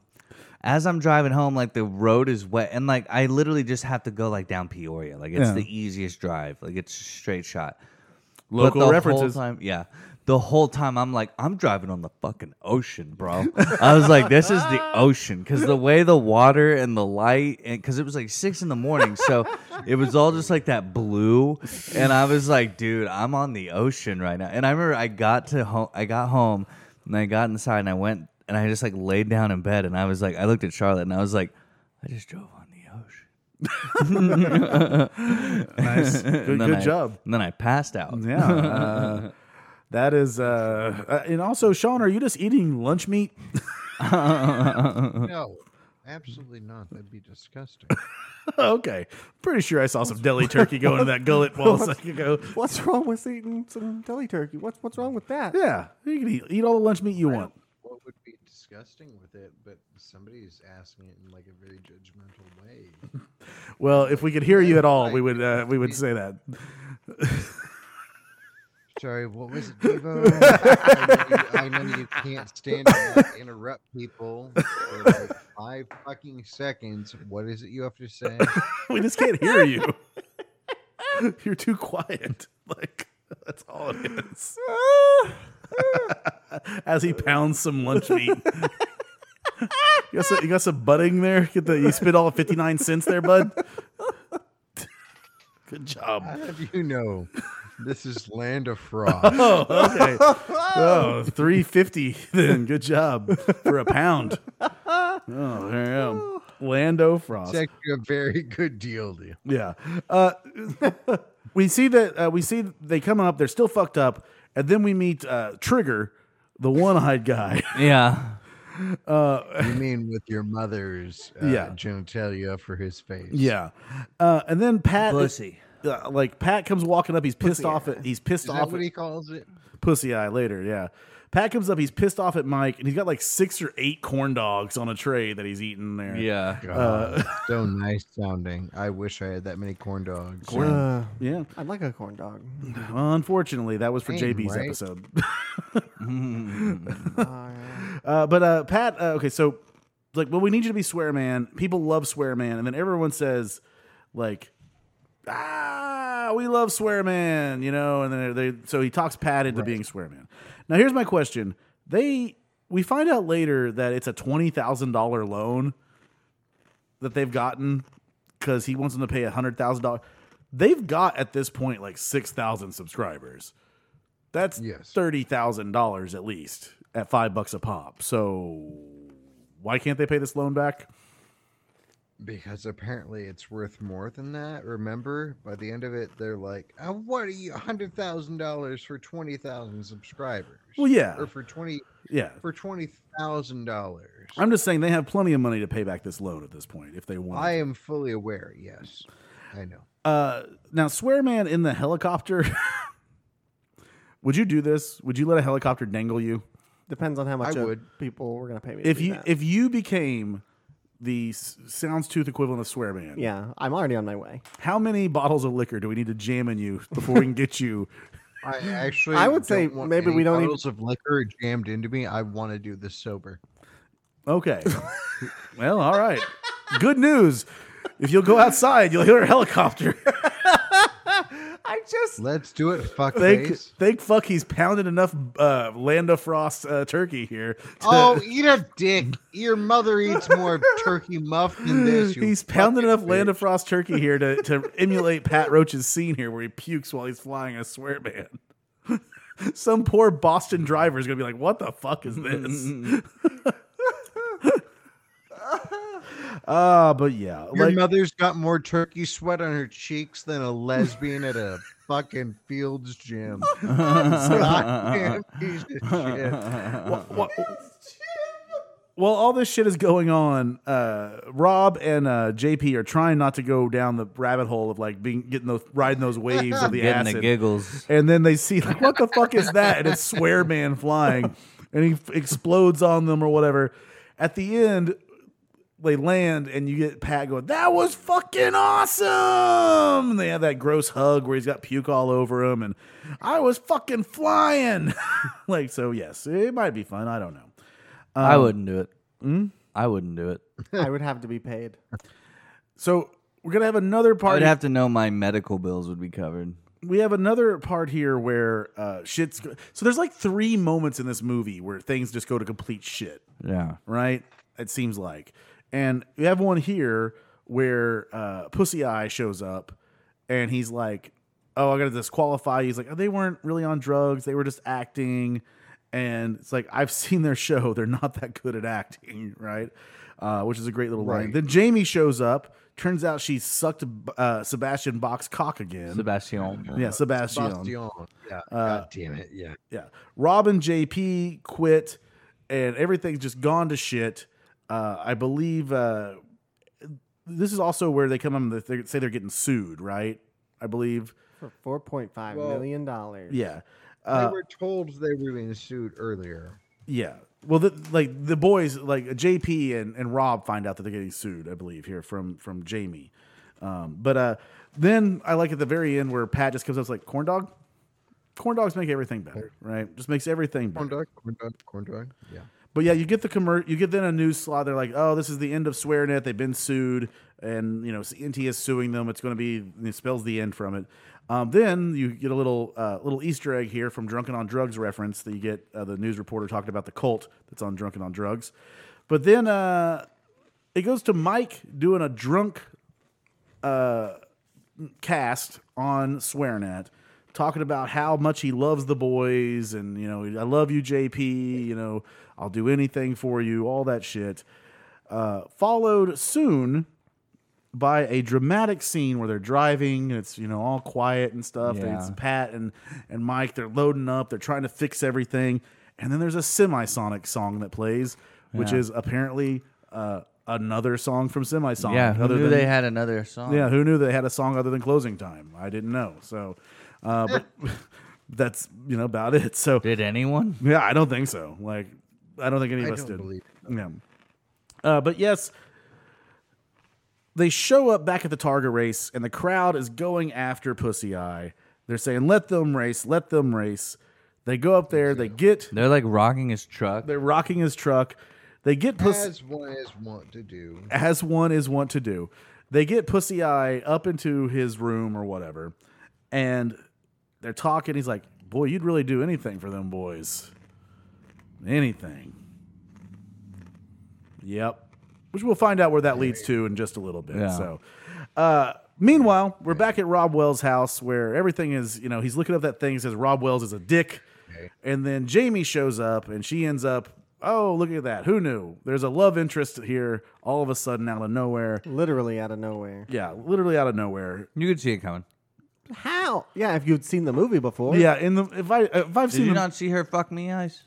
B: as I'm driving home, like the road is wet, and like I literally just have to go like down Peoria. Like it's
A: Yeah.
B: the easiest drive. Like it's a straight shot. But
A: Local
B: the whole
A: references.
B: time- yeah. The whole time I'm like, I'm driving on the fucking ocean, bro. I was like, this is the ocean. Cause the way the water and the light, and cause it was like six in the morning. So it was all just like that blue. And I was like, dude, I'm on the ocean right now. And I remember I got to home, I got home and I got inside and I went and I just like laid down in bed. And I was like, I looked at Charlotte and I was like, I just drove on the ocean.
A: Nice,
B: And
A: good,
B: then
A: good
B: I-
A: job.
B: And then I passed out.
A: Yeah. Uh, That is, uh, uh, and also, Sean, are you just eating lunch meat?
C: no, absolutely not. That'd be disgusting.
A: okay, pretty sure I saw some deli turkey going to that gullet while a second ago.
D: What's wrong with eating some deli turkey? What's what's wrong with that?
A: Yeah, you can eat, eat all the lunch meat you want.
C: what would be disgusting with it? But somebody's asking it in like a very judgmental way.
A: Well, if we could hear you at all, we would uh, we would say that.
C: Sorry, what was it, Devo? I, know you, I know you can't stand to not interrupt people for like five fucking seconds. What is it you have to say?
A: We just can't hear you. You're too quiet. Like that's all it is. As he pounds some lunch meat. You got, some, you got some budding there. Get the you spit all fifty nine cents there, bud. Good
C: How
A: job.
C: do you know this is land of fraud?
A: Oh, okay. Oh, 350 then. Good job for a pound. Oh, there I am. Lando Frost.
C: It's actually a very good deal to you.
A: Yeah. Uh, we see that uh, we see they come up. They're still fucked up, and then we meet uh, Trigger, the one-eyed guy.
B: Yeah.
E: You mean with your mother's uh,
A: Yeah.
E: genitalia for his face?
A: yeah, uh, and then Pat,
B: Pussy.
A: uh, like Pat comes walking up. He's pissed off at he's pissed
E: Is that
A: off
E: what
A: at
E: he calls it?
A: Pussy Eye later. Yeah, Pat comes up. He's pissed off at Mike, and he's got like six or eight corn dogs on a tray that he's eating there.
B: Yeah.
A: Uh,
E: God, so nice sounding. I wish I had that many corn dogs.
D: Uh,
A: yeah.
D: I'd like a corn dog.
A: Well, unfortunately, that was for
E: Damn,
A: JB's
E: right?
A: episode.
D: Uh,
A: Uh, but uh, Pat, uh, okay, so like, well, we need you to be swear man. People love swear man, and then everyone says like, ah, we love swear man, you know. And then they so he talks Pat into being swear man. Now here's my question: They we find out later that it's a twenty thousand dollar loan that they've gotten because he wants them to pay a hundred thousand dollars. They've got at this point like six thousand subscribers. That's
E: Yes.
A: thirty thousand dollars at least at five bucks a pop. So why can't they pay this loan back?
E: Because apparently it's worth more than that. Remember, by the end of it, they're like, oh, "What are you? Hundred thousand dollars for twenty thousand subscribers?
A: Well, yeah.
E: or for twenty
A: Yeah,
E: for twenty thousand dollars."
A: I'm just saying they have plenty of money to pay back this loan at this point if they want.
E: I am fully aware. Yes, I know.
A: uh, now, swear man in the helicopter. would you do this? Would you let a helicopter dangle you?
D: depends on how much
E: I
D: uh,
E: would.
D: people were gonna pay me. to
A: If
D: do
A: you
D: that.
A: if you became the S- Sounds Tooth equivalent of swear man,
D: yeah, I'm already on my way.
A: how many bottles of liquor do we need to jam in you before we can get you?
E: I actually,
D: I would
E: don't
D: say
E: want
D: maybe
E: any
D: we don't even-
E: bottles of liquor jammed into me. I want to do this sober.
A: Okay. well, all right. Good news. If you'll go outside, you'll hear a helicopter.
D: I just
E: Let's do it,
A: thank,
E: fuckface.
A: thank fuck he's pounded enough uh, Land of Frost uh, turkey here. to-
E: Oh, eat a dick. Your mother eats more turkey muff than this. you
A: he's pounded
E: fucking
A: enough Land of Frost turkey here to, to emulate Pat Roach's scene here where he pukes while he's flying a swear man. Some poor Boston driver is going to be like, what the fuck is this? Ah, but yeah.
E: Your
A: like-
E: mother's got more turkey sweat on her cheeks than a lesbian at a fucking Fields gym. Goddamn piece of shit.
A: Wha- Well, all this shit is going on. Uh, Rob and uh, JP are trying not to go down the rabbit hole of like being getting those riding those waves of the
B: Getting
A: acid.
B: the giggles.
A: and then they see like, what the fuck is that? And it's Swear Man flying, and he f- explodes on them or whatever. At the end, they land, and you get Pat going, "That was fucking awesome!" And they have that gross hug where he's got puke all over him, and I was fucking flying. like so, yes, it might be fun. I don't know.
B: I wouldn't do it. I wouldn't do it.
D: I would have to be paid.
A: So we're gonna have another
B: I would
A: part.
B: have to know my medical bills would be covered.
A: we have another part here where uh, shit's. go- So there's like three moments in this movie where things just go to complete shit.
B: Yeah.
A: right? It seems like. And you have one here where uh, Pussy Eye shows up and he's like, Oh, I got to disqualify you. He's like, oh, They weren't really on drugs. They were just acting. And it's like, I've seen their show. They're not that good at acting, right? Uh, which is a great little line.
E: Right.
A: Then Jamie shows up. Turns out she sucked uh, Sebastian Bach's cock again.
B: Sebastian.
A: yeah, Sebastian.
E: Bastion. Yeah.
A: Uh,
E: God damn it. Yeah.
A: Yeah. Rob and JP quit and everything's just gone to shit. Uh, I believe uh, this is also where they come in, they say they're getting sued, right? I believe.
D: For four point five million
E: Well-
D: dollars.
A: Yeah.
E: they
A: Uh,
E: were told they were being sued earlier.
A: yeah. Well, the, like the boys, like JP and, and Rob find out that they're getting sued, I believe, here from, from Jamie. Um, but uh, then I like at the very end where Pat just comes up it's like, corn dog? Corn dogs make everything better, right? Just makes everything better.
E: Corn dog, corn dog, corn dog. Yeah.
A: But yeah, you get the commer- you get then a news slot. They're like, oh, this is the end of SwearNet. They've been sued, and you know CNT is suing them. It's going to be it spells the end from it. Um, then you get a little uh, little Easter egg here from Drunken on Drugs reference that you get uh, the news reporter talking about the cult that's on Drunken on Drugs. But then uh, it goes to Mike doing a drunk cast on SwearNet talking about how much he loves the boys and you know I love you JP you know I'll do anything for you all that shit uh, followed soon by a dramatic scene where they're driving and it's you know all quiet and stuff. And
G: Yeah.
A: it's Pat and and Mike. They're loading up. They're trying to fix everything. And then there's a semisonic song that plays, which is apparently uh, another song from semisonic.
B: Yeah, who
A: other
B: knew
A: than-
B: they had another song?
A: yeah, who knew they had a song other than "Closing Time"? I didn't know. So, uh, but that's you know about it. So
B: Did anyone?
A: yeah, I don't think so. Like, I don't think any of
C: I
A: us
C: don't
A: did.
C: believe
A: Yeah. Uh, but yes, they show up back at the Targa race, and the crowd is going after Pussy Eye. They're saying, "Let them race, let them race." They go up there, they get,
B: They're like rocking his truck.
A: they're rocking his truck. They get Pussy
C: As one is want to do.
A: as one is wont to do. They get Pussy Eye up into his room or whatever, and they're talking. He's like, "Boy, you'd really do anything for them boys, anything." Yep, which we'll find out where that leads to in just a little bit.
B: Yeah.
A: So, uh, meanwhile, we're back at Rob Wells' house where everything is. You know, he's looking up that thing. Says Rob Wells is a dick. And then Jamie shows up and she ends up, oh, look at that. Who knew? There's a love interest here all of a sudden out of nowhere.
D: Literally out of nowhere.
A: Yeah, literally out of nowhere.
B: you could see it coming.
D: How? Yeah, if you'd seen the movie before.
A: Yeah, in the if I if I've
B: Did
A: seen
B: you
A: the-
B: not see her fuck me eyes?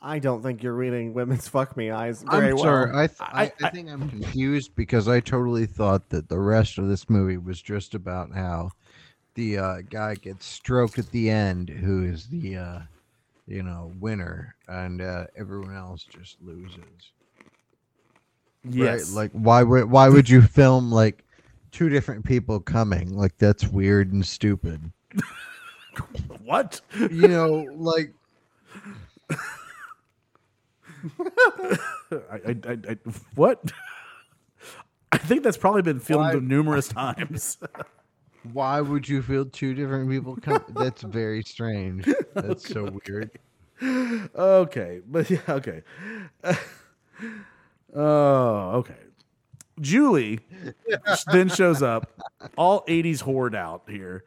D: I don't think you're reading women's fuck me eyes very
C: I'm
D: well.
C: sorry. I, th-
A: I-
C: I, I think I'm confused because I totally thought that the rest of this movie was just about how the uh, guy gets stroked at the end, who is the uh, you know winner, and uh, everyone else just loses. right?
A: yes,
C: Like why would why would you film like two different people coming? Like that's weird and stupid.
A: what?
C: You know, like
A: I, I, I, I what? I think that's probably been filmed
C: Why-
A: numerous times.
C: why would you feel two different people come? That's very strange. That's so weird.
A: okay, but yeah, okay. Oh, okay. Julie then shows up, all '80s whored out here,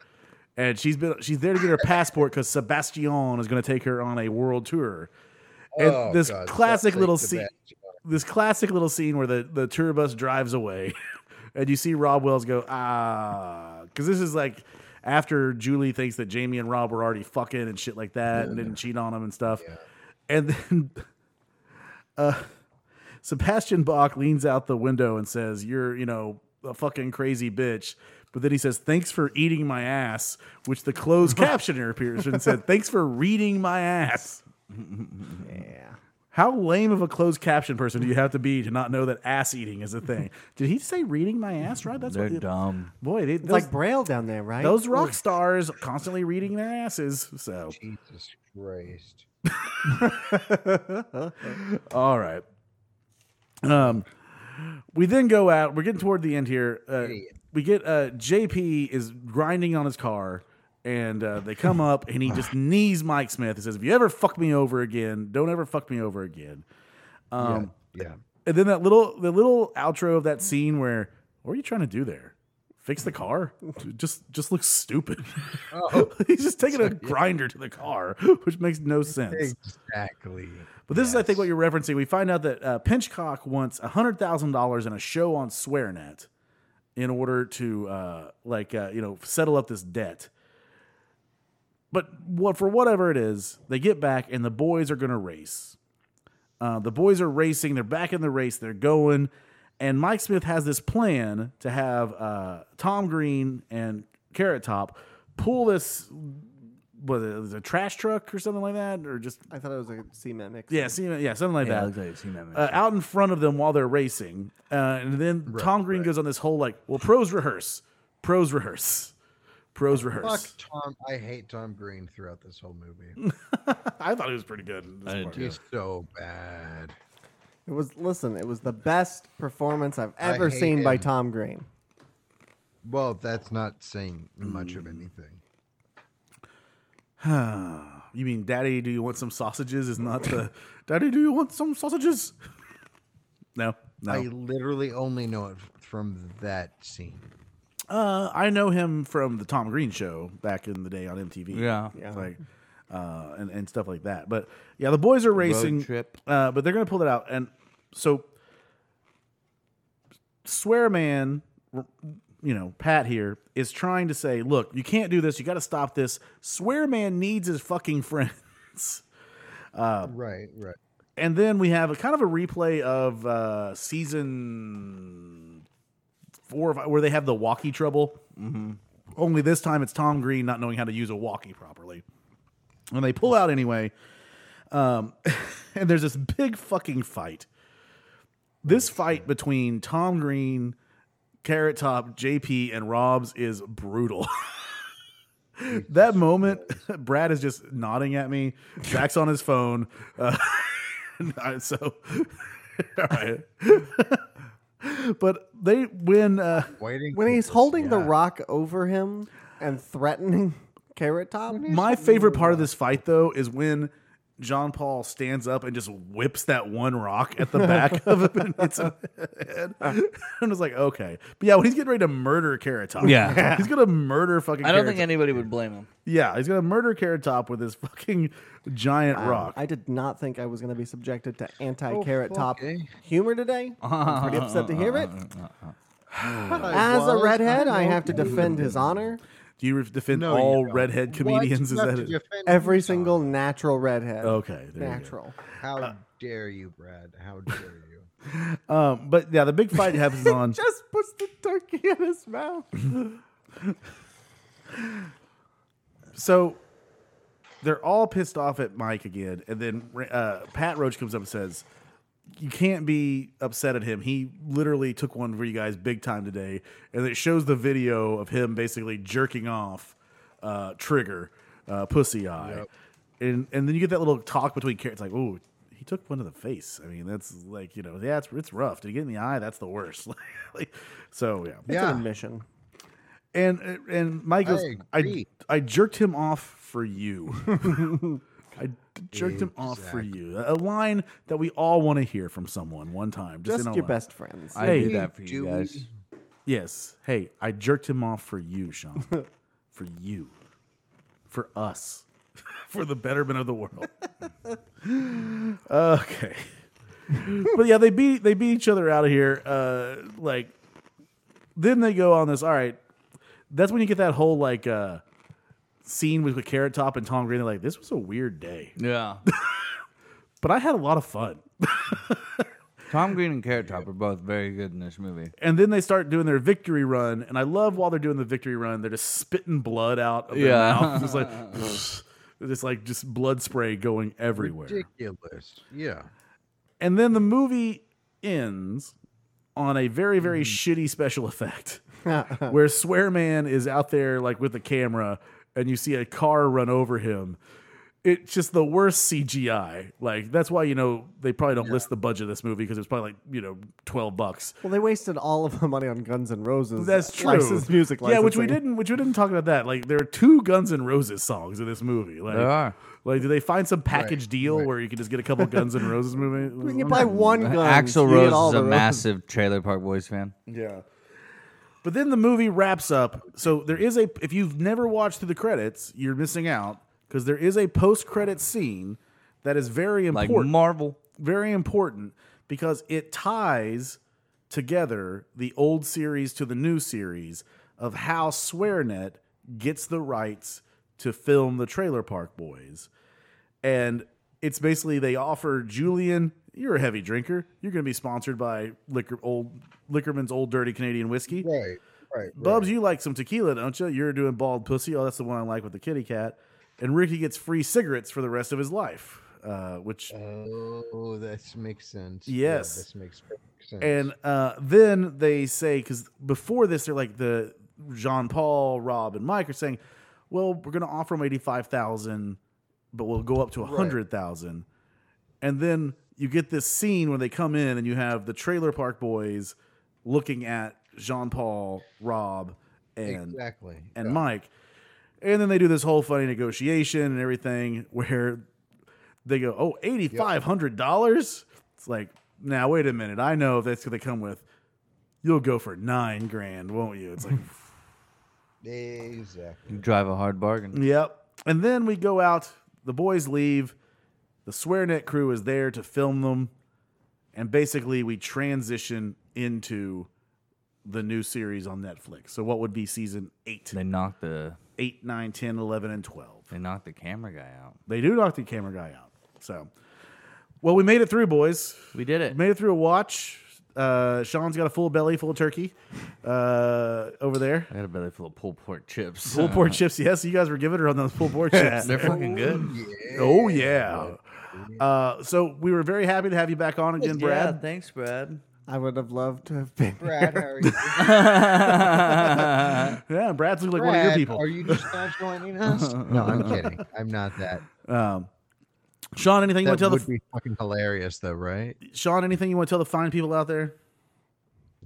A: and she's been she's there to get her passport because Sebastian is going to take her on a world tour. And
C: Oh,
A: this
C: God,
A: classic
C: Seth
A: little
C: Lake's the
A: scene,
C: best.
A: this classic little scene where the the tour bus drives away, and you see Rob Wells go ah, because this is like after Julie thinks that Jamie and Rob were already fucking and shit like that and didn't cheat on him and stuff, and then. Uh, Sebastian Bach leans out the window and says, "You're, you know, a fucking crazy bitch." But then he says, "Thanks for eating my ass," which the closed captioner appears and said, "Thanks for reading my ass."
D: Yeah.
A: How lame of a closed caption person do you have to be to not know that ass eating is a thing? Did he say reading my ass right? That's
B: They're
A: what
B: dumb.
A: boy, they, those,
D: It's like Braille down there, right?
A: those rock stars constantly reading their asses. So
C: Jesus Christ.
A: all right, um, we then go out. We're getting toward the end here. Uh, we get uh, JP is grinding on his car. And uh, they come up, and he just knees Mike Smith. He says, "If you ever fuck me over again, don't ever fuck me over again." Um,
C: Yeah.
A: And then that little the little outro of that scene where what are you trying to do there? Fix the car? Just just looks stupid. He's just taking a grinder to the car, which makes no sense.
C: Exactly.
A: But this is, I think, what you're referencing. We find out that uh, Pinchcock wants hundred thousand dollars in a show on SwearNet in order to, uh, like, uh, you know, settle up this debt. But what for whatever it is, they get back and the boys are going to race. Uh, the boys are racing. They're back in the race. They're going, and Mike Smith has this plan to have uh, Tom Green and Carrot Top pull this. Was it, was it a trash truck or something like that, or just
D: I thought it was a cement mix.
A: yeah, semen, yeah, something like
B: Yeah, it
A: that.
B: looks like you've seen that movie.
A: uh, out in front of them while they're racing, uh, and then Tom Green goes on this whole like, "Well, pros rehearse, pros rehearse, pros
C: Fuck
A: rehearse."
C: Tom. I hate Tom Green throughout this whole movie.
A: I thought he was pretty good. in this part.
C: He's so bad.
D: It was listen, it was the best performance I've
C: I
D: ever
C: hate
D: seen by
C: him.
D: Tom Green.
C: Well, that's not saying much of
A: Mm,
C: anything.
A: You mean, Daddy, do you want some sausages? Is not the Daddy, do you want some sausages? No, no.
C: I literally only know it f- from that scene.
A: Uh, I know him from the Tom Green show back in the day on MTV.
B: Yeah.
D: Yeah.
A: Like, uh, and, and stuff like that. But yeah, the boys are racing.
B: trip.
A: Uh, but they're going to pull it out. And so swear man, r- you know, Pat here is trying to say, look, you can't do this. You got to stop this. Swear man needs his fucking friends.
C: Right, right.
A: And then we have a kind of a replay of uh, season four, or five, where they have the walkie trouble. Mm-hmm. Only this time it's Tom Green not knowing how to use a walkie properly. And they pull out anyway. Um, and there's this big fucking fight. This fight between Tom Green, Carrot Top, JP, and Robs is brutal. that moment, Brad is just nodding at me. Jack's on his phone. Uh, I- so, all right. but they win. Uh,
C: Waiting.
D: When
C: for
D: he's
C: this,
D: holding the
C: yeah.
D: rock over him and threatening Carrot Top,
A: my favorite part of this fight, though, is when John Paul stands up and just whips that one rock at the back of him and hits him in the head. I'm just like, okay. But yeah, when he's getting ready to murder Carrot Top.
B: Yeah.
A: He's going to murder fucking
G: I don't
A: Carrot
G: think anybody would blame him.
A: Yeah, he's gonna murder Carrot Top with his fucking giant rock.
D: I did not think I was going to be subjected to anti Carrot
C: Oh, fuck,
D: Top
C: eh?
D: humor today. I'm pretty upset to hear it.
C: I
D: As a
C: was-
D: redhead, I
C: know
D: have to
C: you.
D: defend his honor.
A: Do you re- defend
C: No, you
A: all
C: don't.
A: redhead
C: What?
A: comedians?
C: You
A: Is that
C: have to
A: it?
C: defend
D: Every
C: Utah.
D: single natural redhead.
A: Okay, there you go.
D: Natural.
C: How
A: uh,
C: dare you, Brad? How dare you?
A: Um, but yeah, the big fight happens on.
D: Just puts the turkey in his mouth.
A: So they're all pissed off at Mike again, and then uh, Pat Roach comes up and says, "You can't be upset at him. He literally took one for you guys big time today." And it shows the video of him basically jerking off uh, Trigger, uh, Pussy Eye, and and then you get that little talk between carrots like, "Ooh." He took one to the face. I mean, that's like you know, yeah, it's, it's rough. Did he get in the eye? That's the worst. like, so yeah,
D: It's
C: Yeah.
D: an admission.
A: and and Mike goes,
C: I
A: I,
C: agree.
A: I, jerked him off for you. I d- jerked him off for you. A line that we all want to hear from someone one time. Just,
D: Just
A: in a
D: your
A: line.
D: best friends.
B: I
A: Hey,
B: do that for you
C: do
B: guys.
C: we-
A: Yes. Hey, I jerked him off for you, Sean. for you. For us. for the betterment of the world. okay. but yeah, they beat they beat each other out of here. Uh, like then they go on this. All right, that's when you get that whole like uh, scene with, with Carrot Top and Tom Green. They're like, this was a weird day,
B: Yeah.
A: but I had a lot of fun.
B: Tom Green and Carrot Top are both very good in this movie.
A: And then they start doing their victory run, and I love while they're doing the victory run, they're just spitting blood out of their
B: Yeah.
A: mouth. It's like it's like just blood spray going everywhere.
C: Ridiculous. Yeah.
A: And then the movie ends on a very very shitty special effect where Swear Man is out there like with the camera, and you see a car run over him. It's just the worst CGI. Like that's why you know they probably don't list the budget of this movie because it was probably like you know twelve bucks.
D: Well, they wasted all of the money on Guns N' Roses.
A: That's true.
D: Licensed music
A: yeah, which we
D: licensing.
A: didn't, which we didn't talk about that. Like there are two Guns N' Roses songs in this movie. Like,
B: There are.
A: Like, do they find some package deal where you can just get a couple Guns N' Roses movie?
D: You can buy one gun.
B: Axel
D: Mm-hmm. you get
B: Rose
D: all
B: is a
D: the Roses.
B: massive Trailer Park Boys fan.
A: Yeah. But then the movie wraps up. So there is a if you've never watched through the credits, you're missing out because there is a post credit scene that is very
B: Like
A: important.
B: Marvel.
A: very important because it ties together the old series to the new series of how SwearNet gets the rights to film the Trailer Park Boys. And it's basically they offer Julian, you're a heavy drinker. You're going to be sponsored by Liquor Old Liquorman's Old Dirty Canadian Whiskey.
C: Right. Right.
A: Bubs, you like some tequila, don't you? You're doing bald pussy. Oh, that's the one I like with the kitty cat. And Ricky gets free cigarettes for the rest of his life, uh, which
C: Oh, that makes sense.
A: Yes.
C: Yeah, this makes perfect sense.
A: And uh, then they say, because before this, they're like the Jean Paul, Rob, and Mike are saying, "Well, we're going to offer them eighty-five thousand, but we'll go up to a hundred thousand. And then you get this scene when they come in, and you have the Trailer Park Boys looking at Jean Paul, Rob, and
C: exactly.
A: and Mike. And then they do this whole funny negotiation and everything where they go, oh, $8,500? It's like, now, wait a minute. I know if that's what they come with. You'll go for nine grand, won't you? It's like,
C: Exactly.
B: Drive a hard bargain.
A: yep. And then we go out. The boys leave. The SwearNet crew is there to film them. And basically, we transition into the new series on Netflix. So what would be season eight?
B: They knocked the
A: Eight, nine, 10, 11, and 12.
B: they knocked the camera guy out.
A: They do knock the camera guy out. So, well, we made it through, boys.
B: We did it.
A: Made it through a watch. Uh, Sean's got a full belly full of turkey uh, over there.
B: I got a belly full of pulled pork chips.
A: Pulled pork chips. Yes, you guys were giving her on those pulled pork chips.
B: They're fucking good.
A: oh, yeah. Uh, so we were very happy to have you back on again, Brad.
B: Yeah, thanks, Brad.
D: I would have loved to have been.
C: Brad, how are you?
A: Yeah, Brad's looked like one of your
C: Brad,
A: people.
C: are you just not joining us? No, I'm kidding. I'm not that.
A: Sean, anything you
C: That
A: want to tell
C: would
A: the
C: be fucking hilarious, though, right?
A: Sean? Anything you want to tell the fine people out there?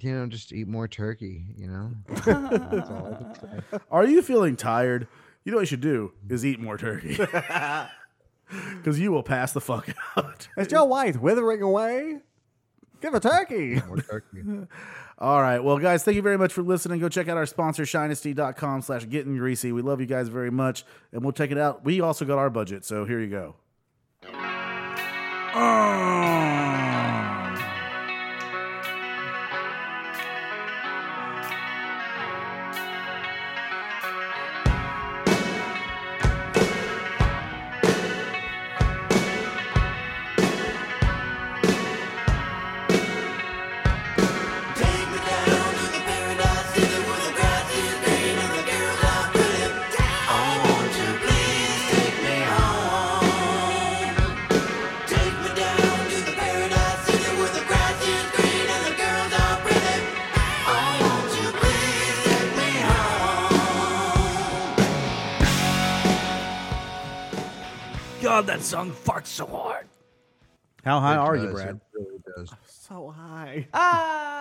C: You know, just eat more turkey. You know,
A: Are you feeling tired? You know what you should do is eat more turkey, because you will pass the fuck out.
D: Is Joe White withering away? Give a turkey.
C: more turkey.
A: All right. Well, guys, thank you very much for listening. Go check out our sponsor, shinesty.com slash getting greasy. We love you guys very much, and we'll check it out. We also got our budget, so here you go.
G: Take me down to the paradise city where the grass is green and the girls are pretty. Oh, won't you please take me home? Take me down to the paradise city where the grass is green and the girls are pretty. Oh, won't you please take me home?
B: God, that song fucks so hard.
A: How high
C: It
A: are you,
C: does,
A: Brad?
C: It really does.
D: So high.
B: Ah.